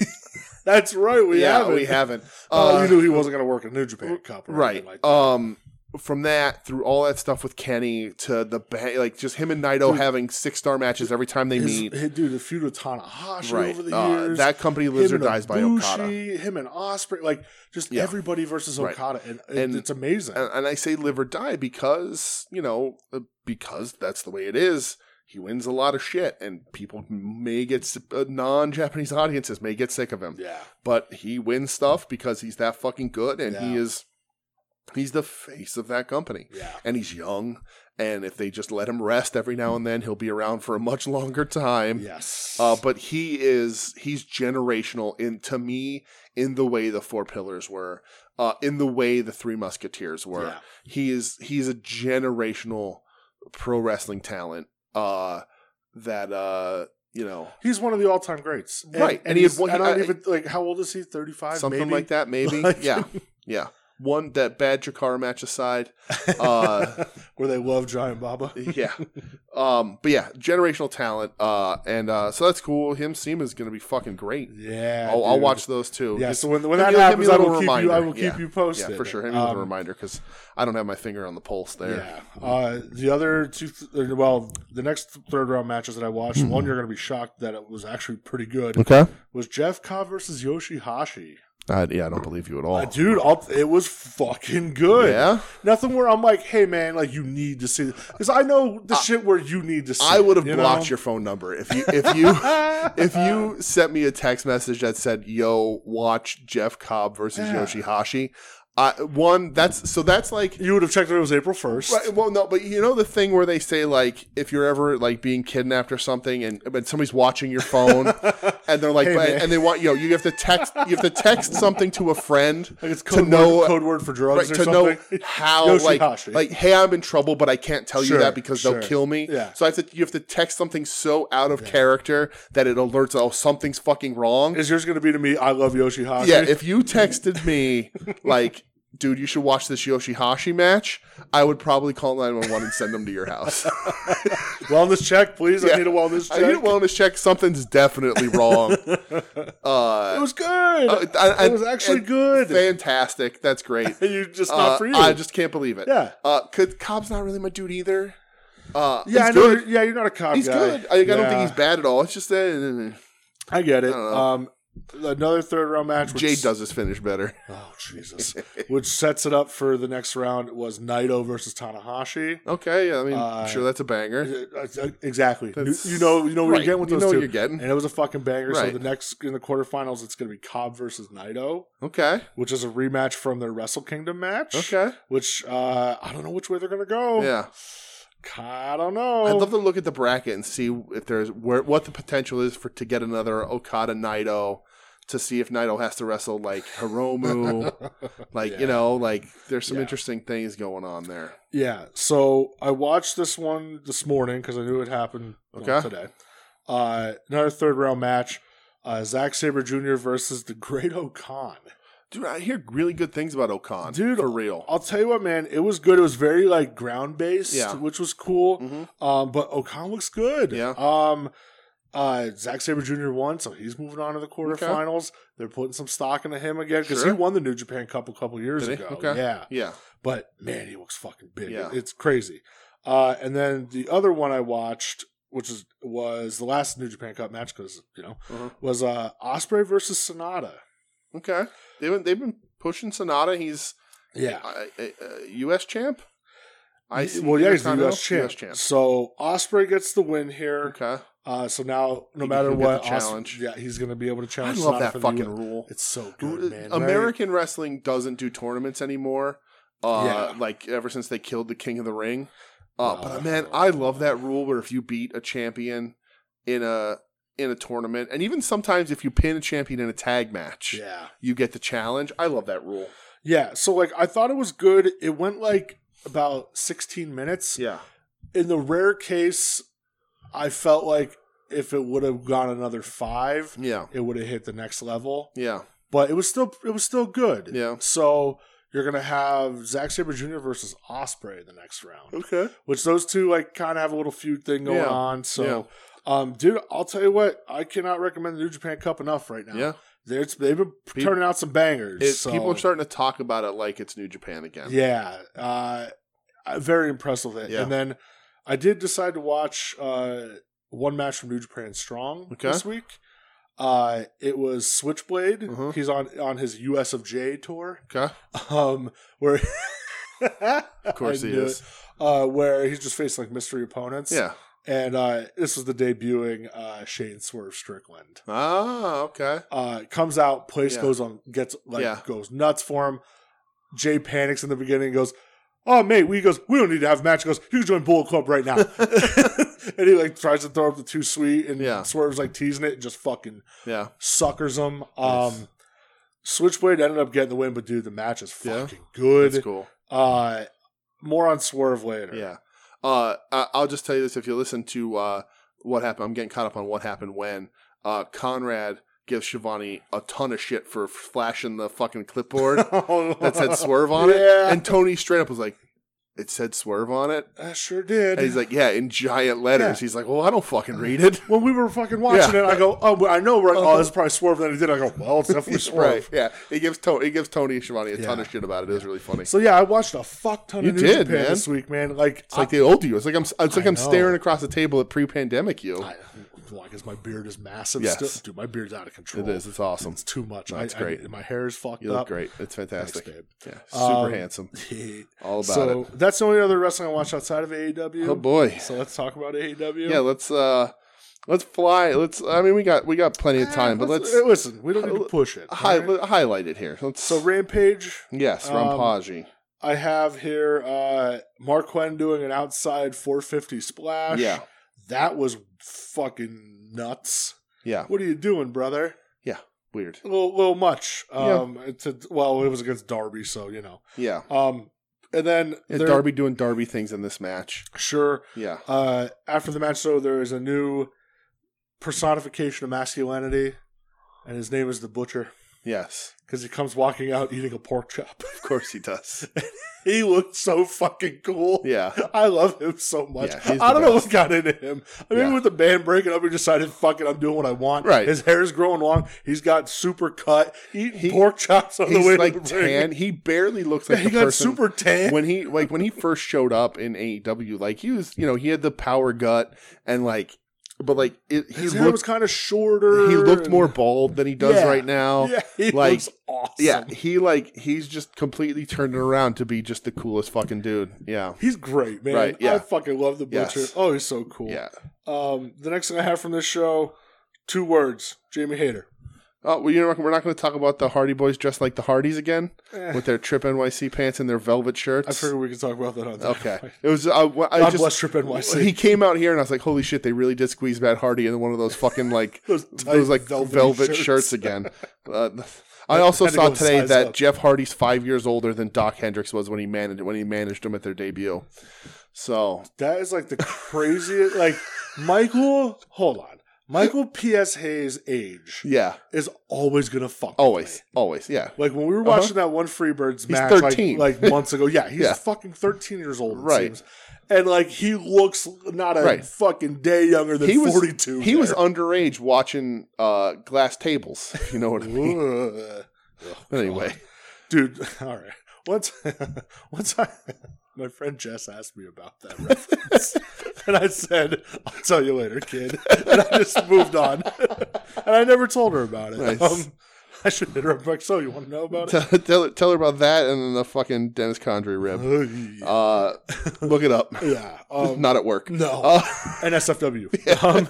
Speaker 3: That's right. We
Speaker 2: yeah,
Speaker 3: haven't.
Speaker 2: we haven't.
Speaker 3: Oh,
Speaker 2: Uh,
Speaker 3: you knew he wasn't going to work at New Japan Cup, or
Speaker 2: right.
Speaker 3: anything Like that.
Speaker 2: um, from that through all that stuff with Kenny to the ba- like just him and Naito
Speaker 3: Dude.
Speaker 2: having six star matches every time they
Speaker 3: his,
Speaker 2: meet.
Speaker 3: his- dude, the feud with Tanahashi
Speaker 2: Right,
Speaker 3: over the
Speaker 2: Uh,
Speaker 3: years.
Speaker 2: that company
Speaker 3: him
Speaker 2: lives or
Speaker 3: and
Speaker 2: dies by Okada.
Speaker 3: Ibushi, Him and Osprey, like just
Speaker 2: Yeah.
Speaker 3: everybody versus
Speaker 2: Right.
Speaker 3: Okada, and, it-
Speaker 2: And-
Speaker 3: it's amazing.
Speaker 2: and, and I say live or die because you know uh, because that's the way it is. He wins a lot of shit, and people may get s- uh, non-Japanese audiences may get sick of him.
Speaker 3: yeah,
Speaker 2: But he wins stuff because he's that fucking good, and he
Speaker 3: Yeah.
Speaker 2: is he's the face of that company,
Speaker 3: yeah,
Speaker 2: and he's young. And if they just let him rest every now and then, he'll be around for a much longer time.
Speaker 3: yes.
Speaker 2: Uh, but he is he's generational in to me in the way the four pillars were, uh, in the way the three musketeers were
Speaker 3: yeah,
Speaker 2: he is he's a generational pro wrestling talent uh that uh you know
Speaker 3: he's one of the all-time greats, And-
Speaker 2: Right,
Speaker 3: And,
Speaker 2: and he
Speaker 3: he's
Speaker 2: had one-
Speaker 3: I don't
Speaker 2: I-
Speaker 3: even like how old is he? Thirty-five,
Speaker 2: something
Speaker 3: maybe?
Speaker 2: like that maybe
Speaker 3: Like-
Speaker 2: yeah yeah one that bad Jakara match aside Uh,
Speaker 3: where they love Giant Baba.
Speaker 2: yeah um but yeah generational talent uh and uh so that's cool him Seema is gonna be fucking great
Speaker 3: Yeah,
Speaker 2: I'll, I'll
Speaker 3: dude.
Speaker 2: watch those too
Speaker 3: Yeah,
Speaker 2: Just-
Speaker 3: so when, when
Speaker 2: hit
Speaker 3: that
Speaker 2: me- hit me
Speaker 3: happens,
Speaker 2: with
Speaker 3: I
Speaker 2: a
Speaker 3: will keep you. I
Speaker 2: reminder.
Speaker 3: will keep
Speaker 2: Yeah.
Speaker 3: you posted.
Speaker 2: yeah for sure hit me with
Speaker 3: Um,
Speaker 2: a reminder because I don't have my finger on the pulse there
Speaker 3: Yeah. Uh, the other two, th- uh, well, the next third round matches that I watched, one you're going to be shocked that it was actually pretty good,
Speaker 2: Hmm. okay
Speaker 3: was Jeff Cobb versus Yoshihashi.
Speaker 2: uh, yeah I don't believe you at all
Speaker 3: Uh, dude, I'll, it was fucking good.
Speaker 2: yeah
Speaker 3: Nothing where I'm like, hey, man, like, you need to see Because I know the shit where you need to see
Speaker 2: I would have
Speaker 3: it, you
Speaker 2: blocked
Speaker 3: know?
Speaker 2: your phone number if you if you if you sent me a text message that said, "Yo, watch Jeff Cobb versus
Speaker 3: Yeah.
Speaker 2: Yoshihashi." I one that's so that's like
Speaker 3: You would have checked that it was April 1st.
Speaker 2: right, well no, but you know the thing where they say like if you're ever like being kidnapped or something and but somebody's watching your phone and they're like
Speaker 3: Hey,
Speaker 2: but-
Speaker 3: man.
Speaker 2: and they want yo you have to text you have to text something to a friend
Speaker 3: Like, it's
Speaker 2: to
Speaker 3: code, word,
Speaker 2: know-
Speaker 3: code word for drugs
Speaker 2: right,
Speaker 3: or
Speaker 2: to know
Speaker 3: something.
Speaker 2: how like
Speaker 3: Yoshihashi.
Speaker 2: like hey I'm in trouble but I can't tell
Speaker 3: Sure,
Speaker 2: you that because
Speaker 3: sure.
Speaker 2: they'll kill me
Speaker 3: Yeah.
Speaker 2: so I have to you have to text something so out of character that it alerts oh something's fucking wrong
Speaker 3: Is yours going to be to me, I love Yoshihashi?
Speaker 2: yeah, if you texted me like dude, you should watch this Yoshihashi match, I would probably call 911 and send them to your house.
Speaker 3: wellness check, please.
Speaker 2: Yeah.
Speaker 3: I need a wellness
Speaker 2: I
Speaker 3: check.
Speaker 2: need a wellness check. Something's definitely wrong.
Speaker 3: it
Speaker 2: Uh,
Speaker 3: was good.
Speaker 2: uh, I-
Speaker 3: it was
Speaker 2: I-
Speaker 3: actually
Speaker 2: I-
Speaker 3: good.
Speaker 2: fantastic. That's great.
Speaker 3: you just not
Speaker 2: Uh,
Speaker 3: for you.
Speaker 2: I just can't believe it.
Speaker 3: yeah,
Speaker 2: Uh, could, Cobb's not really my dude either. Uh,
Speaker 3: yeah,
Speaker 2: he's
Speaker 3: I know.
Speaker 2: good.
Speaker 3: you're- Yeah, you're not a cop
Speaker 2: He's
Speaker 3: guy.
Speaker 2: good. I, I don't
Speaker 3: Yeah.
Speaker 2: think he's bad at all. It's just that eh,
Speaker 3: I get it.
Speaker 2: I don't know.
Speaker 3: um, another third round match.
Speaker 2: uh,
Speaker 3: which-
Speaker 2: Uh-huh. Jade does his finish better.
Speaker 3: Oh Jesus! which sets it up for the next round was Naito versus Tanahashi.
Speaker 2: Okay, yeah, I mean,
Speaker 3: Uh,
Speaker 2: sure, that's a banger.
Speaker 3: Uh, uh, Exactly. You,
Speaker 2: That's-
Speaker 3: you know. You know what
Speaker 2: Right.
Speaker 3: you're getting with
Speaker 2: You
Speaker 3: those
Speaker 2: know what
Speaker 3: two.
Speaker 2: you're getting.
Speaker 3: And it was a fucking banger. So
Speaker 2: Right.
Speaker 3: the next in the quarterfinals, it's going to be Cobb versus Naito,
Speaker 2: Okay,
Speaker 3: which is a rematch from their Wrestle Kingdom match.
Speaker 2: okay,
Speaker 3: Which uh, I don't know which way they're going to go.
Speaker 2: yeah.
Speaker 3: I don't know.
Speaker 2: I'd love to look at the bracket and see if there's where what the potential is for to get another Okada Naito to see if Naito has to wrestle like Hiromu, like
Speaker 3: Yeah.
Speaker 2: you know, like there's some
Speaker 3: Yeah.
Speaker 2: interesting things going on there.
Speaker 3: Yeah. So I watched this one this morning because I knew it happened well,
Speaker 2: Okay.
Speaker 3: today. Uh, another third round match. Uh, Zack Saber Jr. versus the Great Okan.
Speaker 2: Dude, I hear really good things about Okan,
Speaker 3: Dude, uh,
Speaker 2: for real.
Speaker 3: I'll tell you what, man, it was good. It was very like ground based,
Speaker 2: Yeah.
Speaker 3: which was cool.
Speaker 2: Mhm.
Speaker 3: Um, but Okan looks good.
Speaker 2: Yeah.
Speaker 3: Um, uh, Zack Saber Jr. won, so he's moving on to the quarterfinals. They're putting some stock into him again because
Speaker 2: Sure.
Speaker 3: he won the New Japan Cup a couple years
Speaker 2: Did he?
Speaker 3: ago.
Speaker 2: Okay.
Speaker 3: Yeah.
Speaker 2: Yeah,
Speaker 3: but man, he looks fucking big.
Speaker 2: Yeah.
Speaker 3: It's crazy. Uh, and then the other one I watched, which is was the last New Japan Cup match because you know
Speaker 2: Uh-huh.
Speaker 3: was uh, Osprey versus Sonata.
Speaker 2: okay. They've been, they've been pushing Sonata. He's
Speaker 3: Yeah.
Speaker 2: uh, uh, U.S. champ.
Speaker 3: well, yeah, he's the
Speaker 2: Intercontinental?
Speaker 3: US champ. So Osprey gets the win here.
Speaker 2: Okay,
Speaker 3: Uh, so now, no
Speaker 2: He-
Speaker 3: matter
Speaker 2: he'll get
Speaker 3: what,
Speaker 2: the
Speaker 3: Osprey-
Speaker 2: challenge.
Speaker 3: yeah, he's going to be able
Speaker 2: I
Speaker 3: to challenge.
Speaker 2: love
Speaker 3: Sonata
Speaker 2: that
Speaker 3: for the
Speaker 2: fucking
Speaker 3: UN.
Speaker 2: rule.
Speaker 3: It's so good, man.
Speaker 2: American wrestling doesn't do tournaments anymore. Uh,
Speaker 3: Yeah.
Speaker 2: Like ever since they killed the King of the Ring. Uh,
Speaker 3: Wow.
Speaker 2: but uh, man, I love that rule where if you beat a champion in a in a tournament, and even sometimes if you pin a champion in a tag match,
Speaker 3: Yeah.
Speaker 2: you get the challenge. I love that rule.
Speaker 3: Yeah. So like, I thought it was good. It went like about 16 minutes.
Speaker 2: Yeah,
Speaker 3: in the rare case, I felt like if it would have gone another five,
Speaker 2: yeah,
Speaker 3: it would have hit the next level.
Speaker 2: yeah.
Speaker 3: But it was still it was still good.
Speaker 2: Yeah.
Speaker 3: So you're gonna have Zack Saber Jr. versus Osprey in the next round,
Speaker 2: Okay.
Speaker 3: which those two like kind of have a little feud thing going
Speaker 2: Yeah.
Speaker 3: on. So, um, dude, I'll tell you what, I cannot recommend the New Japan Cup enough right now.
Speaker 2: Yeah,
Speaker 3: They're, it's- they've been
Speaker 2: Pe-
Speaker 3: turning out some bangers.
Speaker 2: It-
Speaker 3: so-
Speaker 2: people are starting to talk about it like it's New Japan again.
Speaker 3: yeah. Uh, I'm very impressed with it.
Speaker 2: Yeah.
Speaker 3: And then I did decide to watch uh, one match from New Japan Strong
Speaker 2: Okay.
Speaker 3: this week. Uh, it was Switchblade.
Speaker 2: Mhm.
Speaker 3: He's on on his US of J tour,
Speaker 2: Okay.
Speaker 3: um, where
Speaker 2: Of course he is.
Speaker 3: uh, where he's just facing like mystery opponents.
Speaker 2: Yeah.
Speaker 3: and uh, this was the debuting uh, Shane Swerve Strickland
Speaker 2: Ah. Okay.
Speaker 3: uh, comes out, place
Speaker 2: Yeah.
Speaker 3: goes on, gets like
Speaker 2: Yeah.
Speaker 3: goes nuts for him. Jay panics in the beginning, and goes, "Oh mate," we goes, "We don't need to have a match." He goes, "You can join Bullet Club right now," and he like tries to throw up the two sweet, and
Speaker 2: Yeah.
Speaker 3: Swerve's like teasing it, and just fucking
Speaker 2: Yeah.
Speaker 3: suckers him.
Speaker 2: Nice.
Speaker 3: Um, Switchblade ended up getting the win, but dude, the match is
Speaker 2: Yeah.
Speaker 3: fucking good.
Speaker 2: That's cool.
Speaker 3: Uh, more on Swerve later.
Speaker 2: Yeah. Uh, I- I'll just tell you this: if you listen to uh, what happened, I'm getting caught up on what happened when uh, Conrad gives Shivani a ton of shit for flashing the fucking clipboard that said "swerve" on
Speaker 3: Yeah.
Speaker 2: it, and Tony straight up was like, "It said swerve on it,"
Speaker 3: I sure did.
Speaker 2: and he's like, "Yeah, in giant letters."
Speaker 3: Yeah.
Speaker 2: He's like, "Well, I don't fucking read it."
Speaker 3: when we were fucking watching
Speaker 2: Yeah.
Speaker 3: it, I go, oh, well, I know, right? Oh, this is probably Swerve. Then I did. I go, well, it's definitely
Speaker 2: Right?
Speaker 3: Swerve.
Speaker 2: Yeah. He gives Tony. He gives Tony Shivani a ton
Speaker 3: Yeah.
Speaker 2: of shit about it. It was really funny.
Speaker 3: So yeah, I watched a fuck ton
Speaker 2: You
Speaker 3: of New
Speaker 2: did,
Speaker 3: Japan
Speaker 2: man.
Speaker 3: this week, man. Like,
Speaker 2: It's like they old you. It's like I'm. It's like
Speaker 3: I
Speaker 2: I'm
Speaker 3: know.
Speaker 2: staring across the table at pre-pandemic you.
Speaker 3: I, I, why? Because my beard is massive.
Speaker 2: Yes.
Speaker 3: Still, dude, my beard's out of control.
Speaker 2: It is. It's awesome.
Speaker 3: It's too much.
Speaker 2: That's
Speaker 3: I,
Speaker 2: great.
Speaker 3: I, my hair is fucked
Speaker 2: You look
Speaker 3: up.
Speaker 2: great. It's
Speaker 3: Thanks,
Speaker 2: fantastic.
Speaker 3: babe.
Speaker 2: Yeah. Super
Speaker 3: Um,
Speaker 2: handsome. All about it.
Speaker 3: so that's the only other wrestling I watched outside of AEW.
Speaker 2: Oh boy.
Speaker 3: So let's talk about E AEW.
Speaker 2: Yeah, let's uh let's fly. Let's I mean we got we got plenty of
Speaker 3: Eh,
Speaker 2: time, but let's
Speaker 3: eh, listen. We don't need to
Speaker 2: Hi-
Speaker 3: push it.
Speaker 2: hi-
Speaker 3: alright?
Speaker 2: highlight it here. Let's
Speaker 3: So Rampage,
Speaker 2: yes,
Speaker 3: um,
Speaker 2: Rampage.
Speaker 3: I have here uh Marquand doing an outside 450 splash.
Speaker 2: Yeah.
Speaker 3: That was fucking nuts.
Speaker 2: Yeah,
Speaker 3: What are you doing, brother?
Speaker 2: weird.
Speaker 3: A little, little much.
Speaker 2: Yeah.
Speaker 3: Um, to, well, it was against Darby, so you know.
Speaker 2: Yeah.
Speaker 3: Um, and then
Speaker 2: Yeah,
Speaker 3: there-
Speaker 2: Darby doing Darby things in this match.
Speaker 3: sure.
Speaker 2: Yeah.
Speaker 3: Uh, after the match, though, there is a new personification of masculinity, and his name is the Butcher.
Speaker 2: Yes,
Speaker 3: because he comes walking out eating a pork chop.
Speaker 2: of course he does.
Speaker 3: he looked so fucking cool.
Speaker 2: Yeah,
Speaker 3: I love him so much.
Speaker 2: Yeah, he's the
Speaker 3: I don't know
Speaker 2: best.
Speaker 3: what got into him. I mean,
Speaker 2: Yeah.
Speaker 3: with the band breaking up, he decided, "Fuck it, I'm doing what I want."
Speaker 2: Right.
Speaker 3: His hair's growing long. He's got super cut. Eating
Speaker 2: He-
Speaker 3: pork chops on the
Speaker 2: he's
Speaker 3: way to
Speaker 2: like
Speaker 3: the ring.
Speaker 2: tan. He barely looks
Speaker 3: Yeah,
Speaker 2: like
Speaker 3: he
Speaker 2: the
Speaker 3: got
Speaker 2: person
Speaker 3: super tan.
Speaker 2: when he like when he first showed up in AEW. Like he was, you know, he had the power gut and like, but like it, he
Speaker 3: His hair was
Speaker 2: looked
Speaker 3: kind of shorter.
Speaker 2: he looked
Speaker 3: and-
Speaker 2: more bald than he does
Speaker 3: Yeah.
Speaker 2: right now.
Speaker 3: Yeah, he
Speaker 2: like-
Speaker 3: looks awesome.
Speaker 2: Yeah, he like he's just completely turned it around to be just the coolest fucking dude. Yeah.
Speaker 3: He's great, man.
Speaker 2: Right, yeah.
Speaker 3: I fucking love the butcher.
Speaker 2: Yes.
Speaker 3: Oh, he's so cool.
Speaker 2: Yeah.
Speaker 3: Um, the next thing I have from this show, two words: Jamie Hayter.
Speaker 2: Oh, well, you know, we're not going to talk about the Hardy Boys dressed like the Hardys again
Speaker 3: Eh,
Speaker 2: with their Trip NYC pants and their velvet shirts.
Speaker 3: I figured we could talk about that on.
Speaker 2: okay, it was. I, I
Speaker 3: God
Speaker 2: just
Speaker 3: bless Trip NYC.
Speaker 2: he came out here and I was like, "Holy shit!" They really did squeeze Matt Hardy in one of those fucking like
Speaker 3: Those
Speaker 2: those
Speaker 3: tight
Speaker 2: like velvet,
Speaker 3: velvety
Speaker 2: shirts.
Speaker 3: shirts.
Speaker 2: again. Uh, I also
Speaker 3: Had to
Speaker 2: saw
Speaker 3: go
Speaker 2: today
Speaker 3: size
Speaker 2: that
Speaker 3: up.
Speaker 2: Jeff Hardy's five years older than Doc Hendricks was when he managed when he managed him at their debut. So
Speaker 3: That is like the craziest. like Michael, hold on. Michael P.S. Hayes' age
Speaker 2: yeah,
Speaker 3: is always gonna fuck. with
Speaker 2: always,
Speaker 3: me.
Speaker 2: always, yeah,
Speaker 3: Like when we were
Speaker 2: Uh-huh.
Speaker 3: watching that one Freebirds match,
Speaker 2: 13.
Speaker 3: Like, like months ago. Yeah, he's
Speaker 2: Yeah.
Speaker 3: fucking thirteen years old. It
Speaker 2: Right.
Speaker 3: seems. And like he looks not a
Speaker 2: Right.
Speaker 3: fucking day younger than
Speaker 2: He was-
Speaker 3: forty two.
Speaker 2: He was underage watching uh, glass tables. if You know what I mean? anyway,
Speaker 3: dude. All right. Once, once I, my friend Jess asked me about that reference, and I said, "I'll tell you later, kid," and I just moved on, and I never told her about it.
Speaker 2: Nice.
Speaker 3: Um, I should hit her up like, "So you want to know about it?"
Speaker 2: tell, tell, tell her about that and then the fucking Dennis Condrey rib. Uh, look it up.
Speaker 3: yeah. Um,
Speaker 2: Not at work.
Speaker 3: no.
Speaker 2: Uh,
Speaker 3: NSFW. Um,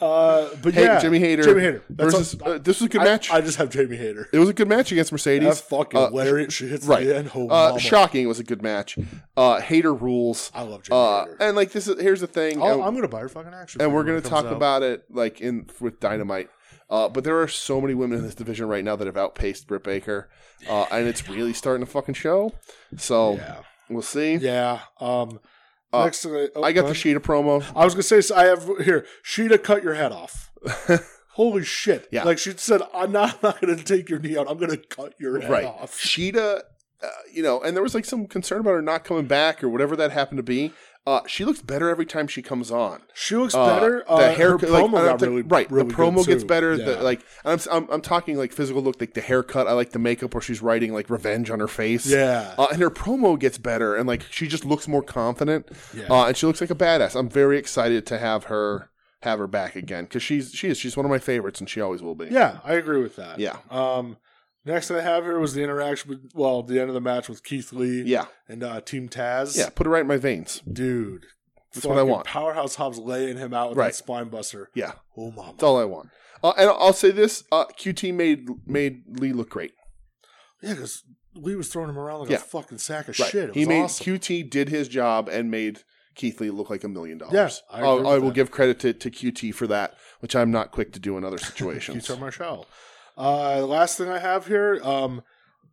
Speaker 3: uh, but
Speaker 2: hey,
Speaker 3: yeah,
Speaker 2: Jimmy Hater.
Speaker 3: Jimmy Hater. That's
Speaker 2: Versus,
Speaker 3: all-
Speaker 2: uh, this was a good
Speaker 3: I,
Speaker 2: match.
Speaker 3: I just have Jamie Hater.
Speaker 2: it was a good match against
Speaker 3: That
Speaker 2: Mercedes.
Speaker 3: fucking
Speaker 2: uh,
Speaker 3: lariat she hits
Speaker 2: right.
Speaker 3: the end. Oh,
Speaker 2: Uh,
Speaker 3: mama.
Speaker 2: shocking. It was a good match. Uh, Hater rules.
Speaker 3: I love Jamie
Speaker 2: Uh,
Speaker 3: Hater.
Speaker 2: and like this is here's the thing.
Speaker 3: I'll-
Speaker 2: and-
Speaker 3: Oh, I'm gonna buy her fucking action.
Speaker 2: and
Speaker 3: figure
Speaker 2: we're
Speaker 3: when
Speaker 2: going
Speaker 3: it
Speaker 2: to
Speaker 3: comes
Speaker 2: talk
Speaker 3: out.
Speaker 2: about it like in with dynamite uh, but there are so many women in this division right now that have outpaced Britt Baker, uh, and it's really starting to fucking show. So
Speaker 3: Yeah.
Speaker 2: we'll see.
Speaker 3: Yeah. Um.
Speaker 2: Uh,
Speaker 3: next, thing I, oh,
Speaker 2: I got
Speaker 3: go
Speaker 2: the
Speaker 3: ahead.
Speaker 2: Sheeta promo.
Speaker 3: I was gonna say so I have here. Sheeta cut your head off. Holy shit!
Speaker 2: Yeah.
Speaker 3: Like she said, I'm not, I'm not gonna take your knee out. I'm gonna cut your head
Speaker 2: right,
Speaker 3: off.
Speaker 2: Sheeta. Uh, you know, and there was like some concern about her not coming back or whatever that happened to be. Uh, she looks better every time she comes on.
Speaker 3: She looks
Speaker 2: Uh,
Speaker 3: better. Uh,
Speaker 2: the hair,
Speaker 3: her
Speaker 2: like,
Speaker 3: promo
Speaker 2: I don't
Speaker 3: got
Speaker 2: think-
Speaker 3: really
Speaker 2: right.
Speaker 3: really
Speaker 2: the
Speaker 3: good,
Speaker 2: promo gets
Speaker 3: too.
Speaker 2: better.
Speaker 3: Yeah.
Speaker 2: The, like, and I'm, I'm I'm talking like physical look, like the haircut. I like the makeup where she's writing like revenge on her face.
Speaker 3: yeah.
Speaker 2: Uh, and her promo gets better, and like she just looks more confident,
Speaker 3: Yeah.
Speaker 2: uh, and she looks like a badass. I'm very excited to have her have her back again because she's she is she's one of my favorites, and she always will be.
Speaker 3: yeah. I agree with that.
Speaker 2: Yeah.
Speaker 3: Um. Next thing I have here was the interaction with well, the end of the match with Keith Lee
Speaker 2: yeah,
Speaker 3: and uh, Team Taz.
Speaker 2: yeah. Put it right in my veins.
Speaker 3: Dude.
Speaker 2: That's what I
Speaker 3: fucking
Speaker 2: want.
Speaker 3: Powerhouse Hobbs laying him out with
Speaker 2: Right.
Speaker 3: that spine buster.
Speaker 2: Yeah,
Speaker 3: Oh mama.
Speaker 2: that's all I want. Uh, and I'll say this: uh, QT made made Lee look great.
Speaker 3: Yeah, because Lee was throwing him around like
Speaker 2: Yeah.
Speaker 3: a fucking sack of
Speaker 2: Right.
Speaker 3: shit. It
Speaker 2: he
Speaker 3: was
Speaker 2: made
Speaker 3: awesome.
Speaker 2: QT did his job and made Keith Lee look like a million dollars.
Speaker 3: Yeah, I agree
Speaker 2: I'll-
Speaker 3: with
Speaker 2: Oh, I will
Speaker 3: that.
Speaker 2: give credit to, to QT for that, which I'm not quick to do in other situations.
Speaker 3: Guitar Marshall. Uh, last thing I have here, um,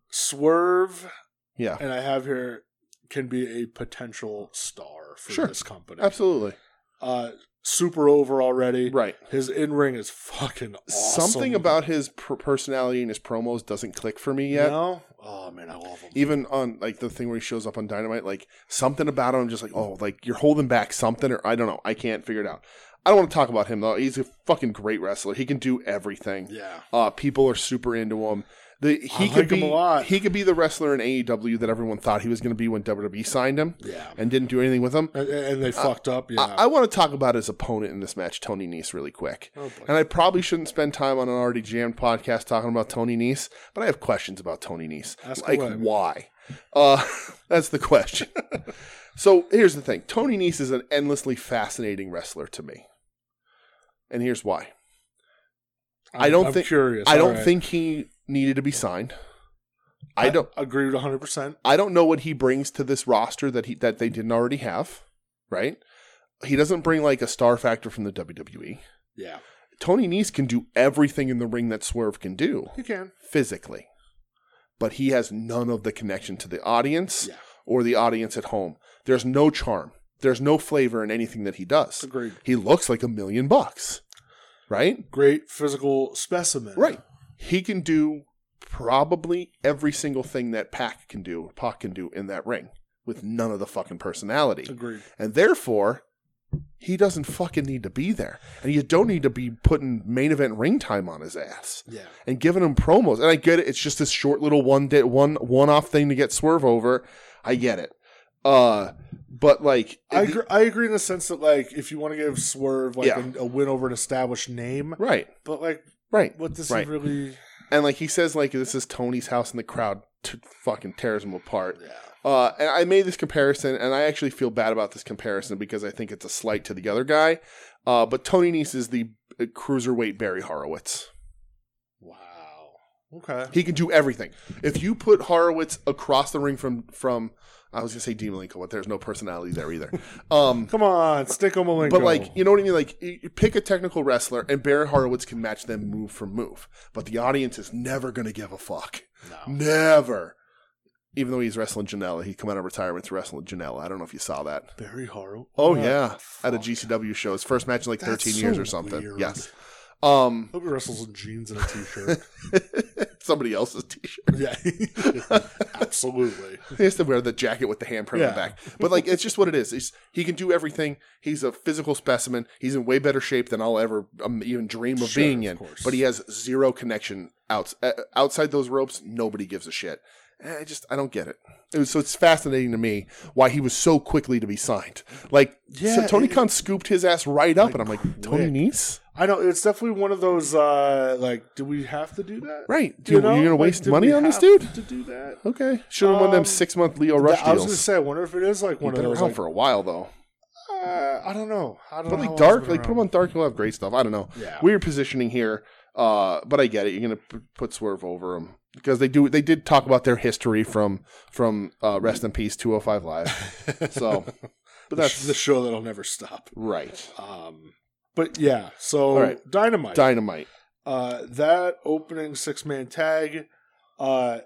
Speaker 3: Swerve,
Speaker 2: yeah,
Speaker 3: and I have here can be a potential star for
Speaker 2: Sure.
Speaker 3: this company.
Speaker 2: absolutely.
Speaker 3: Uh, super over already.
Speaker 2: Right.
Speaker 3: His in ring is fucking awesome.
Speaker 2: something about his per- personality and his promos doesn't click for me yet.
Speaker 3: No? Oh man, I love him.
Speaker 2: Even on like the thing where he shows up on Dynamite, like something about him, just like oh, like you're holding back something, or I don't know, I can't figure it out. I don't want to talk about him though. He's a fucking great wrestler. He can do everything.
Speaker 3: yeah.
Speaker 2: Uh, people are super into him. The, he
Speaker 3: I
Speaker 2: could
Speaker 3: like him
Speaker 2: be
Speaker 3: a lot.
Speaker 2: he could be the wrestler in AEW that everyone thought he was going to be when WWE signed him
Speaker 3: Yeah.
Speaker 2: and didn't do anything with him.
Speaker 3: And, and they fucked up. Yeah.
Speaker 2: I, I want to talk about his opponent in this match, Tony Nese, really quick.
Speaker 3: Oh, boy.
Speaker 2: and I probably shouldn't spend time on an already jammed podcast talking about Tony Nese, but I have questions about Tony Nese.
Speaker 3: Ask
Speaker 2: like,
Speaker 3: away.
Speaker 2: why? Uh, that's the question. so here's the thing Tony Nese is an endlessly fascinating wrestler to me. And here's why I don't
Speaker 3: I'm
Speaker 2: think-
Speaker 3: curious.
Speaker 2: I
Speaker 3: All
Speaker 2: don't
Speaker 3: right.
Speaker 2: think he needed to be signed. I don't.
Speaker 3: agree 100. percent
Speaker 2: I don't know what he brings to this roster that he that they didn't already have, right? He doesn't bring like a star factor from the WWE.
Speaker 3: Yeah,
Speaker 2: Tony Nese can do everything in the ring that Swerve can do
Speaker 3: you can.
Speaker 2: physically, but he has none of the connection to the audience
Speaker 3: Yeah.
Speaker 2: or the audience at home. There's no charm. There's no flavor in anything that he does.
Speaker 3: Agreed.
Speaker 2: He looks like a million bucks, right?
Speaker 3: Great physical specimen.
Speaker 2: Right. He can do probably every single thing that Pac can do, Pac can do in that ring with none of the fucking personality.
Speaker 3: Agreed.
Speaker 2: And therefore, he doesn't fucking need to be there. And you don't need to be putting main event ring time on his ass
Speaker 3: Yeah.
Speaker 2: and giving him promos. And I get it. It's just this short little one day, one one off thing to get swerve over. I get it. Uh, but like,
Speaker 3: I
Speaker 2: the-
Speaker 3: agree, I agree in the sense that like if you want to give Swerve like
Speaker 2: Yeah.
Speaker 3: an- a win over an established name,
Speaker 2: right,
Speaker 3: but like
Speaker 2: right.
Speaker 3: what does
Speaker 2: Right.
Speaker 3: he really?
Speaker 2: And like he says, like this is Tony's house, and the crowd t- fucking tears him apart.
Speaker 3: Yeah,
Speaker 2: Uh, and I made this comparison, and I actually feel bad about this comparison because I think it's a slight to the other guy. Uh, but Tony Nese is the uh, cruiserweight Barry Horowitz.
Speaker 3: wow. Okay,
Speaker 2: He can do everything. If you put Horowitz across the ring from from, I was gonna say Dean Malenko, but there's no personality there either. Um,
Speaker 3: come on, stick on Malenko.
Speaker 2: but like, you know what I mean? Like, you you pick a technical wrestler, and Barry Horowitz can match them move for move. But the audience is never gonna give a fuck.
Speaker 3: no.
Speaker 2: Never. Even though he's wrestling Janela, he come out of retirement to wrestle Janela. I don't know if you saw that.
Speaker 3: Barry Horowitz.
Speaker 2: Oh
Speaker 3: What
Speaker 2: yeah,
Speaker 3: the
Speaker 2: at a
Speaker 3: fuck?
Speaker 2: GCW show. His first match in like
Speaker 3: That's
Speaker 2: 13
Speaker 3: so
Speaker 2: years or something.
Speaker 3: weird.
Speaker 2: Yes. Um,
Speaker 3: Hope he wrestles in jeans and a t-shirt.
Speaker 2: somebody else's t-shirt.
Speaker 3: yeah, absolutely.
Speaker 2: He has to wear the jacket with the handprint on
Speaker 3: Yeah.
Speaker 2: the back. But like, it's just what it is. He's, he can do everything. He's a physical specimen. He's in way better shape than I'll ever um, even dream of
Speaker 3: Sure,
Speaker 2: being
Speaker 3: of
Speaker 2: in.
Speaker 3: course.
Speaker 2: But he has zero connection outs- uh, outside those ropes. Nobody gives a shit. And I just I don't get it. It was- so it's fascinating to me why he was so quickly to be signed. Like so
Speaker 3: Yeah,
Speaker 2: Tony
Speaker 3: it-
Speaker 2: Khan scooped his ass right up,
Speaker 3: Like,
Speaker 2: and I'm like Tony Nese.
Speaker 3: I know it's definitely one of those. uh Like, do we have to do that?
Speaker 2: Right.
Speaker 3: Do you know?
Speaker 2: you're gonna
Speaker 3: Like,
Speaker 2: waste
Speaker 3: did
Speaker 2: money
Speaker 3: we
Speaker 2: on this
Speaker 3: have
Speaker 2: dude?
Speaker 3: to do that.
Speaker 2: Okay. Should have won them
Speaker 3: Um,
Speaker 2: six month Leo Rush
Speaker 3: I was
Speaker 2: deals.
Speaker 3: gonna say, I wonder if it is like
Speaker 2: He's
Speaker 3: one of
Speaker 2: been
Speaker 3: those.
Speaker 2: around
Speaker 3: Like,
Speaker 2: for a while though.
Speaker 3: uh, I don't know. I don't
Speaker 2: But
Speaker 3: know.
Speaker 2: like
Speaker 3: how
Speaker 2: dark,
Speaker 3: long it's
Speaker 2: like put
Speaker 3: been
Speaker 2: him on dark, he'll have great stuff. I don't know.
Speaker 3: around. Oh, Yeah.
Speaker 2: Weird positioning here, uh, but I get it. You're gonna p- put Swerve over him because they do. They did talk about their history from from uh, Rest in Peace 205 Live. So, but
Speaker 3: but that's
Speaker 2: that's
Speaker 3: the show that'll never stop.
Speaker 2: right.
Speaker 3: Um, but yeah, so
Speaker 2: All right.
Speaker 3: dynamite.
Speaker 2: Dynamite.
Speaker 3: uh, that opening six man tag, uh,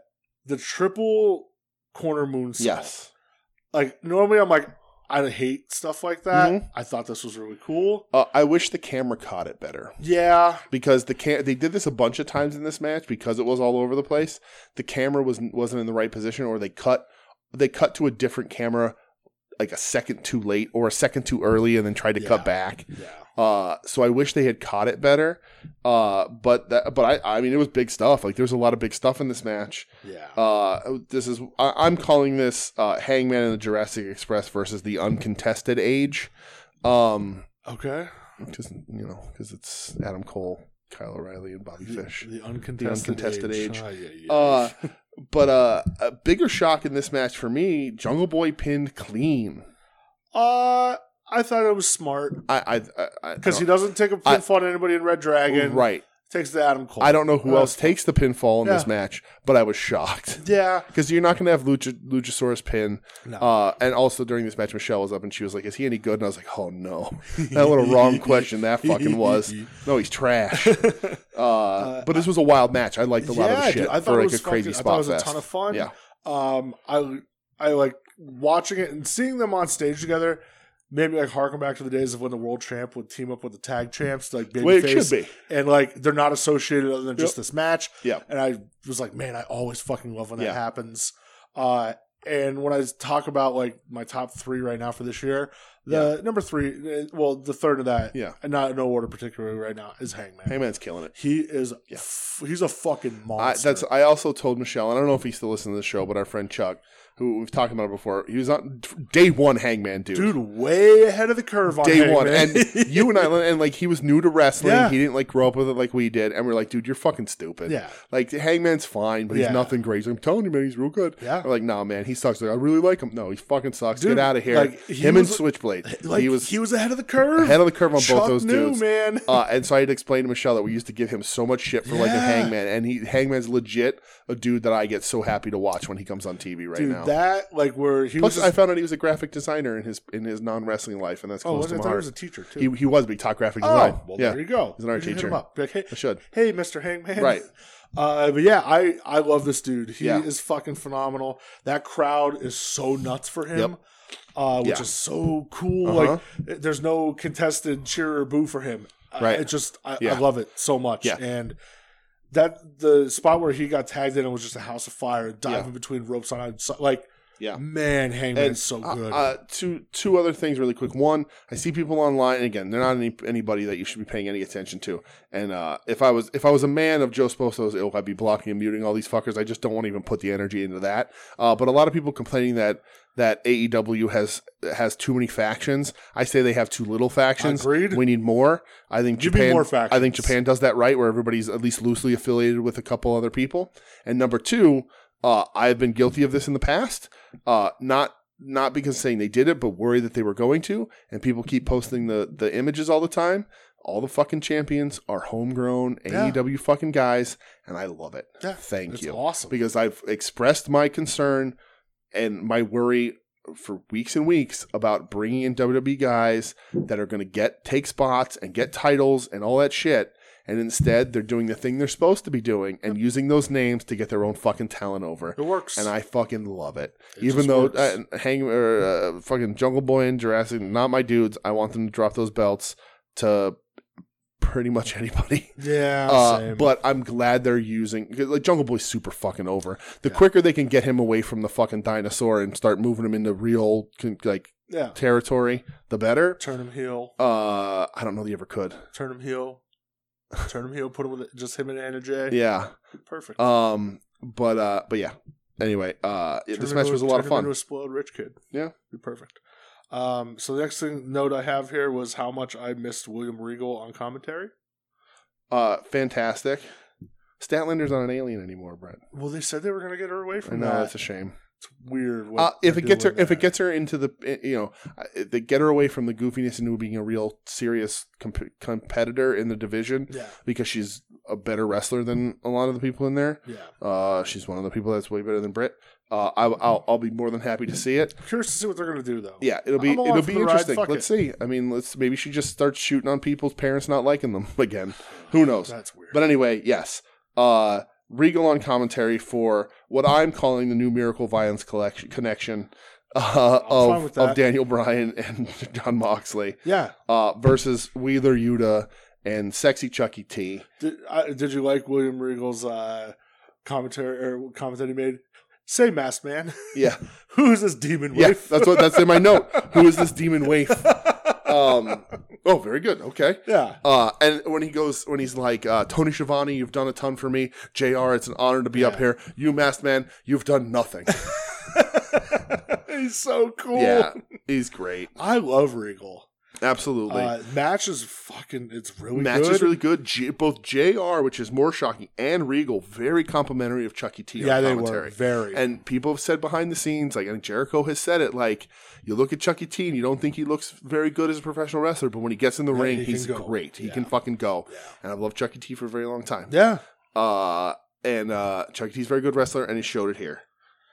Speaker 3: the triple corner moonsault.
Speaker 2: Yes.
Speaker 3: Like normally, I'm like, I hate stuff like that.
Speaker 2: Mhm.
Speaker 3: I thought this was really cool.
Speaker 2: Uh, I wish the camera caught it better.
Speaker 3: Yeah,
Speaker 2: because the cam- they did this a bunch of times in this match because it was all over the place. The camera was wasn't in the right position, or they cut they cut to a different camera like a second too late or a second too early, and then tried to
Speaker 3: Yeah.
Speaker 2: cut back.
Speaker 3: yeah.
Speaker 2: Uh, so I wish they had caught it better. Uh, but that, but I I mean it was big stuff. Like there's a lot of big stuff in this match.
Speaker 3: Yeah.
Speaker 2: Uh, this is I, I'm calling this uh, Hangman and the Jurassic Express versus the uncontested age. Um,
Speaker 3: okay.
Speaker 2: just you know because it's Adam Cole, Kyle O'Reilly, and Bobby Fish.
Speaker 3: The uncontested,
Speaker 2: uncontested age.
Speaker 3: Ah, yeah, yeah.
Speaker 2: Uh, but uh, a bigger shock in this match for me, Jungle Boy pinned clean.
Speaker 3: Uh, I thought it was smart
Speaker 2: I I- I
Speaker 3: because he
Speaker 2: I
Speaker 3: doesn't take a
Speaker 2: I-
Speaker 3: pinfall on anybody in Red
Speaker 2: don't-
Speaker 3: Dragon.
Speaker 2: right.
Speaker 3: Takes the Adam Cole.
Speaker 2: I don't know who
Speaker 3: Uh,
Speaker 2: else takes the pinfall in this
Speaker 3: yeah.
Speaker 2: match, but I was shocked
Speaker 3: Yeah.
Speaker 2: because you're not going to have Lucha, Luchasaurus pin.
Speaker 3: No.
Speaker 2: Uh, and also during this match, Michelle was up and she was like, "Is he any good?" And I was like, "Oh no, that what a wrong question that fucking was." No, he's trash. Uh, but this was a wild match. I liked a lot of the
Speaker 3: Yeah,
Speaker 2: shit
Speaker 3: dude, I thought
Speaker 2: for
Speaker 3: it
Speaker 2: like
Speaker 3: was
Speaker 2: a crazy
Speaker 3: fucking- I
Speaker 2: spot
Speaker 3: thought it was a
Speaker 2: fest.
Speaker 3: ton of fun.
Speaker 2: Yeah,
Speaker 3: Um, I I like watching it and seeing them on stage together. Made me like harken back to the days of when the world champ would team up with the tag champs, like
Speaker 2: way it
Speaker 3: babyface,
Speaker 2: should be.
Speaker 3: and like they're not associated other than just
Speaker 2: Yep.
Speaker 3: this match.
Speaker 2: Yeah.
Speaker 3: and I was like, man, I always fucking love when that
Speaker 2: Yeah.
Speaker 3: happens. Uh, and when I talk about like my top three right now for this year, the number three, uh, well, the third of that,
Speaker 2: Yeah.
Speaker 3: and not in no order particularly right now is Hangman.
Speaker 2: Hangman's killing it.
Speaker 3: He is,
Speaker 2: Yeah.
Speaker 3: f- he's a fucking
Speaker 2: I,
Speaker 3: monster.
Speaker 2: that's. I also told Michelle, and I don't know if he still listens to the show, but our friend Chuck, who we've talked about before, he was on day one Hangman dude.
Speaker 3: dude way ahead of the curve on
Speaker 2: Day
Speaker 3: Hangman.
Speaker 2: one, and you and I, and like he was new to wrestling.
Speaker 3: Yeah.
Speaker 2: He didn't like grow up with it like we did, and we're like, dude, you're fucking stupid.
Speaker 3: yeah,
Speaker 2: Like Hangman's fine, but he's
Speaker 3: Yeah.
Speaker 2: nothing great. He's like, I'm telling you, man, he's real good.
Speaker 3: Yeah.
Speaker 2: We're like, nah, man, he sucks. Like, I really like him. No, he fucking sucks.
Speaker 3: Dude,
Speaker 2: Get out of here.
Speaker 3: like, he
Speaker 2: him
Speaker 3: was-
Speaker 2: and Switchblade.
Speaker 3: like
Speaker 2: he was
Speaker 3: ahead of the curve.
Speaker 2: ahead of the curve on
Speaker 3: Chuck
Speaker 2: both those
Speaker 3: knew,
Speaker 2: dudes.
Speaker 3: man.
Speaker 2: Uh, and so I had to explain to Michelle that we used to give him so much shit for like a
Speaker 3: Yeah.
Speaker 2: hangman, and he hangman's legit a dude that I get so happy to watch when he comes on TV right
Speaker 3: Dude,
Speaker 2: now.
Speaker 3: that like where he
Speaker 2: Plus,
Speaker 3: was.
Speaker 2: I
Speaker 3: Just,
Speaker 2: found out he was a graphic designer in his in his non wrestling life, and that's
Speaker 3: oh,
Speaker 2: close
Speaker 3: I
Speaker 2: to my
Speaker 3: thought he
Speaker 2: heart.
Speaker 3: was a teacher too.
Speaker 2: He, he was, but he taught graphic design.
Speaker 3: oh, well,
Speaker 2: yeah,
Speaker 3: there you go.
Speaker 2: He's an art
Speaker 3: You should hit
Speaker 2: teacher.
Speaker 3: him up. Be like, hey,
Speaker 2: I should.
Speaker 3: hey, Mister Hangman.
Speaker 2: Right.
Speaker 3: Uh, but yeah, I I love this dude. He
Speaker 2: Yeah.
Speaker 3: is fucking phenomenal. That crowd is so nuts for him.
Speaker 2: Yep.
Speaker 3: Uh, which
Speaker 2: Yeah.
Speaker 3: is so cool.
Speaker 2: Uh-huh.
Speaker 3: Like, eh, there's no contested cheer or boo for him. Uh,
Speaker 2: Right.
Speaker 3: It just, I,
Speaker 2: Yeah.
Speaker 3: I love it so much.
Speaker 2: Yeah.
Speaker 3: And that the spot where he got tagged in it was just a house of fire, diving
Speaker 2: Yeah.
Speaker 3: between ropes on outside. Like,
Speaker 2: Yeah.
Speaker 3: man, Hangman's so
Speaker 2: Uh,
Speaker 3: good.
Speaker 2: Uh, two two other things really quick. One, I see people online, and again, they're not any, anybody that you should be paying any attention to. And uh, if I was if I was a man of Joe Sposo's ilk, I'd be blocking and muting all these fuckers. I just don't want to even put the energy into that. Uh, but a lot of people complaining that that AEW has has too many factions. I say they have too little factions.
Speaker 3: Agreed.
Speaker 2: We need more. I think
Speaker 3: Give me
Speaker 2: Japan.
Speaker 3: more
Speaker 2: I think
Speaker 3: factions.
Speaker 2: Japan does that right, where everybody's at least loosely affiliated with a couple other people. And number two, uh, I've been guilty of this in the past. Uh, not not because saying they did it, but worried that they were going to. And people keep posting the the images all the time. All the fucking champions are homegrown
Speaker 3: Yeah.
Speaker 2: AEW fucking guys, and I love it.
Speaker 3: Yeah,
Speaker 2: Thank
Speaker 3: it's
Speaker 2: you
Speaker 3: awesome.
Speaker 2: because I've expressed my concern and my worry for weeks and weeks about bringing in WWE guys that are going to get take spots and get titles and all that shit. And instead, they're doing the thing they're supposed to be doing and using those names to get their own fucking talent over.
Speaker 3: it works.
Speaker 2: And I fucking love it.
Speaker 3: It
Speaker 2: Even
Speaker 3: just
Speaker 2: though
Speaker 3: works.
Speaker 2: uh, Hang or uh, fucking Jungle Boy and Jurassic, not my dudes. I want them to drop those belts to pretty much anybody.
Speaker 3: yeah,
Speaker 2: Uh,
Speaker 3: same.
Speaker 2: but I'm glad they're using 'cause, like Jungle Boy's super fucking over. The quicker they can get him away from the fucking dinosaur and start moving him into real con- like
Speaker 3: yeah,
Speaker 2: territory, the better.
Speaker 3: turn him heel,
Speaker 2: Uh, I don't know they ever could.
Speaker 3: turn him heel, turn him heel. Put him with just him and Anna J.
Speaker 2: Yeah.
Speaker 3: perfect.
Speaker 2: Um. But uh. But yeah. Anyway. Uh.
Speaker 3: Turn
Speaker 2: this
Speaker 3: him
Speaker 2: match
Speaker 3: into-
Speaker 2: was a lot
Speaker 3: turn
Speaker 2: of
Speaker 3: him
Speaker 2: fun.
Speaker 3: Into a spoiled rich kid.
Speaker 2: Yeah.
Speaker 3: be perfect. Um, so the next thing note I have here was how much I missed William Regal on commentary.
Speaker 2: uh. Fantastic. Statlander's not an alien anymore, Brett.
Speaker 3: Well, they said they were going to get her away
Speaker 2: I
Speaker 3: from
Speaker 2: know
Speaker 3: that.
Speaker 2: that's a shame.
Speaker 3: It's weird. what
Speaker 2: Uh, if
Speaker 3: they're
Speaker 2: it gets her,
Speaker 3: doing
Speaker 2: if it
Speaker 3: there.
Speaker 2: gets her into the, uh, you know, uh, they get her away from the goofiness into being a real serious comp- competitor in the division
Speaker 3: yeah,
Speaker 2: because she's a better wrestler than a lot of the people in there.
Speaker 3: yeah.
Speaker 2: Uh, she's one of the people that's way better than Britt. Uh, I, I'll, I'll be more than happy to see it.
Speaker 3: I'm curious to see what they're going to do though.
Speaker 2: Yeah, it'll be
Speaker 3: I'm along
Speaker 2: it'll
Speaker 3: for
Speaker 2: be
Speaker 3: the ride,
Speaker 2: interesting.
Speaker 3: fuck
Speaker 2: let's see. I mean, let's maybe she just starts shooting on people's parents not liking them again. Who knows?
Speaker 3: that's weird.
Speaker 2: But anyway, yes. Uh, Regal on commentary for what I'm calling the new Miracle Violence collection, connection uh,
Speaker 3: I'm fine with
Speaker 2: of,
Speaker 3: that.
Speaker 2: of Daniel Bryan and John Moxley
Speaker 3: yeah,
Speaker 2: uh, versus Wheeler Yuta and Sexy Chucky T.
Speaker 3: did, I, did you like William Regal's uh, commentary or comment that he made? Say, masked man,
Speaker 2: Yeah,
Speaker 3: who is this demon
Speaker 2: yeah,
Speaker 3: waif?
Speaker 2: that's what that's in my note. Who is this demon waif? Um, oh, very good. Okay.
Speaker 3: yeah,
Speaker 2: Uh, and when he goes, when he's like, uh, Tony Schiavone, you've done a ton for me. JR, it's an honor to be up
Speaker 3: Yeah.
Speaker 2: here. You, masked man, you've done nothing.
Speaker 3: he's so cool.
Speaker 2: yeah, he's great.
Speaker 3: I love Regal.
Speaker 2: Absolutely.
Speaker 3: Uh, match is fucking. It's really
Speaker 2: match
Speaker 3: good.
Speaker 2: is really good. J- both JR, which is more shocking, and Regal, very complimentary of Chucky T. on
Speaker 3: yeah, they were
Speaker 2: commentary.
Speaker 3: very.
Speaker 2: And people have said behind the scenes, like, and Jericho has said it, like, you look at Chucky T and you don't think he looks very good as a professional wrestler, but when he gets in the ring,
Speaker 3: he can
Speaker 2: he's
Speaker 3: go.
Speaker 2: great. He
Speaker 3: Yeah.
Speaker 2: can fucking go.
Speaker 3: Yeah.
Speaker 2: And I've loved Chucky T for a very long time.
Speaker 3: yeah,
Speaker 2: Uh, and uh, Chucky T's a very good wrestler, and he showed it here.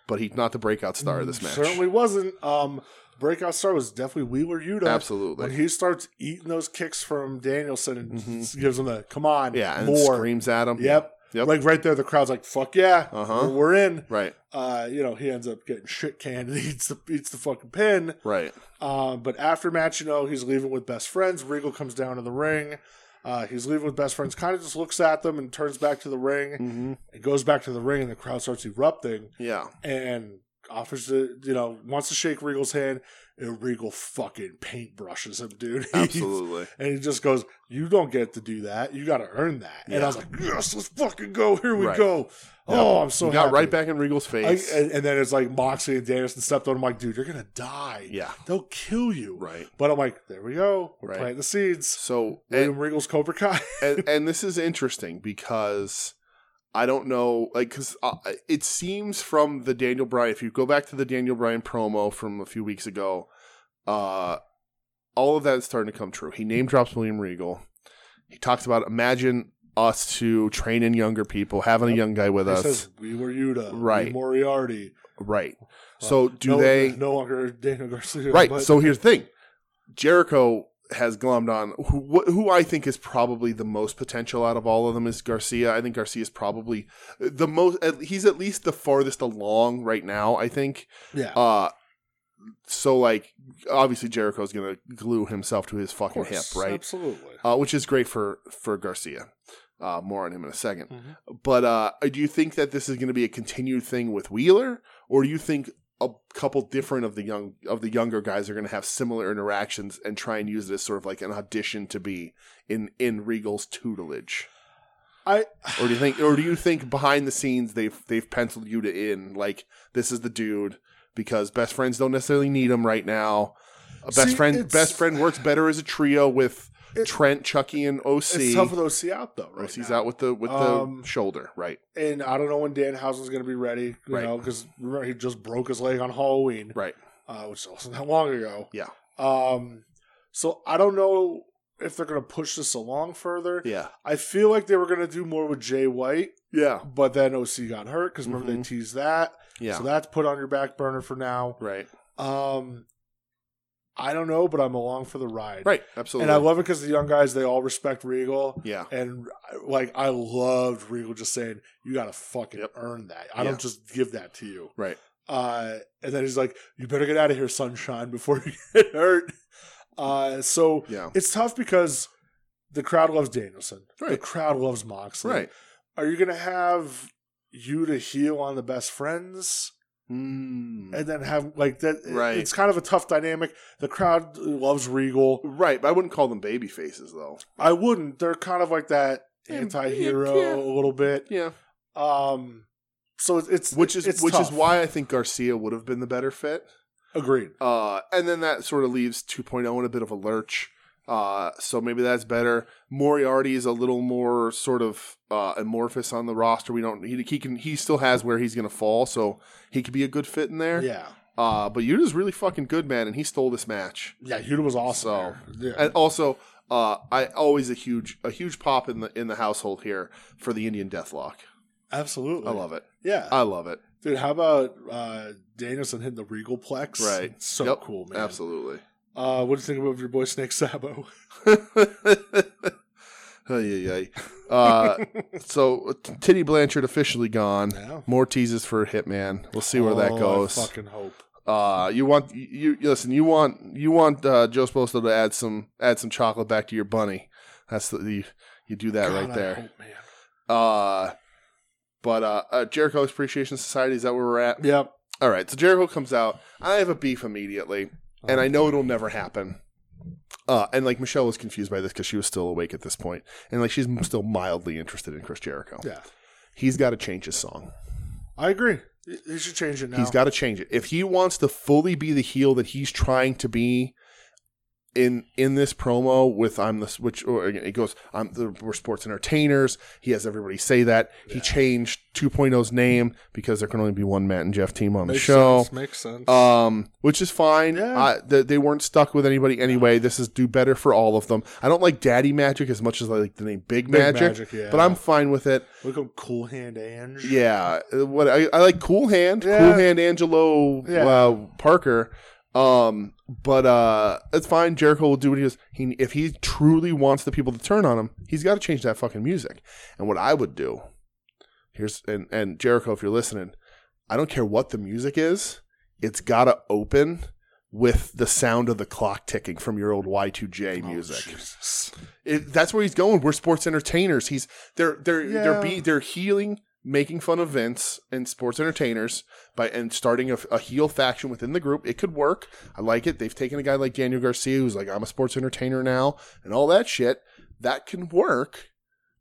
Speaker 2: But he's not the breakout star of this match.
Speaker 3: Mm, certainly wasn't. Um, breakout star was definitely Wheeler Yuta.
Speaker 2: Absolutely.
Speaker 3: When he starts eating those kicks from Danielson and
Speaker 2: Mhm.
Speaker 3: s- gives him the come on,
Speaker 2: yeah, and
Speaker 3: more,
Speaker 2: screams at him.
Speaker 3: yep,
Speaker 2: Yep.
Speaker 3: like right there, the crowd's like, fuck yeah,
Speaker 2: Uh-huh.
Speaker 3: we're in.
Speaker 2: Right,
Speaker 3: Uh, you know, he ends up getting shit canned and eats the eats the fucking pin.
Speaker 2: right.
Speaker 3: Um, but after match, you know, he's leaving with best friends. Regal comes down to the ring. Uh, he's leaving with best friends. Kind of just looks at them and turns back to the ring.
Speaker 2: Mm-hmm.
Speaker 3: It goes back to the ring, and the crowd starts erupting.
Speaker 2: Yeah.
Speaker 3: And offers to, you know, wants to shake Regal's hand. And Regal fucking paintbrushes him, dude. He's-
Speaker 2: Absolutely.
Speaker 3: and he just goes, "You don't get to do that. You got to earn that." And I was like, "Yes, let's fucking go. Here we
Speaker 2: Right.
Speaker 3: go." Oh, I'm so
Speaker 2: He got
Speaker 3: happy.
Speaker 2: right back in Regal's
Speaker 3: I-
Speaker 2: face.
Speaker 3: and, and then it's like Moxley and Danielson stepped on him. Like, dude, you're gonna die.
Speaker 2: yeah.
Speaker 3: They'll kill you.
Speaker 2: Right.
Speaker 3: But I'm like, there we go. We're
Speaker 2: Right.
Speaker 3: planting the seeds.
Speaker 2: So and,
Speaker 3: William Regal's Cobra Kai.
Speaker 2: and and this is interesting because I don't know, like, because uh, it seems from the Daniel Bryan. If you go back to the Daniel Bryan promo from a few weeks ago, uh, all of that is starting to come true. He name drops William Regal. He talks about imagine us to training younger people, having a young guy with
Speaker 3: He
Speaker 2: us,
Speaker 3: says, "We were Yuta, we
Speaker 2: Right.
Speaker 3: Moriarty."
Speaker 2: right? So do
Speaker 3: no, uh,
Speaker 2: they?
Speaker 3: no longer Daniel Garcia?
Speaker 2: Right.
Speaker 3: but-
Speaker 2: so here's the thing: Jericho has glommed on who wh- who I think is probably the most potential out of all of them is Garcia. I think Garcia is probably the most. At, he's at least the farthest along right now. I think.
Speaker 3: yeah,
Speaker 2: Uh so like obviously Jericho's gonna glue himself to his
Speaker 3: of
Speaker 2: fucking hip,
Speaker 3: course,
Speaker 2: right?
Speaker 3: Absolutely.
Speaker 2: Uh, which is great for for Garcia. Uh, more on him in a 2nd But uh, do you think that this is going to be a continued thing with Wheeler, or do you think a couple different of the young of the younger guys are going to have similar interactions and try and use this sort of like an audition to be in in Regal's tutelage?
Speaker 3: I
Speaker 2: Or do you think, or do you think behind the scenes they've they've penciled you to in like this is the dude because best friends don't necessarily need him right now. A best
Speaker 3: See,
Speaker 2: friend
Speaker 3: it's-
Speaker 2: best friend works better as a trio with
Speaker 3: It-
Speaker 2: Trent, Chucky, and OC.
Speaker 3: it's tough with OC out though. Right
Speaker 2: OC's
Speaker 3: now.
Speaker 2: out with the with
Speaker 3: Um,
Speaker 2: the shoulder, right?
Speaker 3: and I don't know when Dan Housen's going to be ready. You
Speaker 2: Right.
Speaker 3: know, because remember he just broke his leg on Halloween,
Speaker 2: Right.
Speaker 3: uh, which wasn't that long ago.
Speaker 2: Yeah.
Speaker 3: Um. So I don't know if they're going to push this along further.
Speaker 2: Yeah.
Speaker 3: I feel like they were going to do more with Jay White,
Speaker 2: Yeah.
Speaker 3: but then OC got hurt because remember they
Speaker 2: Mhm.
Speaker 3: teased that.
Speaker 2: Yeah.
Speaker 3: So that's put on your back burner for now.
Speaker 2: right.
Speaker 3: Um, I don't know, but I'm along for the ride.
Speaker 2: Right. Absolutely.
Speaker 3: And I love it because the young guys they all respect Regal.
Speaker 2: Yeah.
Speaker 3: And uh, like I loved Regal just saying, "You gotta fucking
Speaker 2: Yep.
Speaker 3: earn that. I
Speaker 2: Yeah.
Speaker 3: don't just give that to you."
Speaker 2: Right.
Speaker 3: Uh, and then he's like, "You better get out of here, sunshine, before you get hurt." Uh, so
Speaker 2: Yeah.
Speaker 3: it's tough because the crowd loves Danielson. The
Speaker 2: Right.
Speaker 3: crowd loves Moxley.
Speaker 2: Right.
Speaker 3: Are you gonna have you to heal on the best friends?
Speaker 2: Mm.
Speaker 3: and then have like that. it-
Speaker 2: Right.
Speaker 3: It's kind of a tough dynamic. The crowd loves Regal.
Speaker 2: Right, but I wouldn't call them baby faces though.
Speaker 3: I wouldn't. They're kind of like that
Speaker 2: Yeah,
Speaker 3: anti-hero
Speaker 2: yeah.
Speaker 3: a little bit.
Speaker 2: Yeah.
Speaker 3: Um. So it's- it's
Speaker 2: Which is
Speaker 3: it's
Speaker 2: which
Speaker 3: tough.
Speaker 2: is why I think Garcia would have been the better fit.
Speaker 3: agreed.
Speaker 2: Uh, and then that sort of leaves 2.0 in a bit of a lurch. Uh, so maybe that's better. Moriarty is a little more sort of uh, amorphous on the roster. We don't he, he can he still has where he's going to fall, so he could be a good fit in there.
Speaker 3: Yeah.
Speaker 2: Uh, but Yuta's really fucking good, man, and he stole this match.
Speaker 3: Yeah. Huda was awesome.
Speaker 2: So-
Speaker 3: there. Yeah.
Speaker 2: And also, uh, I always a huge a huge pop in the in the household here for the Indian Deathlock.
Speaker 3: Absolutely.
Speaker 2: I love it.
Speaker 3: Yeah.
Speaker 2: I love it.
Speaker 3: Dude, how about uh, Danielson hitting the Regal plex?
Speaker 2: Right.
Speaker 3: So
Speaker 2: Yep.
Speaker 3: cool, man.
Speaker 2: Absolutely.
Speaker 3: Uh, what do you think about your boy Snake Sabo?
Speaker 2: Ay, ay, ay. Uh, so T- Titty Blanchard officially gone.
Speaker 3: Yeah.
Speaker 2: More teases for Hitman. We'll see where
Speaker 3: Oh,
Speaker 2: that
Speaker 3: I
Speaker 2: goes.
Speaker 3: fucking hope.
Speaker 2: Uh, you want you you- listen. You want you want uh, Joe Sposto to add some add some chocolate back to your bunny. That's the you, you do that
Speaker 3: God,
Speaker 2: right
Speaker 3: I
Speaker 2: there.
Speaker 3: hope, man.
Speaker 2: Uh, but uh, uh, Jericho Appreciation Society is that where we're at?
Speaker 3: Yep.
Speaker 2: All right, so Jericho comes out. I have a beef immediately, and I know it'll never happen. Uh, and like Michelle was confused by this because she was still awake at this point, and like she's still mildly interested in Chris Jericho.
Speaker 3: Yeah.
Speaker 2: He's got to change his song.
Speaker 3: I agree. He- He should change it now.
Speaker 2: He's got to change it if he wants to fully be the heel that he's trying to be. In in this promo with I'm the which or again, it goes I'm the we're sports entertainers. He has everybody say that he changed 2.0's name because there can only be one Matt and Jeff team on the show.
Speaker 3: Sense, makes sense.
Speaker 2: um, which is fine.
Speaker 3: Yeah.
Speaker 2: I, th- they weren't stuck with anybody anyway. This is do better for all of them. I don't like Daddy Magic as much as I like the name Big, Magic,
Speaker 3: Magic, yeah.
Speaker 2: but I'm fine with it.
Speaker 3: Look at Cool Hand Ange.
Speaker 2: Yeah, uh, what I, I like Cool Hand, Cool
Speaker 3: Yeah.
Speaker 2: Hand Angelo uh,
Speaker 3: Yeah.
Speaker 2: Parker. Um, but uh, it's fine. Jericho will do what he does. He if he truly wants the people to turn on him, he's got to change that fucking music. And what I would do here's and and Jericho, if you're listening, I don't care what the music is, it's gotta open with the sound of the clock ticking from your old Y2J
Speaker 3: Oh,
Speaker 2: music.
Speaker 3: Jesus.
Speaker 2: It, that's where he's going. We're sports entertainers. He's they're they're they're be
Speaker 3: Yeah.
Speaker 2: they're healing, making fun of Vince and sports entertainers by and starting a, a heel faction within the group. It could work. I like it. They've taken a guy like Daniel Garcia, who's like I'm a sports entertainer now, and all that shit. That can work,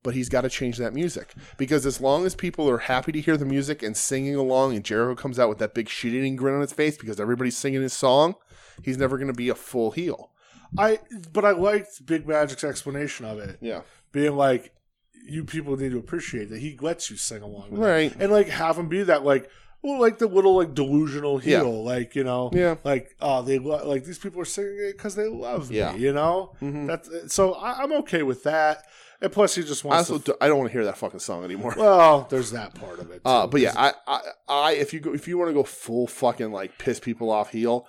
Speaker 2: but he's got to change that music because as long as people are happy to hear the music and singing along, and Jericho comes out with that big shit eating grin on his face because everybody's singing his song, he's never going to be a full heel.
Speaker 3: I but I liked Big Magic's explanation of it,
Speaker 2: Yeah.
Speaker 3: being like, you people need to appreciate that he lets you sing along, with it.
Speaker 2: Right.
Speaker 3: And like have him be that like, well, like the little like delusional heel,
Speaker 2: Yeah.
Speaker 3: like you know,
Speaker 2: Yeah.
Speaker 3: like oh they lo- like these people are singing it because they love
Speaker 2: Yeah.
Speaker 3: me, you know.
Speaker 2: Mhm.
Speaker 3: That's so I, I'm okay with that, and plus he just
Speaker 2: I
Speaker 3: wants
Speaker 2: also
Speaker 3: to.
Speaker 2: do, I don't want to hear that fucking song anymore.
Speaker 3: well, there's that part of it.
Speaker 2: Uh,
Speaker 3: too,
Speaker 2: but yeah,
Speaker 3: 'cause-
Speaker 2: I, I, I, if you go, if you want to go full fucking like piss people off heel,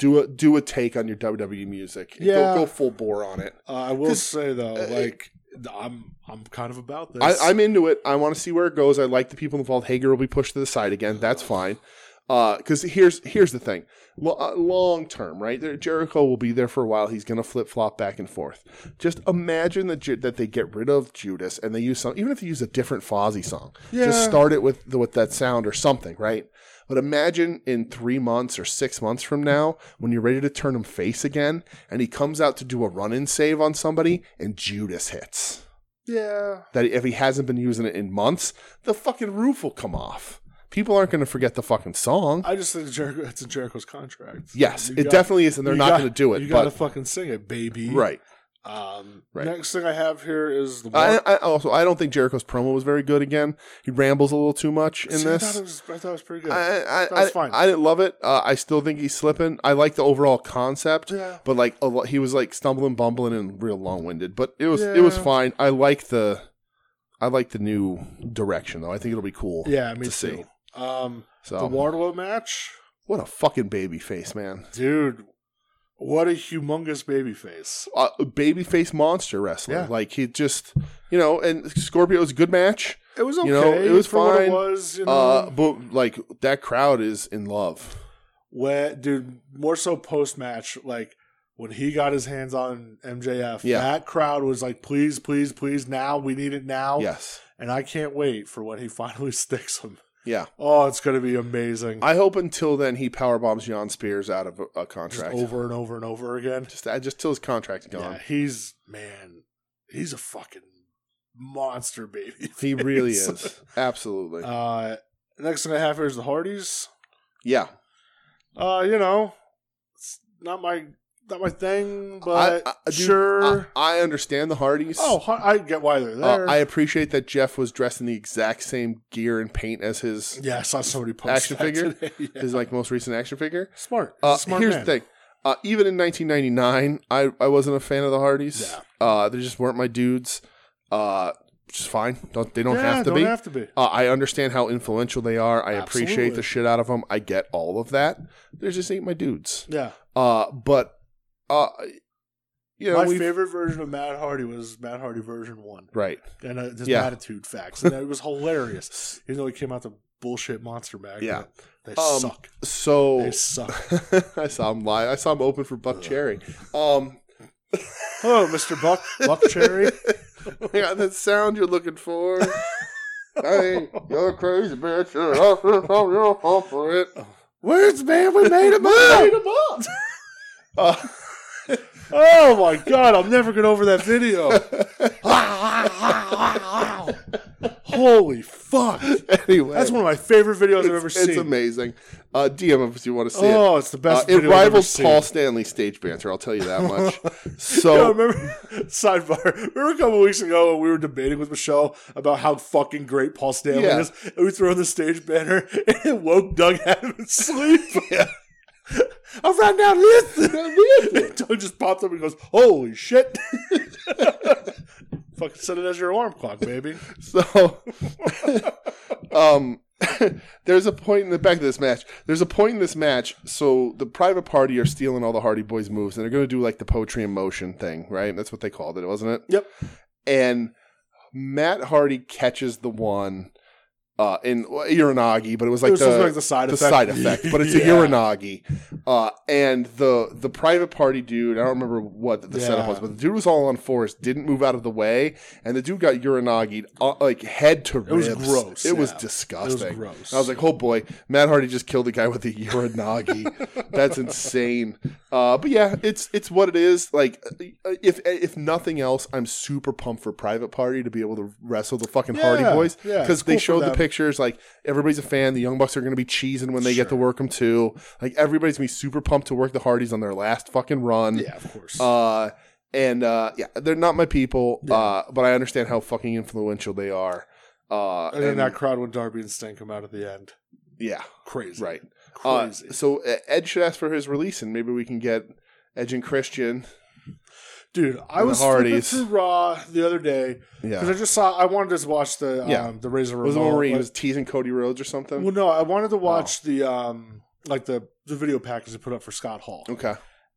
Speaker 2: do a do a take on your WWE music. Go-
Speaker 3: Yeah.
Speaker 2: go, full bore on it.
Speaker 3: Uh, I will
Speaker 2: 'Cause,
Speaker 3: say though,
Speaker 2: uh,
Speaker 3: like I'm I'm kind of about this.
Speaker 2: I, I'm into it. I want to see where it goes. I like the people involved. Hager will be pushed to the side again. That's fine. Because here's here's the thing, Lo- uh, long term, right? There, Jericho will be there for a while. He's gonna flip flop back and forth. Just imagine that Ju- that they get rid of Judas and they use some, even if they use a different Fozzy song, just
Speaker 3: Yeah.
Speaker 2: start it with the, with that sound or something, right? But imagine in three months or six months from now, when you're ready to turn him face again, and he comes out to do a run in save on somebody, and Judas hits
Speaker 3: Yeah.
Speaker 2: that if he hasn't been using it in months, the fucking roof will come off. People aren't going to forget the fucking song.
Speaker 3: I just think Jericho, it's in Jericho's contract.
Speaker 2: yes,
Speaker 3: You
Speaker 2: it
Speaker 3: got-
Speaker 2: definitely is, and they're
Speaker 3: you
Speaker 2: not
Speaker 3: got-
Speaker 2: going to do it.
Speaker 3: You got to
Speaker 2: But
Speaker 3: fucking sing it, baby.
Speaker 2: right,
Speaker 3: Um,
Speaker 2: Right.
Speaker 3: Next thing I have here is the
Speaker 2: I,
Speaker 3: walk-
Speaker 2: I also I don't think Jericho's promo was very good. Again, he rambles a little too much in
Speaker 3: See, I thought,
Speaker 2: this.
Speaker 3: it was, I thought it was pretty good.
Speaker 2: I, I,
Speaker 3: That's
Speaker 2: I,
Speaker 3: fine.
Speaker 2: I didn't love it. Uh, I still think he's slipping. I like the overall concept,
Speaker 3: yeah.
Speaker 2: but like a lo- he was like stumbling, bumbling, and real long winded. But it was it was
Speaker 3: Yeah.
Speaker 2: fine. I like the I like the new direction though. I think it'll be cool.
Speaker 3: Yeah, me
Speaker 2: to
Speaker 3: too.
Speaker 2: see. Oh.
Speaker 3: Um,
Speaker 2: So
Speaker 3: The Wardlow match,
Speaker 2: what a fucking baby face, man.
Speaker 3: dude. What a humongous baby face.
Speaker 2: a a babyface monster wrestler.
Speaker 3: Yeah.
Speaker 2: Like he just, you know, and Scorpio was a good match.
Speaker 3: It was okay.
Speaker 2: You know, it was
Speaker 3: for what
Speaker 2: fine.
Speaker 3: it was, you know,
Speaker 2: Uh, but like that crowd is in love.
Speaker 3: when, dude. More so post match, like when he got his hands on MJF.
Speaker 2: Yeah.
Speaker 3: that crowd was like, "Please, please, please! Now we need it now."
Speaker 2: Yes.
Speaker 3: and I can't wait for when he finally sticks him.
Speaker 2: Yeah.
Speaker 3: Oh, it's gonna be amazing.
Speaker 2: I hope until then he power bombs Jan Spears out of a, a
Speaker 3: Just
Speaker 2: contract.
Speaker 3: over and over and over again.
Speaker 2: Just I just till his contract's gone.
Speaker 3: Yeah, he's man, he's a fucking monster baby.
Speaker 2: He really
Speaker 3: face.
Speaker 2: is. Absolutely.
Speaker 3: Uh, next thing I have here is the Hardys.
Speaker 2: yeah.
Speaker 3: Uh, you know, it's not my not my thing, but
Speaker 2: I- I- dude,
Speaker 3: sure.
Speaker 2: I, I understand the Hardys.
Speaker 3: oh, Har- I get why they're
Speaker 2: Uh,
Speaker 3: there.
Speaker 2: I appreciate that Jeff was dressed in the exact same gear and paint as his
Speaker 3: yeah, I saw somebody post
Speaker 2: Action
Speaker 3: that
Speaker 2: figure?
Speaker 3: Today. Yeah.
Speaker 2: his like most recent action figure.
Speaker 3: smart. He's
Speaker 2: Uh,
Speaker 3: a smart
Speaker 2: here's
Speaker 3: man.
Speaker 2: the thing. Uh, even in 1999, I, I wasn't a fan of the Hardys. Uh, they just weren't my dudes. Uh, which is fine. Don't they don't
Speaker 3: Yeah,
Speaker 2: have to be.
Speaker 3: have to be.
Speaker 2: uh, I understand how influential they are. I appreciate the
Speaker 3: Absolutely.
Speaker 2: shit out of them. I get all of that. They just ain't my dudes.
Speaker 3: Yeah,
Speaker 2: Uh, but uh, you know,
Speaker 3: my
Speaker 2: we've-
Speaker 3: favorite version of Matt Hardy was Matt Hardy version one,
Speaker 2: right?
Speaker 3: and uh, his
Speaker 2: Yeah.
Speaker 3: attitude facts, and it was hilarious. Even though he came out the bullshit monster magnet,
Speaker 2: Yeah.
Speaker 3: they
Speaker 2: Um,
Speaker 3: suck.
Speaker 2: So
Speaker 3: They suck.
Speaker 2: I saw him live. I saw him open for Buck Cherry. Um, Oh,
Speaker 3: Hello, Mister Buck Buck Cherry.
Speaker 2: I got that sound you're looking for. hey, you're a crazy bitch. You're all for it. I'm all for it.
Speaker 3: Words, man, we made him
Speaker 2: Made Uh,
Speaker 3: up. Oh my god, I'm never get over that video. Holy fuck.
Speaker 2: anyway,
Speaker 3: That's one of my favorite videos I've
Speaker 2: it's,
Speaker 3: ever
Speaker 2: it's
Speaker 3: seen.
Speaker 2: amazing. Uh, DM if you want to see it.
Speaker 3: Oh, it's the
Speaker 2: Uh,
Speaker 3: best
Speaker 2: it
Speaker 3: video I've ever
Speaker 2: rivals
Speaker 3: seen.
Speaker 2: Paul Stanley's stage banter. I'll tell you that much.
Speaker 3: Yeah,
Speaker 2: So
Speaker 3: remember sidebar. Remember a couple weeks ago when we were debating with Michelle about how fucking great Paul Stanley
Speaker 2: Yeah.
Speaker 3: is, and we threw on the stage banner and it woke Doug out of his sleep. I found out listen. Doug just popped up and goes, "Holy shit!" fucking set it as your alarm clock, baby.
Speaker 2: So, um, there's a point in the back of this match. There's a point in this match. So the private party are stealing all the Hardy Boys moves, and they're going to do like the poetry in motion thing, right? That's what they called it, wasn't it?
Speaker 3: Yep.
Speaker 2: And Matt Hardy catches the one uh, in well, Uranagi, but it was like
Speaker 3: it was
Speaker 2: the,
Speaker 3: something like the side
Speaker 2: the
Speaker 3: effect.
Speaker 2: side effect, but it's
Speaker 3: Yeah.
Speaker 2: a urinagi. Uh, and the the private party dude, I don't remember what the, the setup
Speaker 3: Yeah.
Speaker 2: was, but the dude was all on fours, didn't move out of the way, and the dude got urinagied uh, like head to
Speaker 3: was
Speaker 2: ribs.
Speaker 3: gross,
Speaker 2: It was
Speaker 3: yeah.
Speaker 2: disgusting.
Speaker 3: It was gross.
Speaker 2: I was like, oh boy, Matt Hardy just killed a guy with a urinagi. That's insane. Uh, but yeah, it's it's what it is. Like, uh, if if nothing else, I'm super pumped for Private Party to be able to wrestle the fucking Hardy
Speaker 3: Yeah,
Speaker 2: Boys
Speaker 3: yeah,
Speaker 2: because
Speaker 3: it's
Speaker 2: they
Speaker 3: cool for
Speaker 2: showed the
Speaker 3: them.
Speaker 2: pictures. Like everybody's a fan. The Young Bucks are going to be cheesing when they get to work them too. Like everybody's gonna be super pumped to work the Hardys on their last fucking run.
Speaker 3: yeah, of course.
Speaker 2: Uh, and uh, yeah, they're not my people, uh, but I understand how fucking influential they are. Uh,
Speaker 3: and then that crowd when Darby and Sting come out at the end,
Speaker 2: yeah,
Speaker 3: crazy,
Speaker 2: right. Uh,
Speaker 3: Crazy.
Speaker 2: so uh, Ed should ask for his release, and maybe we can get Edge and Christian.
Speaker 3: Dude, I
Speaker 2: the
Speaker 3: was flipping
Speaker 2: Hardys.
Speaker 3: through Raw the other day
Speaker 2: Yeah,
Speaker 3: because I just saw. I wanted to just watch the um,
Speaker 2: Yeah.
Speaker 3: the Razor
Speaker 2: was
Speaker 3: Ramon.
Speaker 2: the one where he
Speaker 3: like-
Speaker 2: was teasing Cody Rhodes or something.
Speaker 3: well, no, I wanted to
Speaker 2: Oh.
Speaker 3: watch the um like the the video package they put up for Scott Hall,
Speaker 2: okay,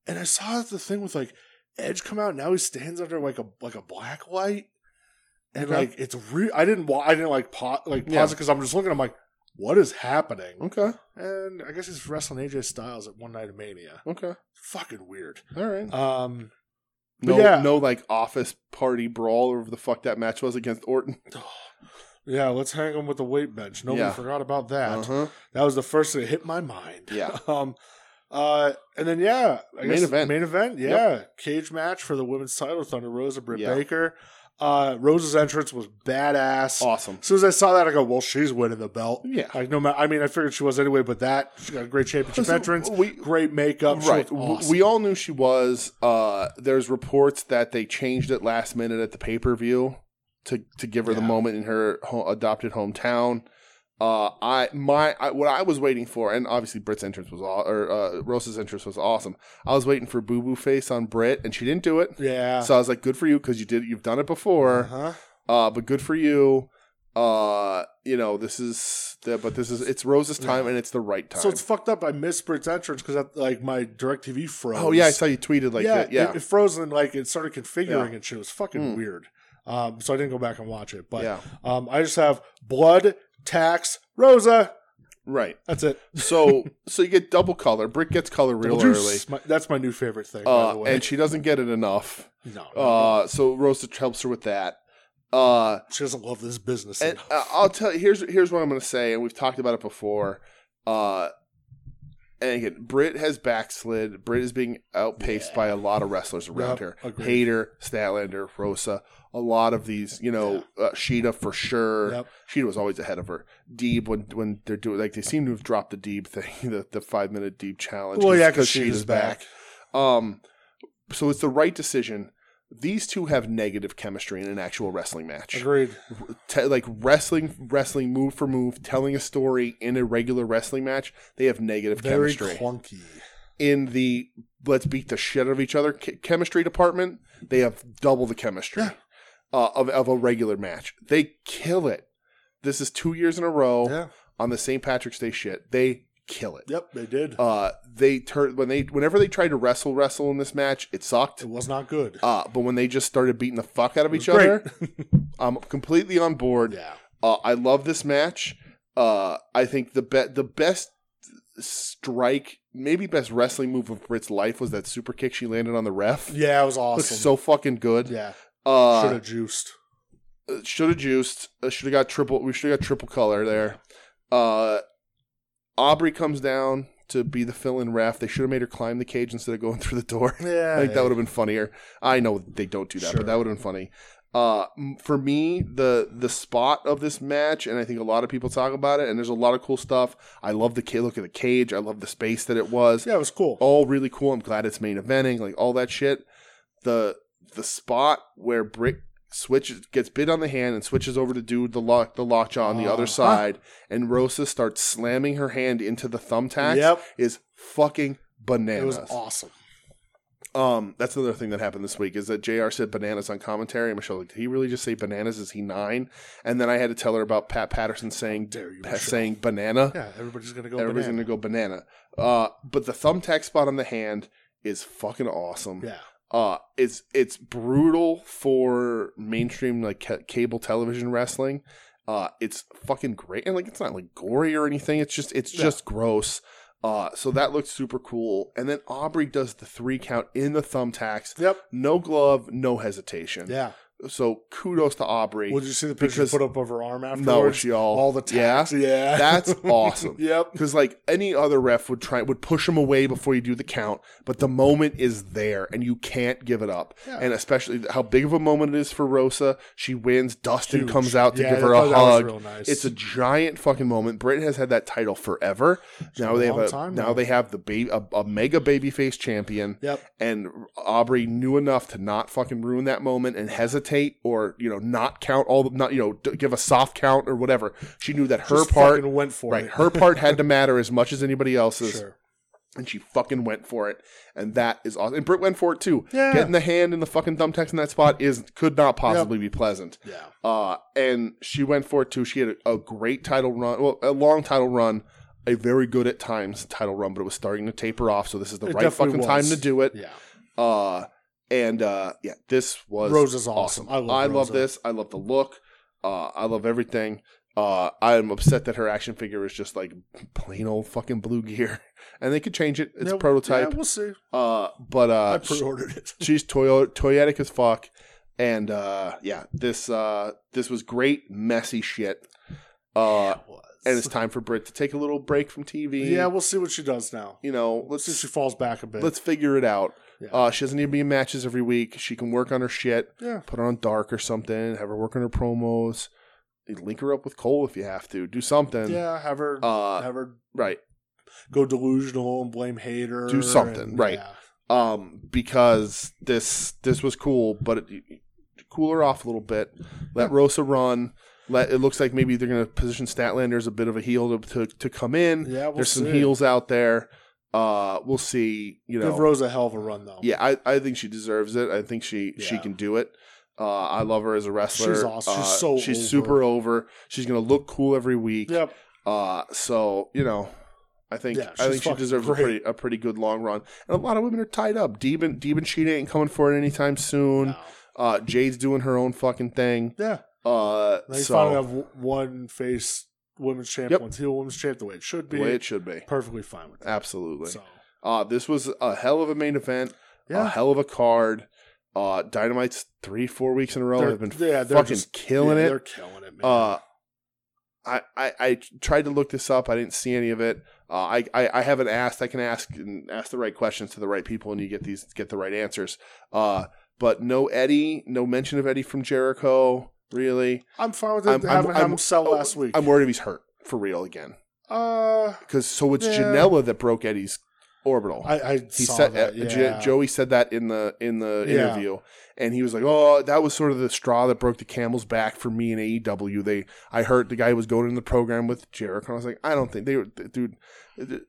Speaker 3: and I saw the thing with like Edge come out. Now he stands under like a like a black light, and
Speaker 2: Okay.
Speaker 3: like it's real. I didn't wa- I didn't like pause like pause
Speaker 2: Yeah. Mm.
Speaker 3: it because I'm just looking. I'm like, what is happening?
Speaker 2: Okay.
Speaker 3: And I guess he's wrestling AJ Styles at One Night of Mania.
Speaker 2: Okay.
Speaker 3: Fucking weird.
Speaker 2: All right.
Speaker 3: Um,
Speaker 2: no,
Speaker 3: yeah.
Speaker 2: no, like office party brawl or the fuck that match was against Orton.
Speaker 3: yeah, let's hang him with the weight bench. Nobody
Speaker 2: Yeah.
Speaker 3: forgot about that.
Speaker 2: Uh-huh.
Speaker 3: That was the first thing that hit my mind.
Speaker 2: Yeah.
Speaker 3: Um, uh, and then yeah, I
Speaker 2: Main
Speaker 3: guess
Speaker 2: event.
Speaker 3: Main event. Yeah, cage match for the women's title. Thunder Rosa, Britt
Speaker 2: Yeah.
Speaker 3: Baker. Uh, Rosa's entrance was badass.
Speaker 2: Awesome.
Speaker 3: As soon as I saw that, I go, "Well, she's winning the belt."
Speaker 2: Yeah.
Speaker 3: Like no matter. I mean, I figured she was anyway, but that she got a great championship
Speaker 2: So,
Speaker 3: entrance,
Speaker 2: we-
Speaker 3: great makeup. She
Speaker 2: Right.
Speaker 3: looked
Speaker 2: W-
Speaker 3: awesome.
Speaker 2: We all knew she was. Uh, there's reports that they changed it last minute at the pay per view to to give her the
Speaker 3: Yeah.
Speaker 2: moment in her ho- adopted hometown. Uh, I my I, what I was waiting for, and obviously Britt's entrance was aw- or uh, Rosa's entrance was awesome. I was waiting for Boo Boo Face on Britt, and she didn't do it.
Speaker 3: yeah.
Speaker 2: So I was like, good for you because you did you've done it before.
Speaker 3: Uh-huh.
Speaker 2: Uh, but good for you. Uh, you know this is the, but this is it's Rosa's time and it's the right time.
Speaker 3: So it's fucked up. I missed Britt's entrance because like my Directv froze.
Speaker 2: oh yeah, I saw you tweeted like that. Yeah,
Speaker 3: It, it froze and like it started configuring
Speaker 2: Yeah.
Speaker 3: and shit. It was fucking
Speaker 2: Hmm.
Speaker 3: weird. Um, so I didn't go back and watch it, but
Speaker 2: yeah,
Speaker 3: um, I just have blood, tax, Rosa.
Speaker 2: right.
Speaker 3: That's it.
Speaker 2: So so you get double color. Brick gets color real
Speaker 3: Double
Speaker 2: early,
Speaker 3: juice. My- that's my new favorite thing. by
Speaker 2: uh,
Speaker 3: the way, Uh-huh.
Speaker 2: and she doesn't get it enough.
Speaker 3: no, no,
Speaker 2: Uh, so Rosa helps her with that. Uh,
Speaker 3: she doesn't love this business.
Speaker 2: and
Speaker 3: enough.
Speaker 2: uh, I'll tell you here's here's what I'm going to say, and we've talked about it before. Uh, and again, Britt has backslid. Britt is being outpaced by a lot of wrestlers around
Speaker 3: Yep,
Speaker 2: her.
Speaker 3: agreed.
Speaker 2: Hayter, Statlander, Rosa, a lot of these. You know, uh, Sheeta for sure.
Speaker 3: Yep.
Speaker 2: Sheeta was always ahead of her. Deeb when when they're doing like they seem to have dropped the Deeb thing, the, the five minute Deeb challenge.
Speaker 3: well, yeah,
Speaker 2: 'cause
Speaker 3: because she's back.
Speaker 2: Um, so it's the right decision. These two have negative chemistry in an actual wrestling match
Speaker 3: Agreed.
Speaker 2: te- like wrestling, wrestling move for move, telling a story in a regular wrestling match, they have negative
Speaker 3: Very
Speaker 2: chemistry.
Speaker 3: clunky.
Speaker 2: in the let's beat the shit out of each other ch- chemistry department, they have double the chemistry uh, of of a regular match. They kill it. This is two years in a row
Speaker 3: Yeah.
Speaker 2: on the St. Patrick's Day shit. They kill it.
Speaker 3: Yep. They did.
Speaker 2: Uh, they turn when they whenever they tried to wrestle wrestle in this match, it sucked.
Speaker 3: it was not good.
Speaker 2: Uh, but when they just started beating the fuck out of each
Speaker 3: Great.
Speaker 2: other, I'm completely on board.
Speaker 3: yeah.
Speaker 2: Uh, I love this match. Uh, I think the be- the best strike, maybe best wrestling move of Britt's life was that super kick she landed on the ref.
Speaker 3: Yeah. It was
Speaker 2: It was
Speaker 3: awesome.
Speaker 2: so fucking good.
Speaker 3: yeah. Should
Speaker 2: Uh,
Speaker 3: have juiced.
Speaker 2: should have juiced. should have got triple. We should have got triple color there. Uh, Aubrey comes down to be the fill-in ref. They should have made her climb the cage instead of going through the door.
Speaker 3: Yeah.
Speaker 2: I think that would have been funnier. I know they don't do that,
Speaker 3: Sure.
Speaker 2: but that would have been funny. Uh, m- for me, the the spot of this match, and I think a lot of people talk about it, and there's a lot of cool stuff. I love the ca- look of the cage. I love the space that it was.
Speaker 3: Yeah. It was cool.
Speaker 2: All really cool. I'm glad it's main eventing, like all that shit. The the spot where Brick switches gets bit on the hand and switches over to do the lock the lockjaw on the
Speaker 3: Uh-huh.
Speaker 2: other side, and Rosa starts slamming her hand into the thumbtacks
Speaker 3: Yep.
Speaker 2: is fucking bananas.
Speaker 3: It was awesome.
Speaker 2: Um, that's another thing that happened this week is that JR said bananas on commentary. And Michelle, like, did he really just say bananas? Is he nine? And then I had to tell her about Pat Patterson saying
Speaker 3: dare you,
Speaker 2: pa-
Speaker 3: Michelle.
Speaker 2: saying banana.
Speaker 3: Yeah. Everybody's gonna go.
Speaker 2: Everybody's
Speaker 3: banana.
Speaker 2: gonna go banana. Uh, but the thumbtack spot on the hand is fucking awesome.
Speaker 3: Yeah.
Speaker 2: Uh, it's it's brutal for mainstream like ca- cable television wrestling. Uh, it's fucking great, and like it's not like gory or anything. It's just it's
Speaker 3: Yeah.
Speaker 2: just gross. Uh, so that looks super cool. And then Aubrey does the three count in the thumbtacks.
Speaker 3: Yep.
Speaker 2: No glove, no hesitation.
Speaker 3: Yeah.
Speaker 2: So kudos to Aubrey.
Speaker 3: Would you see the picture
Speaker 2: Because-
Speaker 3: put up of her arm afterwards?
Speaker 2: no, she all
Speaker 3: all the
Speaker 2: yeah,
Speaker 3: tags. Yeah, yeah.
Speaker 2: that's awesome.
Speaker 3: yep.
Speaker 2: Because like any other ref would try would push him away before you do the count, but the moment is there and you can't give it up.
Speaker 3: Yeah.
Speaker 2: And especially how big of a moment it is for Rosa. She wins. Dustin
Speaker 3: Huge.
Speaker 2: comes out to
Speaker 3: Yeah,
Speaker 2: give her
Speaker 3: that-
Speaker 2: a
Speaker 3: that was
Speaker 2: hug.
Speaker 3: real nice.
Speaker 2: It's a giant fucking moment. Britain has had that title forever. Now
Speaker 3: a
Speaker 2: they have
Speaker 3: long
Speaker 2: a
Speaker 3: time
Speaker 2: now
Speaker 3: now.
Speaker 2: they have the baby a, a mega babyface champion.
Speaker 3: Yep.
Speaker 2: And Aubrey knew enough to not fucking ruin that moment and hesitate or you know not count all the not you know d- give a soft count or whatever. She knew that her
Speaker 3: Just
Speaker 2: part
Speaker 3: fucking went for
Speaker 2: Right.
Speaker 3: it.
Speaker 2: Her part had to matter as much as anybody else's.
Speaker 3: sure.
Speaker 2: And she fucking went for it. And that is awesome. And Britt went for it too.
Speaker 3: Yeah.
Speaker 2: Getting the hand in the fucking thumbtacks in that spot is could not possibly be pleasant.
Speaker 3: Yeah.
Speaker 2: Uh, and she went for it too. She had a, a great title run, well, a long title run, a very good at times title run, but it was starting to taper off. So this is the
Speaker 3: It
Speaker 2: right
Speaker 3: definitely
Speaker 2: fucking
Speaker 3: was.
Speaker 2: time to do it.
Speaker 3: Yeah.
Speaker 2: Uh, and uh, yeah, this was
Speaker 3: Rose is awesome. I love
Speaker 2: I love
Speaker 3: Rosa.
Speaker 2: this. I love the look. Uh, I love everything. Uh, I'm upset that her action figure is just like plain old fucking blue gear, and they could change it. It's a
Speaker 3: Yeah,
Speaker 2: prototype.
Speaker 3: Yeah, we'll see.
Speaker 2: uh, but
Speaker 3: I
Speaker 2: uh,
Speaker 3: pre-ordered it.
Speaker 2: she's toy- toyetic as fuck, and uh, yeah, this uh, this was great messy shit. Uh,
Speaker 3: It was.
Speaker 2: and it's time for Brit to take a little break from TV.
Speaker 3: yeah, we'll see what she does now.
Speaker 2: you know, let's
Speaker 3: Let's see if she falls back a bit.
Speaker 2: let's figure it out.
Speaker 3: Yeah.
Speaker 2: Uh, she doesn't need to be in matches every week. She can work on her shit.
Speaker 3: Yeah.
Speaker 2: Put her on dark or something. Have her work on her promos. Link her up with Cole if you have to. Do something.
Speaker 3: yeah, have her
Speaker 2: Uh,
Speaker 3: have her
Speaker 2: right.
Speaker 3: go delusional and blame hater.
Speaker 2: Do something,
Speaker 3: and-
Speaker 2: right.
Speaker 3: yeah.
Speaker 2: Um, because this this was cool, but it, cool her off a little bit. Let Rosa run. Let it looks like maybe they're gonna position Statlander as a bit of a heel to to, to come in.
Speaker 3: Yeah, we'll
Speaker 2: There's some
Speaker 3: see.
Speaker 2: heels out there. Uh, we'll see. You know,
Speaker 3: Give Rose a hell of a run though.
Speaker 2: yeah, I, I think she deserves it. I think she she
Speaker 3: Yeah.
Speaker 2: can do it. Uh, I love her as a wrestler.
Speaker 3: She's awesome. She's
Speaker 2: Uh,
Speaker 3: so
Speaker 2: she's
Speaker 3: over.
Speaker 2: super over. She's gonna look cool every week.
Speaker 3: Yep.
Speaker 2: Uh, so you know, I think
Speaker 3: Yeah,
Speaker 2: I
Speaker 3: she's
Speaker 2: think she
Speaker 3: fucking
Speaker 2: deserves a
Speaker 3: great.
Speaker 2: pretty a pretty good long run. And a lot of women are tied up. Deben Deben Sheena ain't coming for it anytime soon.
Speaker 3: No.
Speaker 2: Uh, Jade's doing her own fucking thing.
Speaker 3: Yeah.
Speaker 2: Uh,
Speaker 3: They
Speaker 2: so
Speaker 3: finally have w- one face women's champ,
Speaker 2: Yep.
Speaker 3: one's heel women's champ the way it should
Speaker 2: the
Speaker 3: be.
Speaker 2: way it should be.
Speaker 3: Perfectly fine with that.
Speaker 2: Absolutely.
Speaker 3: So
Speaker 2: Uh, this was a hell of a main event.
Speaker 3: yeah,
Speaker 2: A hell of a card. Uh, Dynamite's three four weeks in a row
Speaker 3: They're-
Speaker 2: have been
Speaker 3: yeah, they're
Speaker 2: fucking
Speaker 3: just-
Speaker 2: killing
Speaker 3: yeah,
Speaker 2: it.
Speaker 3: They're killing it, man.
Speaker 2: Uh, I, I I tried to look this up. I didn't see any of it. Uh, I, I I haven't asked. I can ask and ask the right questions to the right people, and you get these get the right answers. Uh, but no Eddie, no mention of Eddie from Jericho. Really,
Speaker 3: I'm fine with it.
Speaker 2: I'm-
Speaker 3: having
Speaker 2: I'm-
Speaker 3: having
Speaker 2: I'm-
Speaker 3: him sell last week.
Speaker 2: I'm worried if he's hurt for real again.
Speaker 3: uh,
Speaker 2: Because so it's
Speaker 3: Yeah.
Speaker 2: Janela that broke Eddie's orbital.
Speaker 3: I, I
Speaker 2: he
Speaker 3: saw
Speaker 2: said
Speaker 3: that.
Speaker 2: uh, J-
Speaker 3: yeah.
Speaker 2: Joey said that in the in the
Speaker 3: Yeah.
Speaker 2: interview, and he was like, "Oh, that was sort of the straw that broke the camel's back for me in AEW." They, I heard the guy who was going in the program with Jericho. I was like, "I don't think they, were, th- dude." th-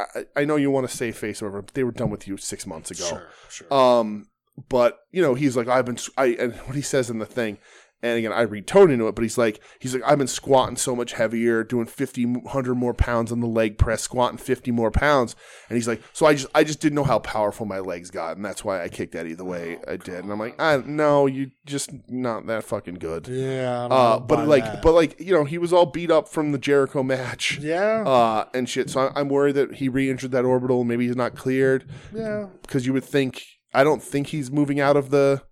Speaker 2: I, I know you want to save face, or whatever. But they were done with you six months ago.
Speaker 3: Sure, sure.
Speaker 2: Um, but you know, he's like, I've been, s- I, and what he says in the thing, and again, I read tone into it, but he's like, he's like, I've been squatting so much heavier, doing 50, 100 more pounds on the leg press, squatting 50 more pounds. And he's like, so I just, I just didn't know how powerful my legs got. And that's why I kicked Eddie the way
Speaker 3: Oh,
Speaker 2: I did. And I'm like, I, no, you just not that fucking good.
Speaker 3: yeah, I don't
Speaker 2: Uh,
Speaker 3: know
Speaker 2: but
Speaker 3: about
Speaker 2: like,
Speaker 3: that.
Speaker 2: but like, you know, he was all beat up from the Jericho match.
Speaker 3: yeah,
Speaker 2: Uh, and shit. So I- I'm worried that he re-injured that orbital. Maybe he's not cleared
Speaker 3: yeah,
Speaker 2: because you would think I don't think he's moving out of the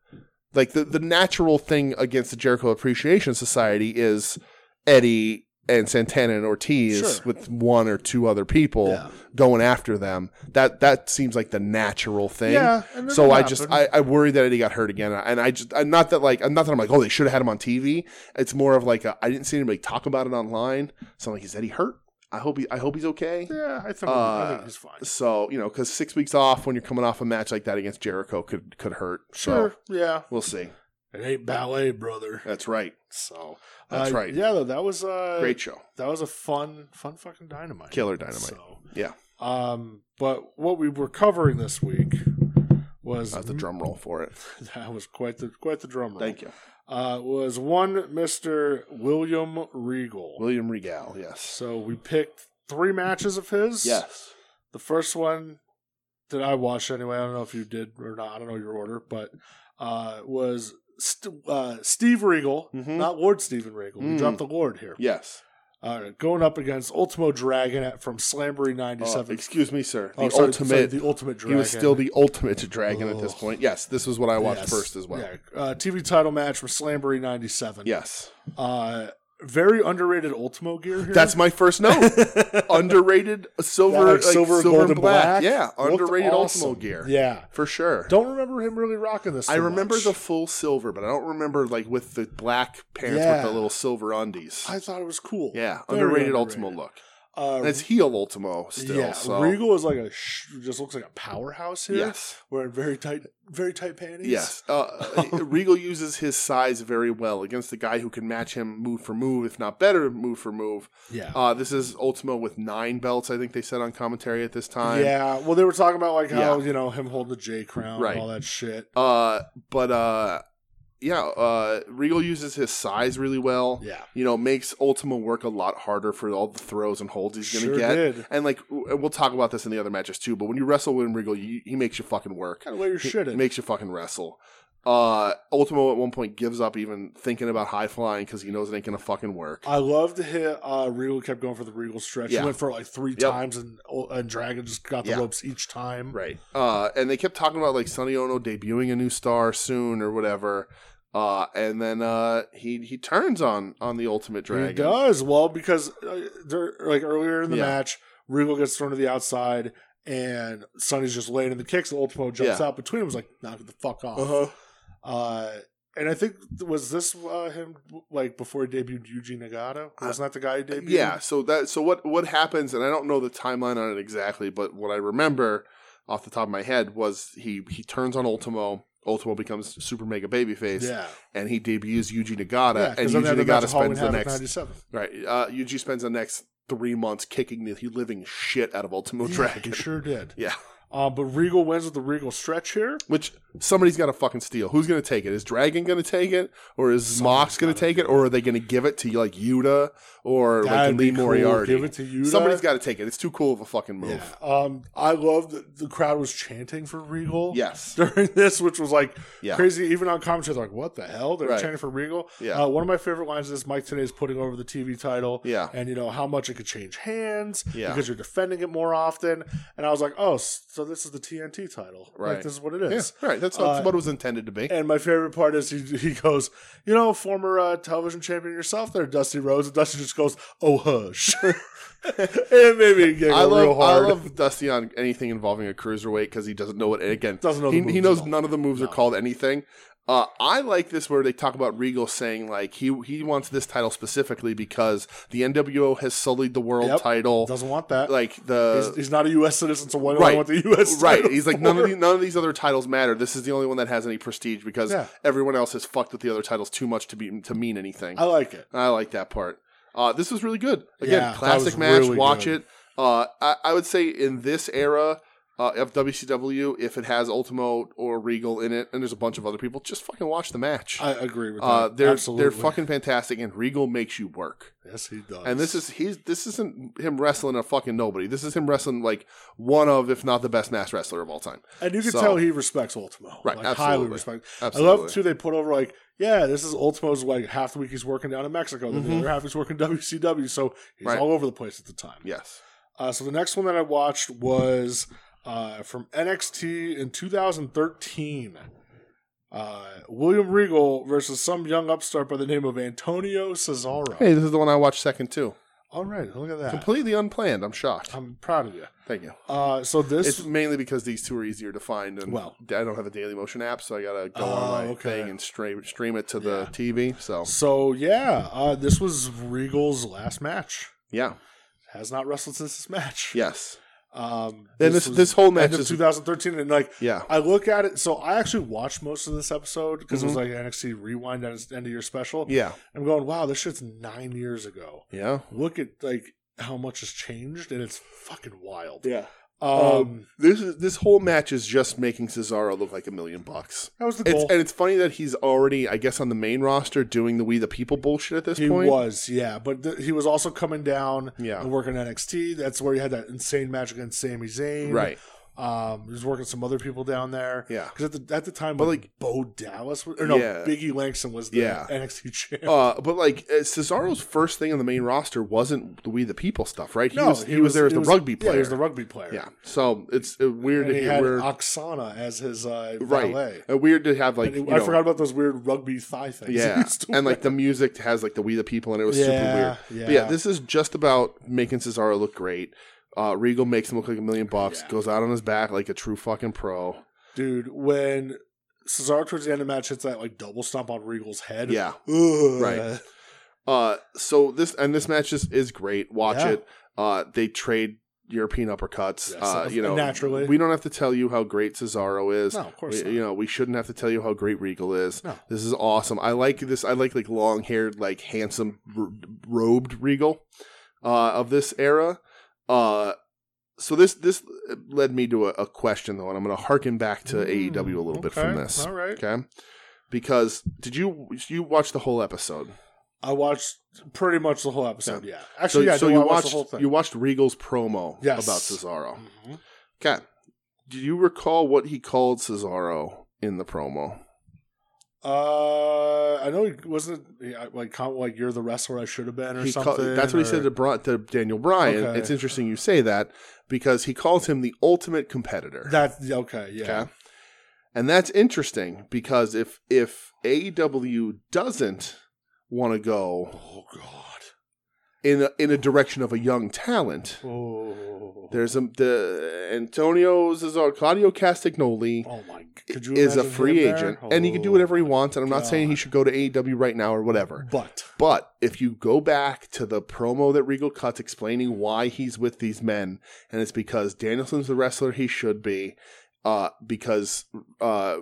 Speaker 2: like the the natural thing against the Jericho Appreciation Society is Eddie and Santana and Ortiz
Speaker 3: Sure.
Speaker 2: with one or two other people
Speaker 3: Yeah.
Speaker 2: going after them. That that seems like the natural thing.
Speaker 3: yeah. and
Speaker 2: So
Speaker 3: it'll
Speaker 2: I just
Speaker 3: happen.
Speaker 2: I, I worry that Eddie got hurt again, and I just I'm not that like I'm not that I'm like oh they should have had him on TV. It's more of like I I didn't see anybody talk about it online, so I'm like is Eddie hurt? I hope he I hope he's okay.
Speaker 3: yeah, I think, I think
Speaker 2: uh,
Speaker 3: he's fine.
Speaker 2: So you know, because six weeks off when you're coming off a match like that against Jericho could could hurt.
Speaker 3: Sure,
Speaker 2: So
Speaker 3: yeah.
Speaker 2: we'll see.
Speaker 3: It ain't ballet, brother.
Speaker 2: That's right.
Speaker 3: So
Speaker 2: That's
Speaker 3: uh,
Speaker 2: right.
Speaker 3: Yeah, though that was uh,
Speaker 2: Great show.
Speaker 3: That was a fun, fun fucking dynamite.
Speaker 2: Killer Dynamite.
Speaker 3: So
Speaker 2: Yeah.
Speaker 3: Um, but what we were covering this week was
Speaker 2: That's the drum roll for it.
Speaker 3: that was quite the quite the drum roll.
Speaker 2: Thank you,
Speaker 3: Uh, was one Mister William Regal.
Speaker 2: William Regal. Yes.
Speaker 3: So we picked three matches of his.
Speaker 2: Yes.
Speaker 3: The first one that I watched anyway. I don't know if you did or not. I don't know your order, but uh, was St- uh, Steve Regal,
Speaker 2: Mhm.
Speaker 3: not Lord Steven Regal. We
Speaker 2: Mm.
Speaker 3: dropped the Lord here.
Speaker 2: Yes. Oh,
Speaker 3: Uh, going up against Ultimo Dragon at, from Slambury
Speaker 2: Uh,
Speaker 3: '97.
Speaker 2: excuse me, sir. The
Speaker 3: Oh, sorry, sorry,
Speaker 2: ultimate.
Speaker 3: the ultimate dragon.
Speaker 2: he was still the ultimate dragon at this
Speaker 3: Ugh.
Speaker 2: point. Yes. This was what I watched
Speaker 3: Yes.
Speaker 2: first as well.
Speaker 3: Yeah. Uh, TV title match from Slambury '97.
Speaker 2: Yes.
Speaker 3: Uh, very underrated Ultimo gear here.
Speaker 2: That's my first note. underrated silver,
Speaker 3: That,
Speaker 2: like,
Speaker 3: like,
Speaker 2: silver, gold and black. Yeah.
Speaker 3: Looked
Speaker 2: Underrated
Speaker 3: awesome.
Speaker 2: Ultimo gear.
Speaker 3: Yeah.
Speaker 2: For sure.
Speaker 3: Don't remember him really rocking this.
Speaker 2: I
Speaker 3: too
Speaker 2: remember
Speaker 3: much.
Speaker 2: the full silver, but I don't remember like with the black pants
Speaker 3: Yeah.
Speaker 2: with the little silver undies.
Speaker 3: I thought it was cool.
Speaker 2: yeah,
Speaker 3: Very
Speaker 2: underrated, Ultimo look.
Speaker 3: Uh,
Speaker 2: And it's heel Ultimo still.
Speaker 3: yeah.
Speaker 2: so.
Speaker 3: Regal is like a sh- just looks like a powerhouse here.
Speaker 2: Yes.
Speaker 3: Wearing very tight, very tight panties.
Speaker 2: Yes. Uh, Regal uses his size very well against the guy who can match him move for move, if not better move for move.
Speaker 3: Yeah.
Speaker 2: Uh, this is Ultimo with nine belts, I think they said on commentary at this time.
Speaker 3: yeah. Well, they were talking about like
Speaker 2: Yeah.
Speaker 3: how you know him holding the J crown,
Speaker 2: Right.
Speaker 3: and all that shit.
Speaker 2: Uh, but uh, yeah, uh, Regal uses his size really well.
Speaker 3: Yeah.
Speaker 2: you know, makes Ultimo work a lot harder for all the throws and holds he's going to get.
Speaker 3: Sure did.
Speaker 2: And like, w- and we'll talk about this in the other matches too. But when you wrestle with Regal, you, he makes you fucking work.
Speaker 3: Kind of way you're
Speaker 2: He
Speaker 3: shitting.
Speaker 2: makes you fucking wrestle. Uh, Ultimo at one point gives up even thinking about high flying because he knows it ain't gonna fucking work.
Speaker 3: I loved to hit uh, Regal kept going for the Regal stretch.
Speaker 2: Yeah.
Speaker 3: He went for it like three
Speaker 2: Yep.
Speaker 3: times, and uh, and Dragon just got the
Speaker 2: Yeah.
Speaker 3: ropes each time.
Speaker 2: Right. Uh, and they kept talking about like Sonny Ono debuting a new star soon or whatever. Uh, and then uh, he he turns on on the Ultimate Dragon.
Speaker 3: He does well because uh, there, like earlier in the
Speaker 2: Yeah.
Speaker 3: match, Regal gets thrown to the outside, and Sonny's just laying in the kicks. And Ultimo jumps
Speaker 2: Yeah.
Speaker 3: out between him, is like, "Knock the fuck off."
Speaker 2: Uh-huh.
Speaker 3: Uh, and I think was this uh, him like before he debuted Yuji Nagata? Wasn't that the guy who debuted?
Speaker 2: Uh, Yeah. So that so what what happens, and I don't know the timeline on it exactly, but what I remember off the top of my head was he he turns on Ultimo. Ultimo becomes super mega babyface,
Speaker 3: yeah,
Speaker 2: and he debuts Yuji Nagata,
Speaker 3: yeah.
Speaker 2: and
Speaker 3: Because then they
Speaker 2: Yuji
Speaker 3: had the match
Speaker 2: Nagata
Speaker 3: at Halloween
Speaker 2: spends the
Speaker 3: Havoc
Speaker 2: next
Speaker 3: '97.
Speaker 2: right. Uh, Yuji spends the next three months kicking the living shit out of Ultimo
Speaker 3: Yeah, he
Speaker 2: Dragon.
Speaker 3: sure did.
Speaker 2: Yeah.
Speaker 3: Uh, but Regal wins with the Regal stretch here.
Speaker 2: Which somebody's got to fucking steal. Who's gonna take it? Is Dragon gonna take it, or is Mox gonna
Speaker 3: gotta
Speaker 2: take it, or are they gonna give it to like Yuta or like
Speaker 3: That'd
Speaker 2: Lee
Speaker 3: be cool.
Speaker 2: Moriarty?
Speaker 3: Give it to you.
Speaker 2: Somebody's got to take it. It's too cool of a fucking move.
Speaker 3: Yeah. Um, I love that the crowd was chanting for Regal.
Speaker 2: Yes.
Speaker 3: During this, which was like
Speaker 2: Yeah.
Speaker 3: crazy, even on commentary, they're like, "What the hell?" They're
Speaker 2: Right.
Speaker 3: chanting for Regal.
Speaker 2: Yeah.
Speaker 3: Uh, one of my favorite lines is Mike today is putting over the TV title.
Speaker 2: Yeah.
Speaker 3: And you know how much it could change hands
Speaker 2: Yeah.
Speaker 3: because you're defending it more often. And I was like, "Oh, s- so this is the TNT title? Like,
Speaker 2: Right.
Speaker 3: this is what it
Speaker 2: Yeah,
Speaker 3: is."
Speaker 2: right. That's, that's
Speaker 3: Uh,
Speaker 2: what it was intended to be.
Speaker 3: And my favorite part is he, he goes, you know, former uh, television champion yourself there, Dusty Rhodes. And Dusty just goes, oh, hush. it made me giggle
Speaker 2: I
Speaker 3: real
Speaker 2: love I
Speaker 3: hard.
Speaker 2: love Dusty on anything involving a cruiserweight because he doesn't know what. and Again,
Speaker 3: Doesn't know the
Speaker 2: he,
Speaker 3: moves
Speaker 2: he
Speaker 3: at
Speaker 2: knows
Speaker 3: all.
Speaker 2: none of the moves are called anything. Uh, I like this where they talk about Regal saying like he he wants this title specifically because the NWO has sullied the world
Speaker 3: Yep.
Speaker 2: title.
Speaker 3: Doesn't want that.
Speaker 2: Like the
Speaker 3: he's, he's not a U.S. citizen, so why do
Speaker 2: Right.
Speaker 3: I want the U.S.
Speaker 2: right.
Speaker 3: title
Speaker 2: He's like none of
Speaker 3: for?
Speaker 2: the, none of these other titles matter. This is the only one that has any prestige because
Speaker 3: Yeah.
Speaker 2: everyone else has fucked with the other titles too much to be to mean anything.
Speaker 3: I like it.
Speaker 2: I like that part. Uh, this was really good. Again,
Speaker 3: Yeah, that
Speaker 2: classic
Speaker 3: was
Speaker 2: match.
Speaker 3: really
Speaker 2: watch
Speaker 3: good.
Speaker 2: it. Uh, I, I would say in this era uh, of WCW, if it has Ultimo or Regal in it, and there's a bunch of other people, just fucking watch the match.
Speaker 3: I agree with that.
Speaker 2: uh, they're
Speaker 3: Absolutely.
Speaker 2: they're fucking fantastic, and Regal makes you work.
Speaker 3: Yes, he does.
Speaker 2: And this is he's this isn't him wrestling a fucking nobody. This is him wrestling like one of, if not the best mass wrestler of all time.
Speaker 3: and you can
Speaker 2: so-
Speaker 3: tell he respects Ultimo.
Speaker 2: Right,
Speaker 3: Like,
Speaker 2: absolutely.
Speaker 3: highly respect.
Speaker 2: Absolutely.
Speaker 3: I love too. They put over like, yeah, this is Ultimo's like half the week he's working down in Mexico, then
Speaker 2: Mhm.
Speaker 3: the other half he's working WCW. So he's
Speaker 2: Right.
Speaker 3: all over the place at the time.
Speaker 2: Yes.
Speaker 3: Uh, so the next one that I watched was uh, from NXT in 2013. Uh, William Regal versus some young upstart by the name of Antonio Cesaro.
Speaker 2: Hey, this is the one I watched second too.
Speaker 3: All right, look at that.
Speaker 2: Completely unplanned. I'm shocked.
Speaker 3: I'm proud of you.
Speaker 2: Thank you.
Speaker 3: Uh, so this,
Speaker 2: It's mainly because these two are easier to find, and
Speaker 3: Well.
Speaker 2: I don't have a Daily Motion app, so I gotta go
Speaker 3: Oh,
Speaker 2: on my
Speaker 3: okay.
Speaker 2: thing and stream stream it to the TV. So
Speaker 3: so yeah, uh, this was Regal's last match.
Speaker 2: yeah,
Speaker 3: Has not wrestled since this match.
Speaker 2: yes,
Speaker 3: Um,
Speaker 2: And this-
Speaker 3: was
Speaker 2: this whole match
Speaker 3: end of
Speaker 2: is-
Speaker 3: 2013, and like
Speaker 2: yeah,
Speaker 3: I look at it. So I actually watched most of this episode because it was
Speaker 2: Mm-hmm.
Speaker 3: like an NXT Rewind at its end of year special.
Speaker 2: yeah,
Speaker 3: I'm going, wow, this shit's nine years ago.
Speaker 2: yeah,
Speaker 3: Look at like how much has changed, and it's fucking wild.
Speaker 2: yeah.
Speaker 3: Um,
Speaker 2: This is this whole match is just making Cesaro look like a million bucks.
Speaker 3: that was the
Speaker 2: It's,
Speaker 3: goal.
Speaker 2: and it's funny that he's already, I guess, on the main roster doing the We the People bullshit at this
Speaker 3: He
Speaker 2: point.
Speaker 3: was, yeah, but th- he was also coming down
Speaker 2: Yeah.
Speaker 3: and working NXT. That's where he had that insane match against Sami Zayn.
Speaker 2: Right.
Speaker 3: Um, he was working some other people down there.
Speaker 2: Yeah.
Speaker 3: Because at the, at the time, but like Bo Dallas, was- or no,
Speaker 2: Yeah.
Speaker 3: Biggie Langston was the
Speaker 2: Yeah.
Speaker 3: NXT champ.
Speaker 2: Uh, but like uh, Cesaro's first thing on the main roster wasn't the We the People stuff, right? He
Speaker 3: No,
Speaker 2: was he, was, there as
Speaker 3: he
Speaker 2: the
Speaker 3: was-
Speaker 2: rugby
Speaker 3: Yeah,
Speaker 2: player.
Speaker 3: he was the rugby player.
Speaker 2: Yeah. So it's uh, weird to
Speaker 3: And he
Speaker 2: hear
Speaker 3: had
Speaker 2: where
Speaker 3: Oksana as his uh,
Speaker 2: right.
Speaker 3: valet.
Speaker 2: Uh, weird to have like
Speaker 3: And
Speaker 2: you
Speaker 3: I
Speaker 2: know,
Speaker 3: forgot about those weird rugby thigh things. he
Speaker 2: yeah,
Speaker 3: used to
Speaker 2: and like the music has like the We the People, and it was super
Speaker 3: Yeah,
Speaker 2: weird. Yeah. But yeah,
Speaker 3: yeah.
Speaker 2: this is just about making Cesaro look great. Uh, Regal makes him look like a million bucks.
Speaker 3: Yeah.
Speaker 2: Goes out on his back like a true fucking pro.
Speaker 3: dude when cesaro towards the end of the match hits that like double stomp on regal's head
Speaker 2: Yeah.
Speaker 3: Ugh.
Speaker 2: Right. Uh, so this and this match is is great. Watch
Speaker 3: Yeah.
Speaker 2: it. Uh, they trade European uppercuts.
Speaker 3: Yes,
Speaker 2: uh, you know,
Speaker 3: naturally.
Speaker 2: we don't have to tell you how great Cesaro is.
Speaker 3: no of course
Speaker 2: We-
Speaker 3: not.
Speaker 2: you know, we shouldn't have to tell you how great Regal is.
Speaker 3: No.
Speaker 2: This is awesome. I like this. I like like long haired, like handsome, r- robed Regal uh, of this era. Uh, so this this led me to a, a question though, and I'm going to harken back to
Speaker 3: Mm,
Speaker 2: AEW a little bit
Speaker 3: okay,
Speaker 2: from this,
Speaker 3: all right
Speaker 2: okay? Because did you you watch the whole episode?
Speaker 3: i watched pretty much the whole episode yeah,
Speaker 2: So,
Speaker 3: actually yeah
Speaker 2: so
Speaker 3: no,
Speaker 2: you
Speaker 3: I watched
Speaker 2: watched
Speaker 3: the whole thing
Speaker 2: you watched Regal's promo
Speaker 3: Yes.
Speaker 2: about Cesaro.
Speaker 3: Mhm.
Speaker 2: Okay, do you recall what he called Cesaro in the promo?
Speaker 3: Uh, I know he wasn't he, I- like kind of like you're the wrestler I should have been or
Speaker 2: He call-
Speaker 3: something.
Speaker 2: that's what he
Speaker 3: or-
Speaker 2: said to, Bri- to Daniel Bryan.
Speaker 3: Okay.
Speaker 2: It's interesting you say that because he calls him the ultimate competitor.
Speaker 3: That okay, yeah,
Speaker 2: Okay. And that's interesting because if if AEW doesn't want to go
Speaker 3: Oh god.
Speaker 2: in a, in a direction of a young talent,
Speaker 3: Oh.
Speaker 2: there's a the Antonio's is Claudio Castagnoli
Speaker 3: oh my. g- Could you
Speaker 2: is a
Speaker 3: imagine
Speaker 2: free
Speaker 3: him there? Oh
Speaker 2: agent and he can do whatever he wants and I'm not saying he
Speaker 3: God.
Speaker 2: should go to AEW right now or whatever.
Speaker 3: But
Speaker 2: But if you go back to the promo that Regal cuts explaining why he's with these men, and it's because Danielson's the wrestler he should be, uh, because uh,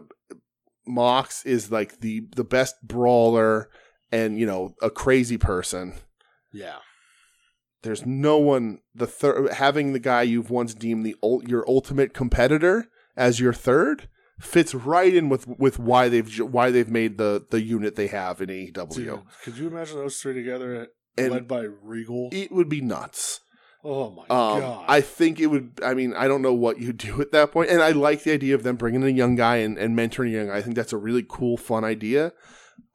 Speaker 2: Mox is like the the best brawler and you know a crazy person.
Speaker 3: yeah,
Speaker 2: There's no one the third having the guy you've once deemed the ul- your ultimate competitor as your third fits right in with with why they've ju- why they've made the the unit they have in AEW
Speaker 3: dude, could you imagine those three together,
Speaker 2: and.
Speaker 3: led by Regal?
Speaker 2: it would be nuts.
Speaker 3: oh my
Speaker 2: Um,
Speaker 3: god!
Speaker 2: I think it would. I mean, I don't know what you do at that point. And I like the idea of them bringing in a young guy and, and mentoring a young guy. I think that's a really cool, fun idea.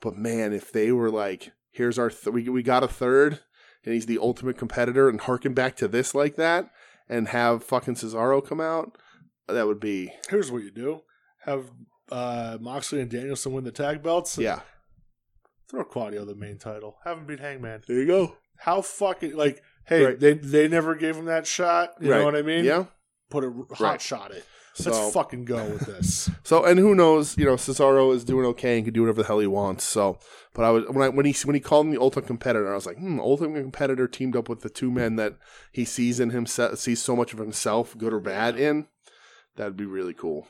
Speaker 2: But man, if they were like, here's our, th- we, we got a third and he's the ultimate competitor and harken back to this like that and have fucking Cesaro come out, that would be,
Speaker 3: Here's what you do: have uh, Moxley and Danielson win the tag belts.
Speaker 2: yeah.
Speaker 3: Throw Claudio the main title. Have him beat Hangman.
Speaker 2: There you go.
Speaker 3: How fucking like? Hey,
Speaker 2: Right.
Speaker 3: they they never gave him that shot. You
Speaker 2: Right.
Speaker 3: know what I mean?
Speaker 2: Yeah.
Speaker 3: Put a r- hot
Speaker 2: Right.
Speaker 3: shot it.
Speaker 2: So,
Speaker 3: Let's fucking go with this.
Speaker 2: So and who knows? You know, Cesaro is doing okay and can do whatever the hell he wants. So, but I was when I when he when he called him the ultimate competitor, I was like, hmm, ultimate competitor teamed up with the two men that he sees in himself, sees so much of himself, good or bad, in. That'd be really cool.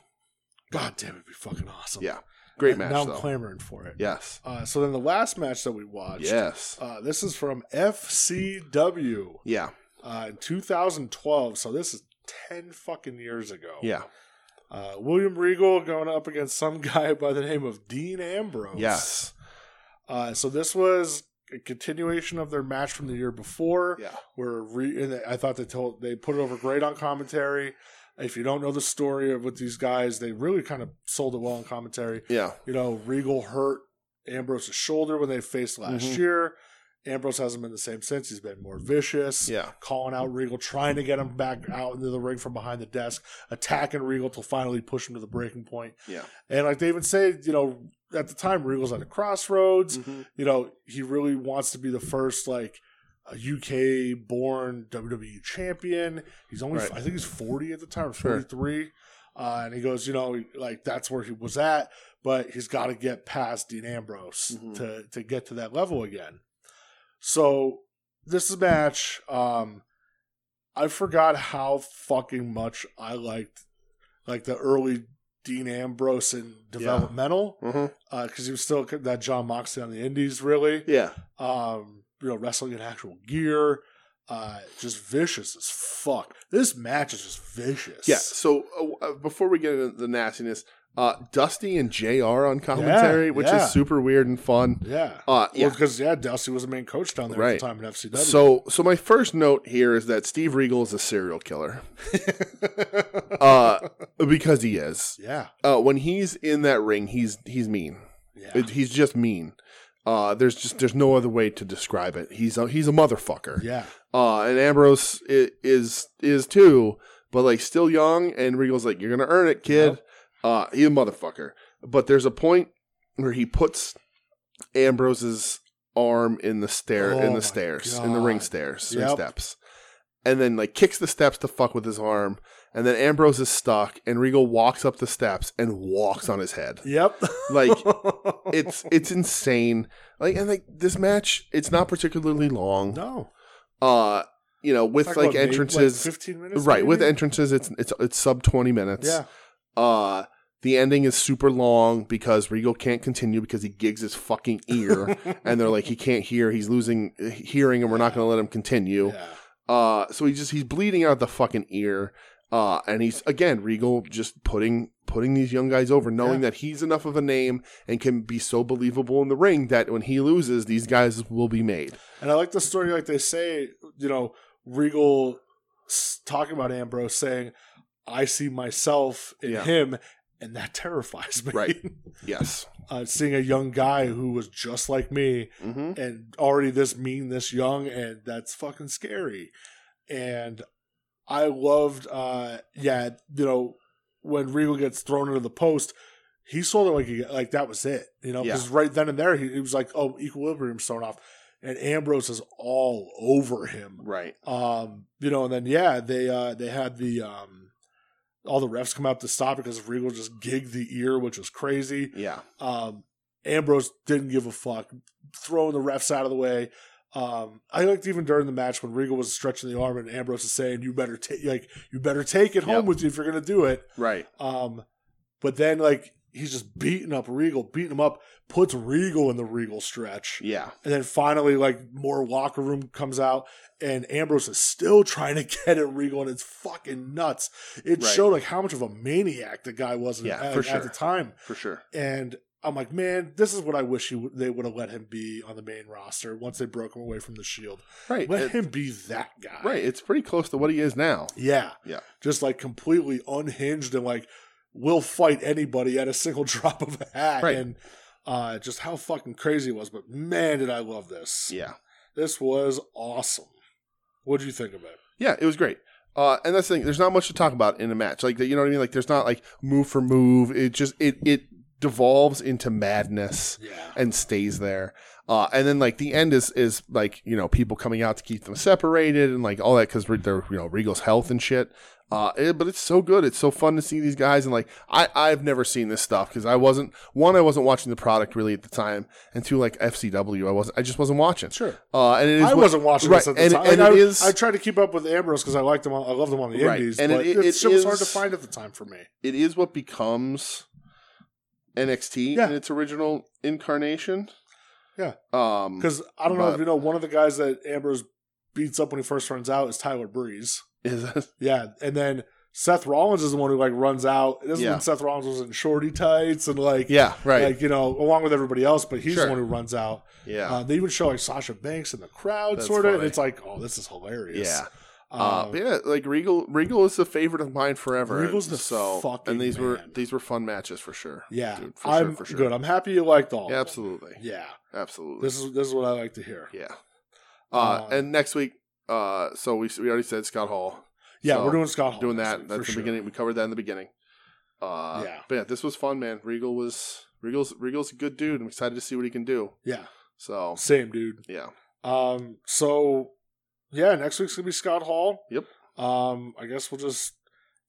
Speaker 3: God damn, it'd be fucking awesome.
Speaker 2: Yeah. Great
Speaker 3: And
Speaker 2: match
Speaker 3: Now I'm
Speaker 2: though.
Speaker 3: clamoring for it.
Speaker 2: yes,
Speaker 3: Uh, so then the last match that we watched.
Speaker 2: yes,
Speaker 3: Uh, this is from FCW
Speaker 2: yeah,
Speaker 3: uh, in 2012. So this is 10 fucking years ago.
Speaker 2: yeah,
Speaker 3: Uh, William Regal going up against some guy by the name of Dean Ambrose.
Speaker 2: yes,
Speaker 3: Uh, so this was a continuation of their match from the year before,
Speaker 2: yeah,
Speaker 3: where re- and I thought they told they put it over great on commentary. If you don't know the story of with these guys, they really kind of sold it well in commentary.
Speaker 2: yeah,
Speaker 3: You know, Regal hurt Ambrose's shoulder when they faced last
Speaker 2: Mhm.
Speaker 3: year. Ambrose hasn't been the same since. He's been more vicious
Speaker 2: yeah,
Speaker 3: calling out Regal, trying to get him back out into the ring from behind the desk, attacking Regal to finally push him to the breaking point.
Speaker 2: Yeah.
Speaker 3: And like they even say, you know, at the time Regal's at a crossroads.
Speaker 2: Mhm.
Speaker 3: You know, he really wants to be the first like UK born WWE champion. He's only
Speaker 2: Right.
Speaker 3: I think he's 40 at the time, or
Speaker 2: Sure.
Speaker 3: 43. Uh, and he goes, you know, like that's where he was at, but he's got to get past Dean Ambrose
Speaker 2: Mhm.
Speaker 3: to to get to that level again. So this is a match. Um, I forgot how fucking much I liked like the early Dean Ambrose and developmental
Speaker 2: Mhm.
Speaker 3: because uh, he was still that John Moxley on the Indies, really.
Speaker 2: yeah,
Speaker 3: Um, you know, wrestling in actual gear, uh, just vicious as fuck. This match is just vicious.
Speaker 2: yeah. So uh, uh, before we get into the nastiness, uh, Dusty and Jr. on commentary,
Speaker 3: Yeah,
Speaker 2: which
Speaker 3: yeah.
Speaker 2: is super weird and fun.
Speaker 3: yeah.
Speaker 2: Uh, yeah,
Speaker 3: because yeah, Dusty was the main coach down there
Speaker 2: Right.
Speaker 3: at the time in FCW.
Speaker 2: So, so my first note here is that Steve Regal is a serial killer uh, because he is.
Speaker 3: yeah,
Speaker 2: Uh, when he's in that ring, he's he's mean.
Speaker 3: yeah,
Speaker 2: It- he's just mean. Uh, there's just there's no other way to describe it. He's a, he's a motherfucker.
Speaker 3: yeah,
Speaker 2: Uh, and Ambrose is, is is too, but like still young. And Regal's like, you're gonna earn it, kid. Uh, he's a motherfucker. But there's a point where he puts Ambrose's arm in the stair
Speaker 3: Oh
Speaker 2: in
Speaker 3: my
Speaker 2: the stairs in the ring
Speaker 3: God.
Speaker 2: stairs ring
Speaker 3: Yep.
Speaker 2: steps, and then like kicks the steps to fuck with his arm. And then Ambrose is stuck, and Regal walks up the steps and walks on his head.
Speaker 3: yep.
Speaker 2: Like it's it's insane. Like and like this match, it's not particularly long.
Speaker 3: no
Speaker 2: Uh, you know, with
Speaker 3: Talk
Speaker 2: like
Speaker 3: about maybe,
Speaker 2: entrances,
Speaker 3: fifteen minutes,
Speaker 2: right? With
Speaker 3: maybe?
Speaker 2: entrances, it's it's it's sub twenty minutes.
Speaker 3: yeah,
Speaker 2: Uh, the ending is super long because Regal can't continue because he gigs his fucking ear, and they're like, he can't hear, he's losing uh, hearing, and we're not going to let him continue.
Speaker 3: yeah,
Speaker 2: Uh, so he just he's bleeding out the fucking ear. Uh, and he's again Regal just putting putting these young guys over, knowing
Speaker 3: Yeah.
Speaker 2: that he's enough of a name and can be so believable in the ring that when he loses, these guys will be made.
Speaker 3: and I like the story. Like they say, you know, Regal s- talking about Ambrose saying, "I see myself in
Speaker 2: Yeah.
Speaker 3: him." and that terrifies me.
Speaker 2: Right. Yes.
Speaker 3: uh, seeing a young guy who was just like me
Speaker 2: Mm-hmm.
Speaker 3: and already this mean, this young, and that's fucking scary. And I loved, uh, yeah, you know, when Regal gets thrown into the post, he sold it like he, like that was it, you know, because right then and there he, he was like, oh, equilibrium's thrown off, and Ambrose is all over him
Speaker 2: Right.
Speaker 3: um you know and then yeah they uh they had the um all the refs come out to stop it because regal just gigged the ear which was crazy
Speaker 2: Yeah.
Speaker 3: um ambrose didn't give a fuck throwing the refs out of the way um i liked even during the match when regal was stretching the arm and ambrose is saying you better take like you better take it home
Speaker 2: Yep.
Speaker 3: with you if you're gonna do it
Speaker 2: Right.
Speaker 3: um but then like he's just beating up regal beating him up puts regal in the regal stretch
Speaker 2: Yeah.
Speaker 3: and then finally, like more locker room comes out, and Ambrose is still trying to get at Regal, and it's fucking nuts. It
Speaker 2: Right.
Speaker 3: showed like how much of a maniac the guy was
Speaker 2: Yeah,
Speaker 3: at,
Speaker 2: for
Speaker 3: at
Speaker 2: sure.
Speaker 3: the time.
Speaker 2: For sure.
Speaker 3: And I'm like, man, this is what I wish he would they would have let him be on the main roster once they broke him away from the Shield.
Speaker 2: Right.
Speaker 3: Let
Speaker 2: It-
Speaker 3: him be that guy,
Speaker 2: right. It's pretty close to what he is now.
Speaker 3: Yeah,
Speaker 2: Yeah.
Speaker 3: just like completely unhinged and like will fight anybody at a single drop of a hat,
Speaker 2: Right.
Speaker 3: and uh, just how fucking crazy it was. But man, did I love this.
Speaker 2: Yeah.
Speaker 3: This was awesome. What'd you think of it?
Speaker 2: Yeah. It was great. Uh, and that's the thing. There's not much to talk about in a match. Like you know what I mean. Like there's not like move for move. It just it it devolves into madness.
Speaker 3: Yeah.
Speaker 2: and stays there. Uh, and then like the end is is like you know people coming out to keep them separated and like all that because they're you know Regal's health and shit. Uh, eh, but it's so good. It's so fun to see these guys and like I I've never seen this stuff because I wasn't one I wasn't watching the product really at the time and two like FCW I wasn't I just wasn't watching.
Speaker 3: Sure.
Speaker 2: Uh, and it is
Speaker 3: I
Speaker 2: what-
Speaker 3: wasn't watching
Speaker 2: right,
Speaker 3: this at the
Speaker 2: and,
Speaker 3: time.
Speaker 2: And
Speaker 3: Like,
Speaker 2: it
Speaker 3: I,
Speaker 2: is
Speaker 3: I tried to keep up with Ambrose because I liked him. On, I loved him on the
Speaker 2: Right.
Speaker 3: Indies,
Speaker 2: And it-
Speaker 3: but
Speaker 2: it-
Speaker 3: it,
Speaker 2: it
Speaker 3: shit was hard
Speaker 2: is-
Speaker 3: to find at the time for me.
Speaker 2: it is what becomes NXT
Speaker 3: Yeah.
Speaker 2: in its original incarnation.
Speaker 3: Yeah.
Speaker 2: Um.
Speaker 3: Because I don't know
Speaker 2: But-
Speaker 3: if you know, one of the guys that Ambrose beats up when he first runs out is Tyler Breeze.
Speaker 2: Is it,
Speaker 3: Yeah, and then Seth Rollins is the one who like runs out. This is
Speaker 2: Yeah.
Speaker 3: when Seth Rollins was in shorty tights and like
Speaker 2: yeah. Right.
Speaker 3: like you know along with everybody else, but he's
Speaker 2: Sure.
Speaker 3: the one who runs out.
Speaker 2: yeah.
Speaker 3: Uh, they even show like Sasha Banks in the crowd,
Speaker 2: That's
Speaker 3: sort of. And
Speaker 2: funny.
Speaker 3: it's like, oh, this is hilarious.
Speaker 2: yeah.
Speaker 3: Um,
Speaker 2: Uh, but yeah, like Regal, Regal is a favorite of mine forever.
Speaker 3: Regal's the
Speaker 2: so,
Speaker 3: fucking
Speaker 2: and these were
Speaker 3: man.
Speaker 2: these were fun matches for sure.
Speaker 3: Yeah,
Speaker 2: Dude, for sure,
Speaker 3: I'm
Speaker 2: for sure.
Speaker 3: good. I'm happy you liked all.
Speaker 2: Yeah,
Speaker 3: of them.
Speaker 2: absolutely,
Speaker 3: Yeah,
Speaker 2: absolutely.
Speaker 3: this is this is what I like to hear.
Speaker 2: yeah. Uh,
Speaker 3: Um,
Speaker 2: and next week, uh, so we we already said Scott Hall
Speaker 3: Yeah,
Speaker 2: So,
Speaker 3: we're doing Scott Hall
Speaker 2: doing
Speaker 3: Oh, next
Speaker 2: that.
Speaker 3: week,
Speaker 2: That's
Speaker 3: for
Speaker 2: the
Speaker 3: sure.
Speaker 2: beginning. We covered that in the beginning. Uh,
Speaker 3: Yeah.
Speaker 2: But yeah, this was fun, man. Regal was Regal's Regal's a good dude. I'm excited to see what he can do.
Speaker 3: Yeah,
Speaker 2: So
Speaker 3: same dude.
Speaker 2: yeah,
Speaker 3: Um, so yeah, next week's gonna be Scott Hall.
Speaker 2: Yep.
Speaker 3: Um, I guess we'll just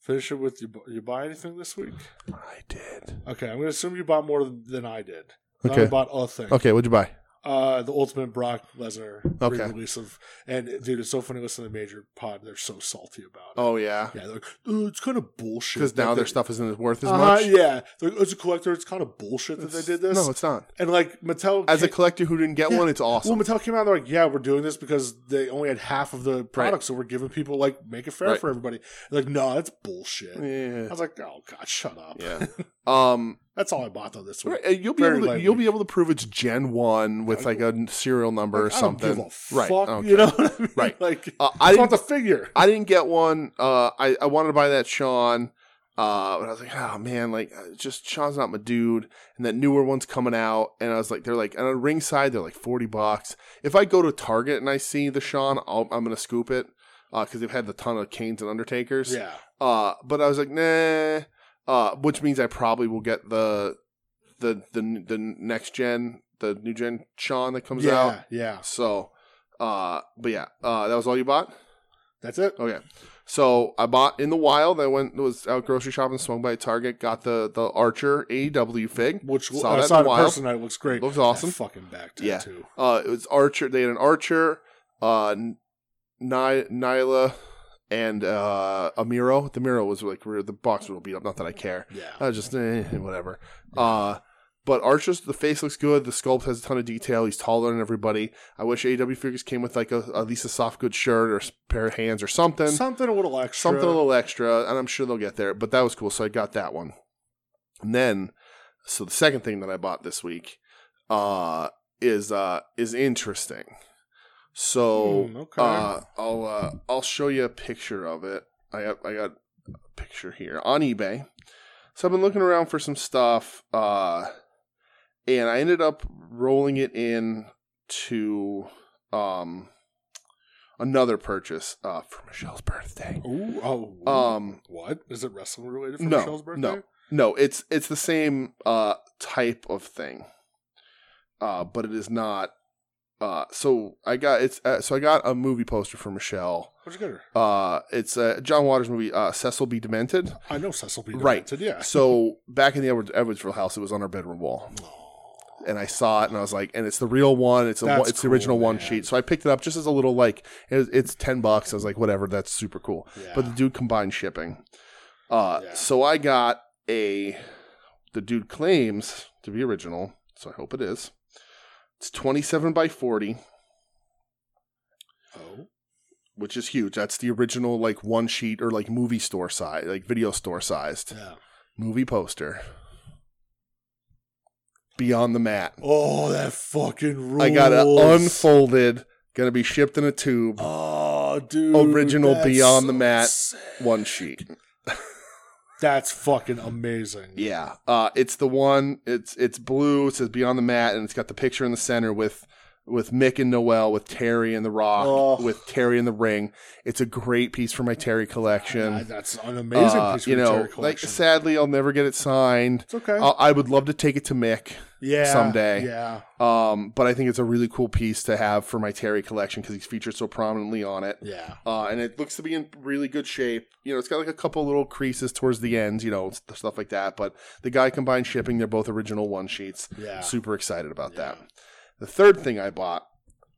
Speaker 3: finish it with you. bu- You buy anything this week?
Speaker 2: I did.
Speaker 3: Okay, I'm gonna assume you bought more than, than I did. I only
Speaker 2: Okay.
Speaker 3: bought a thing.
Speaker 2: Okay, what'd you buy?
Speaker 3: Uh, the Ultimate Brock Lesnar
Speaker 2: Okay.
Speaker 3: release of, and dude, it's so funny listening to Major Pod. They're so salty about it.
Speaker 2: Oh yeah,
Speaker 3: Yeah, they're like, "Ooh, it's kind of bullshit.
Speaker 2: because
Speaker 3: that
Speaker 2: now
Speaker 3: they-
Speaker 2: their stuff isn't worth as
Speaker 3: Uh-huh,
Speaker 2: much.
Speaker 3: Yeah, They're like, as a collector, it's kind of bullshit that they did this.
Speaker 2: No, it's not.
Speaker 3: and like Mattel,
Speaker 2: As a
Speaker 3: ca-
Speaker 2: collector who didn't get
Speaker 3: Yeah.
Speaker 2: one, it's awesome.
Speaker 3: well, Mattel came out, they're like, yeah, we're doing this because they only had half of the product, so we're giving people like make it fair
Speaker 2: Right.
Speaker 3: for everybody. They're like, no, that's bullshit. I
Speaker 2: Yeah.
Speaker 3: was like, oh god, shut up.
Speaker 2: Yeah. Um,
Speaker 3: That's all I bought though this week.
Speaker 2: right, uh, you'll be
Speaker 3: Very
Speaker 2: able to,
Speaker 3: lightly.
Speaker 2: you'll be able to prove it's Gen One with like a n- serial number or
Speaker 3: Like, I don't give
Speaker 2: something.
Speaker 3: a
Speaker 2: Right.
Speaker 3: fuck,
Speaker 2: okay.
Speaker 3: You know what I mean?
Speaker 2: Right.
Speaker 3: Like,
Speaker 2: Uh,
Speaker 3: I
Speaker 2: I
Speaker 3: just want
Speaker 2: didn't.
Speaker 3: the figure.
Speaker 2: I didn't get one. Uh, I I wanted to buy that Sean. Uh, but I was like, oh man, like uh, just Sean's not my dude, and that newer one's coming out, and I was like, they're like on a ringside, they're like forty bucks. If I go to Target and I see the Sean, I'll, I'm gonna scoop it because they've had the ton of Canes and Undertakers.
Speaker 3: Yeah.
Speaker 2: Uh, but I was like, nah. Uh, which means I probably will get the the the the next gen, the new gen Sean that comes
Speaker 3: yeah.
Speaker 2: out.
Speaker 3: Yeah.
Speaker 2: So, uh, but yeah, uh, that was all you bought.
Speaker 3: That's it.
Speaker 2: Okay. So I bought in the wild. I went was out grocery shopping, swung by Target, got the the Archer AEW fig.
Speaker 3: Which
Speaker 2: Saw
Speaker 3: I
Speaker 2: that
Speaker 3: saw
Speaker 2: in
Speaker 3: it
Speaker 2: the
Speaker 3: in
Speaker 2: wild.
Speaker 3: person. That looks great.
Speaker 2: Looks awesome.
Speaker 3: That fucking back
Speaker 2: Yeah.
Speaker 3: tattoo.
Speaker 2: Uh, it was Archer. They had an Archer, uh, N- Ny- Nyla, and uh, a Miro. The Miro was like re- the box was beat up. Not that I care.
Speaker 3: Yeah.
Speaker 2: I was just eh, whatever. Uh but Archer's the face looks good. The sculpt has a ton of detail. He's taller than everybody. I wish AEW figures came with like a at least a soft good shirt or s- pair of hands or something,
Speaker 3: something a little extra.
Speaker 2: something a little extra. And I'm sure they'll get there. But that was cool, so I got that one. And then, so the second thing that I bought this week uh, is uh, is interesting. So
Speaker 3: Hmm, okay.
Speaker 2: uh, I'll uh, I'll show you a picture of it. I got I got a picture here on eBay. So I've been looking around for some stuff, uh, and I ended up rolling it in to um, another purchase uh, for Michelle's birthday.
Speaker 3: Ooh, oh,
Speaker 2: Um,
Speaker 3: what is it? Wrestling related for
Speaker 2: no,
Speaker 3: Michelle's birthday?
Speaker 2: no. No, it's it's the same uh, type of thing, uh, but it is not. Uh, so I got it's uh, so I got a movie poster for Michelle.
Speaker 3: What'd you get her?
Speaker 2: Uh, it's a John Waters movie, uh, Cecil B. Demented.
Speaker 3: I know Cecil B.
Speaker 2: Right.
Speaker 3: Demented, Yeah.
Speaker 2: So back in the Edwards, Edwardsville house, it was on our bedroom wall, and I saw it, and I was like, and it's the real one. It's a,
Speaker 3: That's
Speaker 2: one- it's the original
Speaker 3: cool,
Speaker 2: one
Speaker 3: man.
Speaker 2: sheet. So I picked it up just as a little like it, it's ten bucks. I was like, whatever, that's super cool.
Speaker 3: Yeah.
Speaker 2: But the dude combined shipping. Uh,
Speaker 3: Yeah.
Speaker 2: so I got a. The dude claims to be original, so I hope it is. It's twenty-seven by forty,
Speaker 3: oh,
Speaker 2: which is huge. That's the original like one sheet or like movie store size, like video store sized.
Speaker 3: yeah.
Speaker 2: movie poster beyond the mat.
Speaker 3: Oh, that fucking rules.
Speaker 2: I got it unfolded, gonna be shipped in a tube,
Speaker 3: Oh, dude.
Speaker 2: Original
Speaker 3: that's
Speaker 2: Beyond the
Speaker 3: so
Speaker 2: Mat.
Speaker 3: sick.
Speaker 2: one sheet.
Speaker 3: That's fucking amazing.
Speaker 2: Yeah, uh, it's the one. It's it's blue. It says beyond the mat, and it's got the picture in the center with with Mick and Noel, with Terry and the Rock,
Speaker 3: Oh.
Speaker 2: with Terry in the ring. It's a great piece for my Terry collection.
Speaker 3: Ah, that's an amazing
Speaker 2: Uh,
Speaker 3: piece of
Speaker 2: you know,
Speaker 3: material
Speaker 2: like
Speaker 3: collection.
Speaker 2: sadly, I'll never get it signed.
Speaker 3: it's okay.
Speaker 2: I'll, I would love to take it to Mick.
Speaker 3: yeah.
Speaker 2: someday.
Speaker 3: Yeah.
Speaker 2: Um, but I think it's a really cool piece to have for my Terry collection because he's featured so prominently on it.
Speaker 3: Yeah.
Speaker 2: Uh, and it looks to be in really good shape. You know, it's got like a couple little creases towards the ends, you know, st- stuff like that. But the guy combined shipping, they're both original one sheets.
Speaker 3: Yeah.
Speaker 2: Super excited about
Speaker 3: Yeah.
Speaker 2: that. The third thing I bought,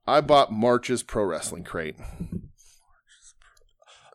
Speaker 2: I bought March's Pro Wrestling Crate.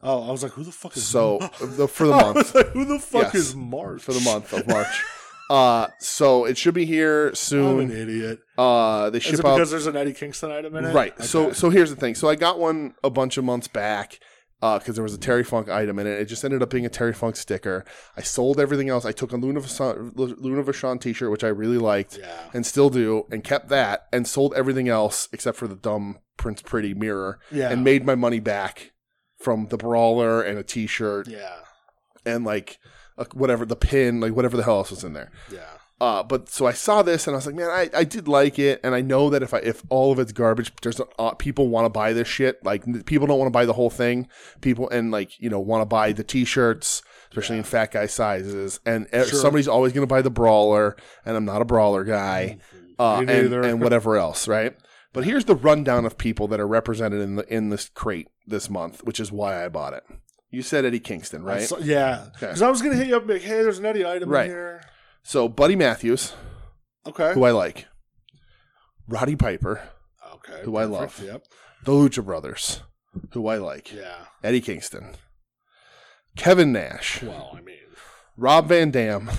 Speaker 3: Oh, I was like, who the fuck is
Speaker 2: So the, for the
Speaker 3: I
Speaker 2: month,
Speaker 3: was like, who the fuck
Speaker 2: Yes.
Speaker 3: is March?
Speaker 2: for the month of March. Uh, so it should be here
Speaker 3: I'm an
Speaker 2: soon.
Speaker 3: idiot.
Speaker 2: Uh, they
Speaker 3: Is it
Speaker 2: ship out
Speaker 3: because there's an Eddie Kingston item in it?
Speaker 2: Right. So
Speaker 3: Okay.
Speaker 2: so here's the thing. So I got one a bunch of months back because there was a Terry Funk item in it. It just ended up being a Terry Funk sticker. I sold everything else. I took a Luna Vachon, Luna Vachon T-shirt, which I really liked
Speaker 3: yeah.
Speaker 2: and still do, and kept that, and sold everything else except for the dumb Prince Pretty mirror,
Speaker 3: Yeah.
Speaker 2: and made my money back from the brawler and a T-shirt
Speaker 3: yeah.
Speaker 2: and like a, whatever the pin, like whatever the hell else was in there.
Speaker 3: Yeah.
Speaker 2: Uh, but so I saw this and I was like, man, I, I did like it, and I know that if I if all of it's garbage, there's uh, people want to buy this shit. Like n- people don't want to buy the whole thing. People and like you know want to buy the t-shirts, especially in fat guy sizes. And uh,
Speaker 3: Sure.
Speaker 2: somebody's always going to buy the brawler, and I'm not a brawler guy, uh,
Speaker 3: Mm-hmm. Me
Speaker 2: and,
Speaker 3: neither.
Speaker 2: and whatever else, right? But here's the rundown of people that are represented in the in this crate this month, which is why I bought it. You said Eddie Kingston,
Speaker 3: I
Speaker 2: right?
Speaker 3: saw- yeah.
Speaker 2: Okay.
Speaker 3: Because I was gonna hit you up and be like, hey, there's an Eddie item
Speaker 2: Right.
Speaker 3: in here.
Speaker 2: so Buddy Matthews,
Speaker 3: Okay.
Speaker 2: who I like, Roddy Piper.
Speaker 3: okay.
Speaker 2: who I love.
Speaker 3: Yep.
Speaker 2: the Lucha Brothers, who I like,
Speaker 3: Yeah.
Speaker 2: Eddie Kingston, Kevin Nash,
Speaker 3: Well, I mean,
Speaker 2: Rob Van Dam,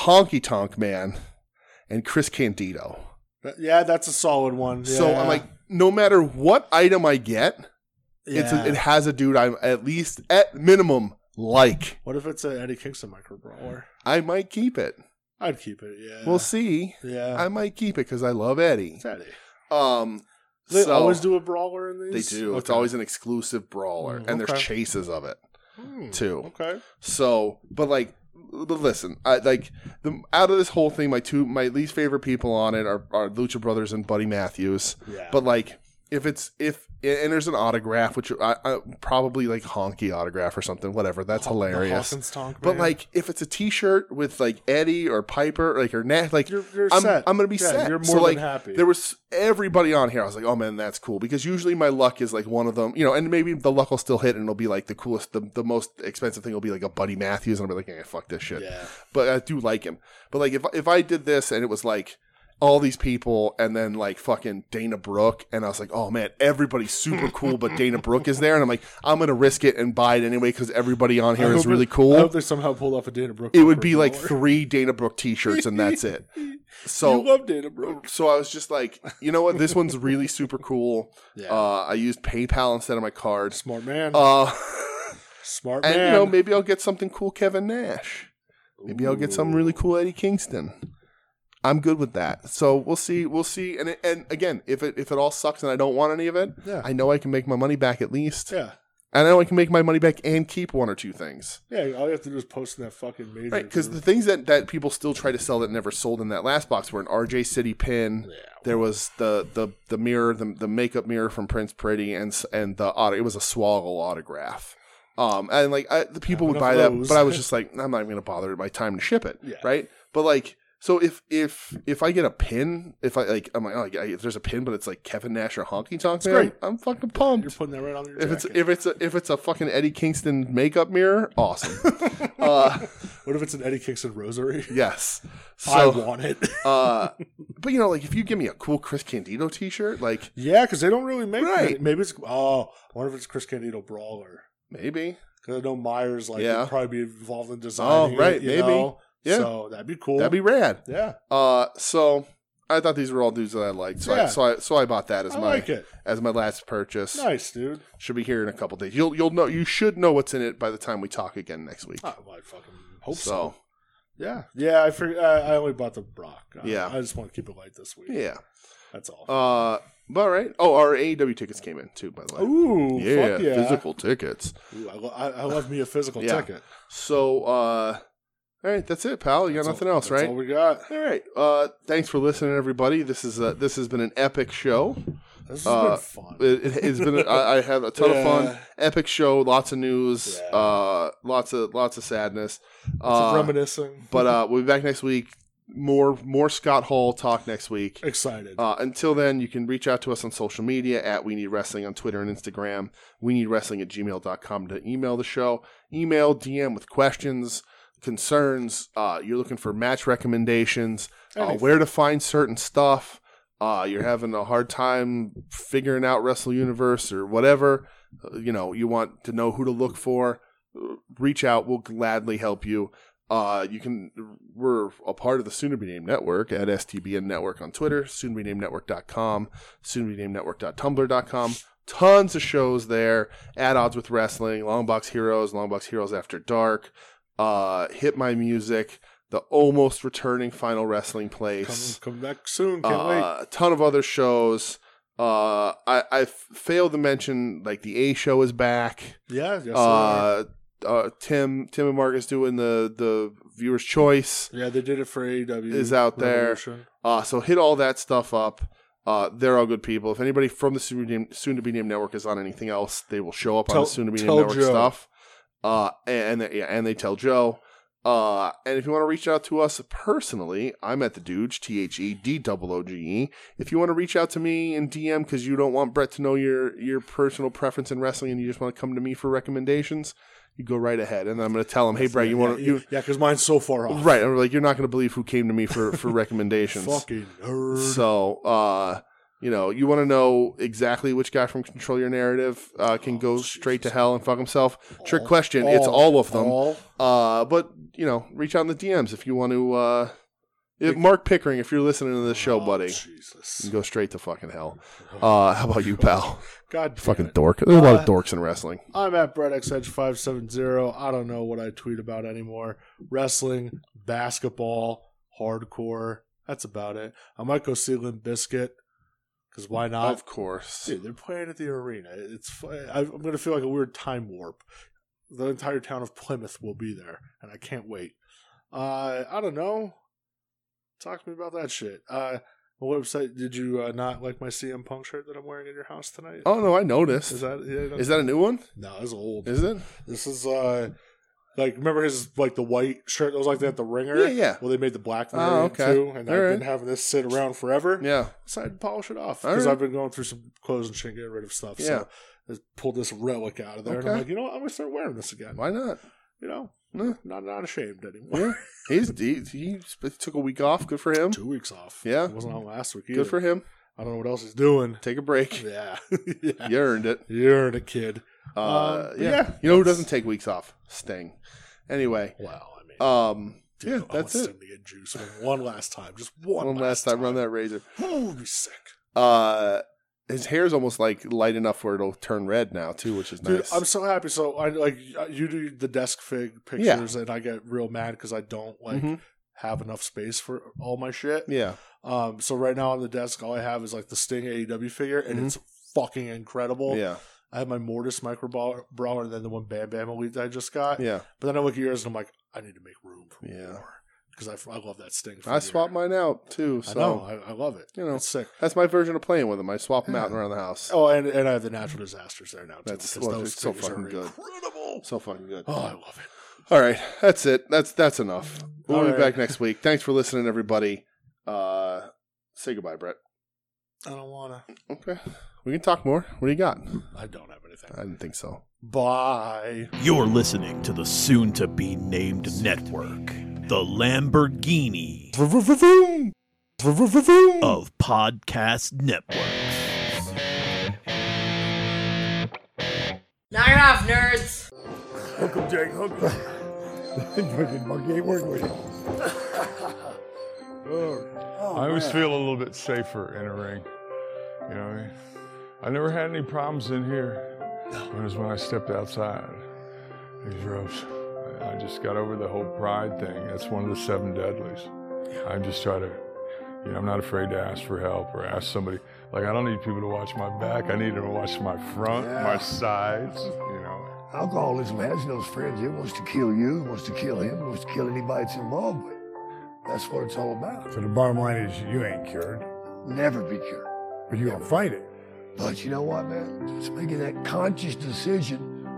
Speaker 2: Honky Tonk Man, and Chris Candido.
Speaker 3: that- yeah, that's a solid one.
Speaker 2: So
Speaker 3: Yeah.
Speaker 2: I'm like, no matter what item I get, it's
Speaker 3: Yeah.
Speaker 2: a, it has a dude I'm at least at minimum like.
Speaker 3: what if it's an Eddie Kingston micro brawler?
Speaker 2: I might keep it.
Speaker 3: I'd keep it. Yeah.
Speaker 2: We'll see.
Speaker 3: Yeah.
Speaker 2: I might keep it because I love Eddie.
Speaker 3: it's Eddie.
Speaker 2: Um,
Speaker 3: They
Speaker 2: so-
Speaker 3: always do a brawler in
Speaker 2: They
Speaker 3: these.
Speaker 2: do. It's
Speaker 3: Okay.
Speaker 2: always an exclusive brawler,
Speaker 3: Mm,
Speaker 2: and there's
Speaker 3: okay.
Speaker 2: chases of it
Speaker 3: Hmm,
Speaker 2: too.
Speaker 3: Okay.
Speaker 2: So, but like, but listen, I like the out of this whole thing, my two my least favorite people on it are are Lucha Brothers and Buddy Matthews.
Speaker 3: Yeah.
Speaker 2: But like, if it's if and there's an autograph, which I, I probably like honky autograph or something, whatever. That's
Speaker 3: The
Speaker 2: hilarious.
Speaker 3: Hawkins tonk,
Speaker 2: But
Speaker 3: man.
Speaker 2: like, if it's a T-shirt with like Eddie or Piper, like or Nat, like
Speaker 3: you're, you're
Speaker 2: I'm,
Speaker 3: set.
Speaker 2: I'm gonna be
Speaker 3: Yeah,
Speaker 2: set.
Speaker 3: You're more
Speaker 2: So,
Speaker 3: than
Speaker 2: like,
Speaker 3: happy.
Speaker 2: There was everybody on here. I was like, oh man, that's cool because usually my luck is like one of them, you know, and maybe the luck will still hit and it'll be like the coolest, the, the most expensive thing will be like a Buddy Matthews, and I'll be like, eh, fuck this shit.
Speaker 3: yeah.
Speaker 2: But I do like him. But like if if I did this and it was like all these people and then like fucking Dana Brooke and I was like, oh man, everybody's super cool, but Dana Brooke is there, and I'm like, I'm gonna risk it and buy it anyway because everybody on
Speaker 3: I
Speaker 2: here is
Speaker 3: hope it-
Speaker 2: really
Speaker 3: I
Speaker 2: cool.
Speaker 3: hope they somehow pulled off a Dana Brooke.
Speaker 2: It would be
Speaker 3: micro
Speaker 2: like
Speaker 3: brawler.
Speaker 2: three Dana Brooke t-shirts and that's it. So
Speaker 3: you love Dana Brooke.
Speaker 2: so I was just like, you know what? This one's really super cool.
Speaker 3: Yeah.
Speaker 2: Uh, I used PayPal instead of my card.
Speaker 3: Smart man.
Speaker 2: Uh,
Speaker 3: Smart man.
Speaker 2: and you know, maybe I'll get something cool, Kevin Nash. Maybe I'll get something really cool, Eddie Kingston. I'm good with that. So we'll see. We'll see. And it, and again, if it if it all sucks and I don't want any of it,
Speaker 3: Yeah.
Speaker 2: I know I can make my money back at least.
Speaker 3: yeah.
Speaker 2: and now I can make my money back and keep one or two things.
Speaker 3: Yeah, all you have to do is post in that fucking major.
Speaker 2: Right, because the
Speaker 3: group.
Speaker 2: things that, that people still try to sell that never sold in that last box were an RJ City pin.
Speaker 3: Yeah.
Speaker 2: There was the the the mirror, the, the makeup mirror from Prince Pretty, and s- and the auto. It was a swoggle autograph. Um, and like I, the people would
Speaker 3: enough
Speaker 2: buy
Speaker 3: of
Speaker 2: that,
Speaker 3: those.
Speaker 2: but I was just like, I'm not even gonna bother my time to ship it.
Speaker 3: Yeah.
Speaker 2: Right, but like. So if if if I get a pin, if I like, I'm like, oh, I- if there's a pin, but it's like Kevin Nash or Honky Tonk, Man,
Speaker 3: great.
Speaker 2: I'm fucking
Speaker 3: You're
Speaker 2: pumped.
Speaker 3: putting that right on your
Speaker 2: If it's
Speaker 3: jacket.
Speaker 2: if it's a, if it's a fucking Eddie Kingston makeup mirror, awesome. uh,
Speaker 3: what if it's an Eddie Kingston rosary?
Speaker 2: yes, so,
Speaker 3: I want it.
Speaker 2: uh, but you know, like if you give me a cool Chris Candido T-shirt, like
Speaker 3: yeah, because they don't really make
Speaker 2: Right.
Speaker 3: many- Maybe it's oh, I wonder if it's Chris Candido Brawler.
Speaker 2: maybe,
Speaker 3: Because I know Myers like
Speaker 2: Yeah.
Speaker 3: would probably be involved in designing.
Speaker 2: Oh, right,
Speaker 3: it, you
Speaker 2: maybe.
Speaker 3: know?
Speaker 2: Yeah.
Speaker 3: so that'd be cool.
Speaker 2: that'd be rad.
Speaker 3: yeah,
Speaker 2: Uh, so I thought these were all dudes that I liked, so I,
Speaker 3: Yeah.
Speaker 2: so I so I bought that as
Speaker 3: I
Speaker 2: my
Speaker 3: like it.
Speaker 2: as my last purchase.
Speaker 3: Nice, dude.
Speaker 2: Should be here in a couple days. You'll you'll know you should know what's in it by the time we talk again next week.
Speaker 3: I, I fucking hope so.
Speaker 2: so
Speaker 3: Yeah, yeah. I for, I, I only bought the Brock. I-
Speaker 2: Yeah.
Speaker 3: I just want to keep it light this week.
Speaker 2: yeah.
Speaker 3: that's all.
Speaker 2: Uh, but all right. Oh, our AEW tickets came in too, by the way.
Speaker 3: Ooh,
Speaker 2: Oh, yeah,
Speaker 3: fuck yeah.
Speaker 2: physical tickets.
Speaker 3: Ooh, I, lo- I, I love me a physical
Speaker 2: Yeah.
Speaker 3: ticket.
Speaker 2: So, uh, all right, that's it, pal. You got
Speaker 3: That's
Speaker 2: nothing
Speaker 3: all-
Speaker 2: else,
Speaker 3: that's
Speaker 2: right?
Speaker 3: All we got.
Speaker 2: All right. Uh, thanks for listening, everybody. This is uh this has been an epic show.
Speaker 3: This has
Speaker 2: Uh,
Speaker 3: been fun.
Speaker 2: It, it, has been. I, I had a ton of fun.
Speaker 3: Yeah.
Speaker 2: Epic show. Lots of news.
Speaker 3: Yeah.
Speaker 2: Uh, lots of lots of sadness.
Speaker 3: It's
Speaker 2: Uh,
Speaker 3: reminiscing.
Speaker 2: but uh, we'll be back next week. More more Scott Hall talk next week.
Speaker 3: Excited.
Speaker 2: Uh, until then, you can reach out to us on social media at We Need Wrestling on Twitter and Instagram. We Need Wrestling at gmail.com to email the show. Email DM with questions, concerns. Uh, you're looking for match recommendations, uh,
Speaker 3: Anything.
Speaker 2: where to find certain stuff. Uh, you're having a hard time figuring out Wrestle Universe or whatever. Uh, you know, you want to know who to look for. uh, Reach out. We'll gladly help you. Uh, you can we're a part of the Soon to Be Named Network at STBN Network on Twitter, soon to be named network.com, soon to be named network.tumblr.com. Tons of shows there. At odds with wrestling, Longbox Heroes, Longbox Heroes After Dark, uh, Hit My Music, the almost returning Final Wrestling
Speaker 3: come,
Speaker 2: Place,
Speaker 3: come back soon. Can't wait.
Speaker 2: uh, a ton of other shows. Uh, I, I f- failed to mention like the A show is back
Speaker 3: Yeah. Yes, uh,
Speaker 2: uh, uh, Tim Tim and Marcus doing the the viewer's choice.
Speaker 3: yeah, they did it for AEW.
Speaker 2: is out there.
Speaker 3: Revolution.
Speaker 2: Uh, so hit all that stuff up. Uh, they're all good people. If anybody from the soon to be named, soon to be named network is on anything else, they will show up on
Speaker 3: Tell-
Speaker 2: the soon to be named
Speaker 3: tell
Speaker 2: network
Speaker 3: Joe.
Speaker 2: stuff. Uh, and they, yeah, and they tell Joe. Uh, and if you want to reach out to us personally, I'm at the Dooge, T H E D O O G E. If you want to reach out to me in DM because you don't want Brett to know your your personal preference in wrestling and you just want to come to me for recommendations, you go right ahead. And I'm going to tell him, hey, Brett, you
Speaker 3: yeah,
Speaker 2: want to
Speaker 3: yeah,
Speaker 2: you
Speaker 3: Yeah, because mine's so far off.
Speaker 2: right? I'm like, you're not going to believe who came to me for for recommendations.
Speaker 3: Fucking nerd.
Speaker 2: So, uh, you know, you want to know exactly which guy from Control Your Narrative uh, can
Speaker 3: Oh,
Speaker 2: go
Speaker 3: Jesus.
Speaker 2: straight to hell and fuck himself. Trick
Speaker 3: All-
Speaker 2: question. it's all of them.
Speaker 3: all.
Speaker 2: Uh, but you know, reach out in the DMs if you want to. Uh, if,
Speaker 3: Pick-
Speaker 2: Mark Pickering, if you're listening to this show,
Speaker 3: Oh,
Speaker 2: buddy, you
Speaker 3: Jesus.
Speaker 2: can go straight to fucking hell. Uh, how about you, pal?
Speaker 3: God, damn
Speaker 2: fucking
Speaker 3: it.
Speaker 2: dork. There's a lot of
Speaker 3: Uh,
Speaker 2: dorks in wrestling.
Speaker 3: I'm at BrettXH570. I don't know what I tweet about anymore. Wrestling, basketball, hardcore. That's about it. I might go see Limp Biscuit because why not?
Speaker 2: of course.
Speaker 3: Dude, they're playing at the arena. It's fu- I- I'm going to feel like a weird time warp. The entire town of Plymouth will be there, and I can't wait. Uh, I don't know. Talk to me about that shit. Uh, what website did you uh, not like my CM Punk shirt that I'm wearing at your house tonight?
Speaker 2: Oh no, I noticed.
Speaker 3: Is that yeah,
Speaker 2: Is that a new one?
Speaker 3: no? It's old.
Speaker 2: Is it?
Speaker 3: This is uh like remember his like the white shirt that was like that at the ringer?
Speaker 2: Yeah, yeah,
Speaker 3: Well they made the black
Speaker 2: Oh,
Speaker 3: version
Speaker 2: okay.
Speaker 3: too, and
Speaker 2: All
Speaker 3: I've
Speaker 2: right.
Speaker 3: been having this sit around forever.
Speaker 2: yeah.
Speaker 3: Decided to polish it off.
Speaker 2: All
Speaker 3: Because
Speaker 2: right.
Speaker 3: I've been going through some clothes and shit, getting rid of stuff.
Speaker 2: Yeah.
Speaker 3: So I just pulled this relic out of there and
Speaker 2: Okay.
Speaker 3: I'm like, you know what, I'm gonna start wearing this again.
Speaker 2: Why not?
Speaker 3: You know?
Speaker 2: Yeah.
Speaker 3: Not not ashamed anymore.
Speaker 2: Yeah. He's he, he sp- took a week off. Good for him.
Speaker 3: Two weeks off.
Speaker 2: Yeah.
Speaker 3: It wasn't on last week either.
Speaker 2: Good for him.
Speaker 3: I don't know what else he's doing.
Speaker 2: Take a break.
Speaker 3: Yeah. yeah.
Speaker 2: You earned it.
Speaker 3: You're the kid.
Speaker 2: Uh,
Speaker 3: Um, but
Speaker 2: yeah.
Speaker 3: yeah,
Speaker 2: You know who
Speaker 3: that's-
Speaker 2: doesn't take weeks off? Sting. Anyway,
Speaker 3: Wow, I mean
Speaker 2: um,
Speaker 3: dude,
Speaker 2: yeah,
Speaker 3: I
Speaker 2: that's
Speaker 3: want
Speaker 2: it.
Speaker 3: Sting to get juice one last time. Just one,
Speaker 2: One last time, run that razor.
Speaker 3: Ooh, be sick.
Speaker 2: Uh, his hair's almost like light enough where it'll turn red now too, which is
Speaker 3: Dude,
Speaker 2: nice.
Speaker 3: I'm so happy. So I like uh, you do the desk fig pictures, and I get real mad because I don't like
Speaker 2: Mhm.
Speaker 3: have enough space for all my shit.
Speaker 2: Yeah,
Speaker 3: Um, so right now on the desk, all I have is like the Sting AEW E figure, and
Speaker 2: Mhm.
Speaker 3: it's fucking incredible.
Speaker 2: yeah.
Speaker 3: I have my Mortis microbrower and then the one Bam Bam Elite that I just got.
Speaker 2: Yeah.
Speaker 3: But then I look at yours and I'm like, I need to make room for
Speaker 2: Yeah.
Speaker 3: more because I, f- I love that Sting.
Speaker 2: I
Speaker 3: figure.
Speaker 2: swap mine out too.
Speaker 3: I
Speaker 2: So
Speaker 3: know. I, I love it.
Speaker 2: You know.
Speaker 3: it's sick.
Speaker 2: that's my version of playing with them. I swap them out
Speaker 3: Yeah.
Speaker 2: around the house.
Speaker 3: Oh, and, and I have the natural disasters there now too.
Speaker 2: That's-
Speaker 3: because
Speaker 2: well,
Speaker 3: those
Speaker 2: it's so
Speaker 3: things are
Speaker 2: fucking good.
Speaker 3: Incredible.
Speaker 2: So fucking good.
Speaker 3: Oh, I love it.
Speaker 2: All right, that's it. That's that's enough. We'll
Speaker 3: All
Speaker 2: be
Speaker 3: right.
Speaker 2: back next week. Thanks for listening, everybody. Uh, say goodbye, Brett.
Speaker 3: I don't wanna.
Speaker 2: Okay, we can talk more. What do you got?
Speaker 3: I don't have anything.
Speaker 2: I didn't think so.
Speaker 3: Bye.
Speaker 4: You're listening to the soon to be named network, the Lamborghini of podcast networks.
Speaker 5: Knock it off, nerds!
Speaker 6: Uncle Jake, Uncle. fucking monkey ain't working with you. Oh,
Speaker 7: I always
Speaker 6: man.
Speaker 7: feel a little bit safer in a ring. You know, I never had any problems in here. It was when I stepped outside these ropes. I I just got over the whole pride thing. That's one of the seven deadlies. I just try to, you know, I'm not afraid to ask for help or ask somebody. Like, I don't need people to watch my back. I need them to watch my front,
Speaker 6: Yeah.
Speaker 7: my sides, you know.
Speaker 6: Alcoholism has no friends. It wants to kill you, it wants to kill him, it wants to kill anybody it's involved with. That's what it's all about.
Speaker 8: So the bottom line is you ain't cured,
Speaker 6: Never be cured.
Speaker 8: but you're gonna fight it.
Speaker 6: But you know what, man? Just making that conscious decision.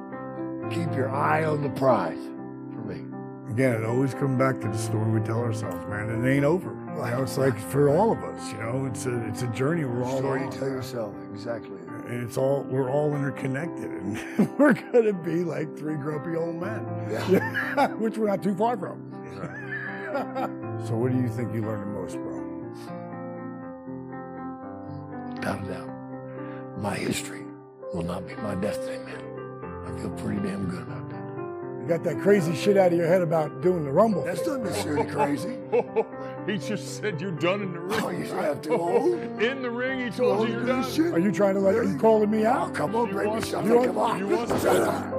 Speaker 6: Keep your eye on the prize for me.
Speaker 8: Again, it always comes back to the story we tell ourselves, man. It ain't over. You know, it's like for all of us, you know, it's a it's a journey we're all
Speaker 6: Story you
Speaker 8: on.
Speaker 6: tell yourself. Exactly.
Speaker 8: And it's all we're all interconnected, and we're gonna be like three grumpy old men,
Speaker 6: Yeah.
Speaker 8: which we're not too far from. so, what do you think you learned the most, bro?
Speaker 6: Without a doubt. My history will not be my destiny, man. I feel pretty damn good about that.
Speaker 8: You got that crazy shit out of your head about doing the rumble.
Speaker 6: That's not necessarily crazy.
Speaker 7: Oh, he just said you're done in the ring.
Speaker 6: Oh, you have to Oh, own.
Speaker 7: In the ring, he told you you're done.
Speaker 8: Are you trying to like you calling me
Speaker 6: Oh,
Speaker 8: out?
Speaker 6: come on,
Speaker 7: You
Speaker 6: bring me
Speaker 7: want-
Speaker 6: something.
Speaker 7: you want-
Speaker 6: come on.
Speaker 7: you want-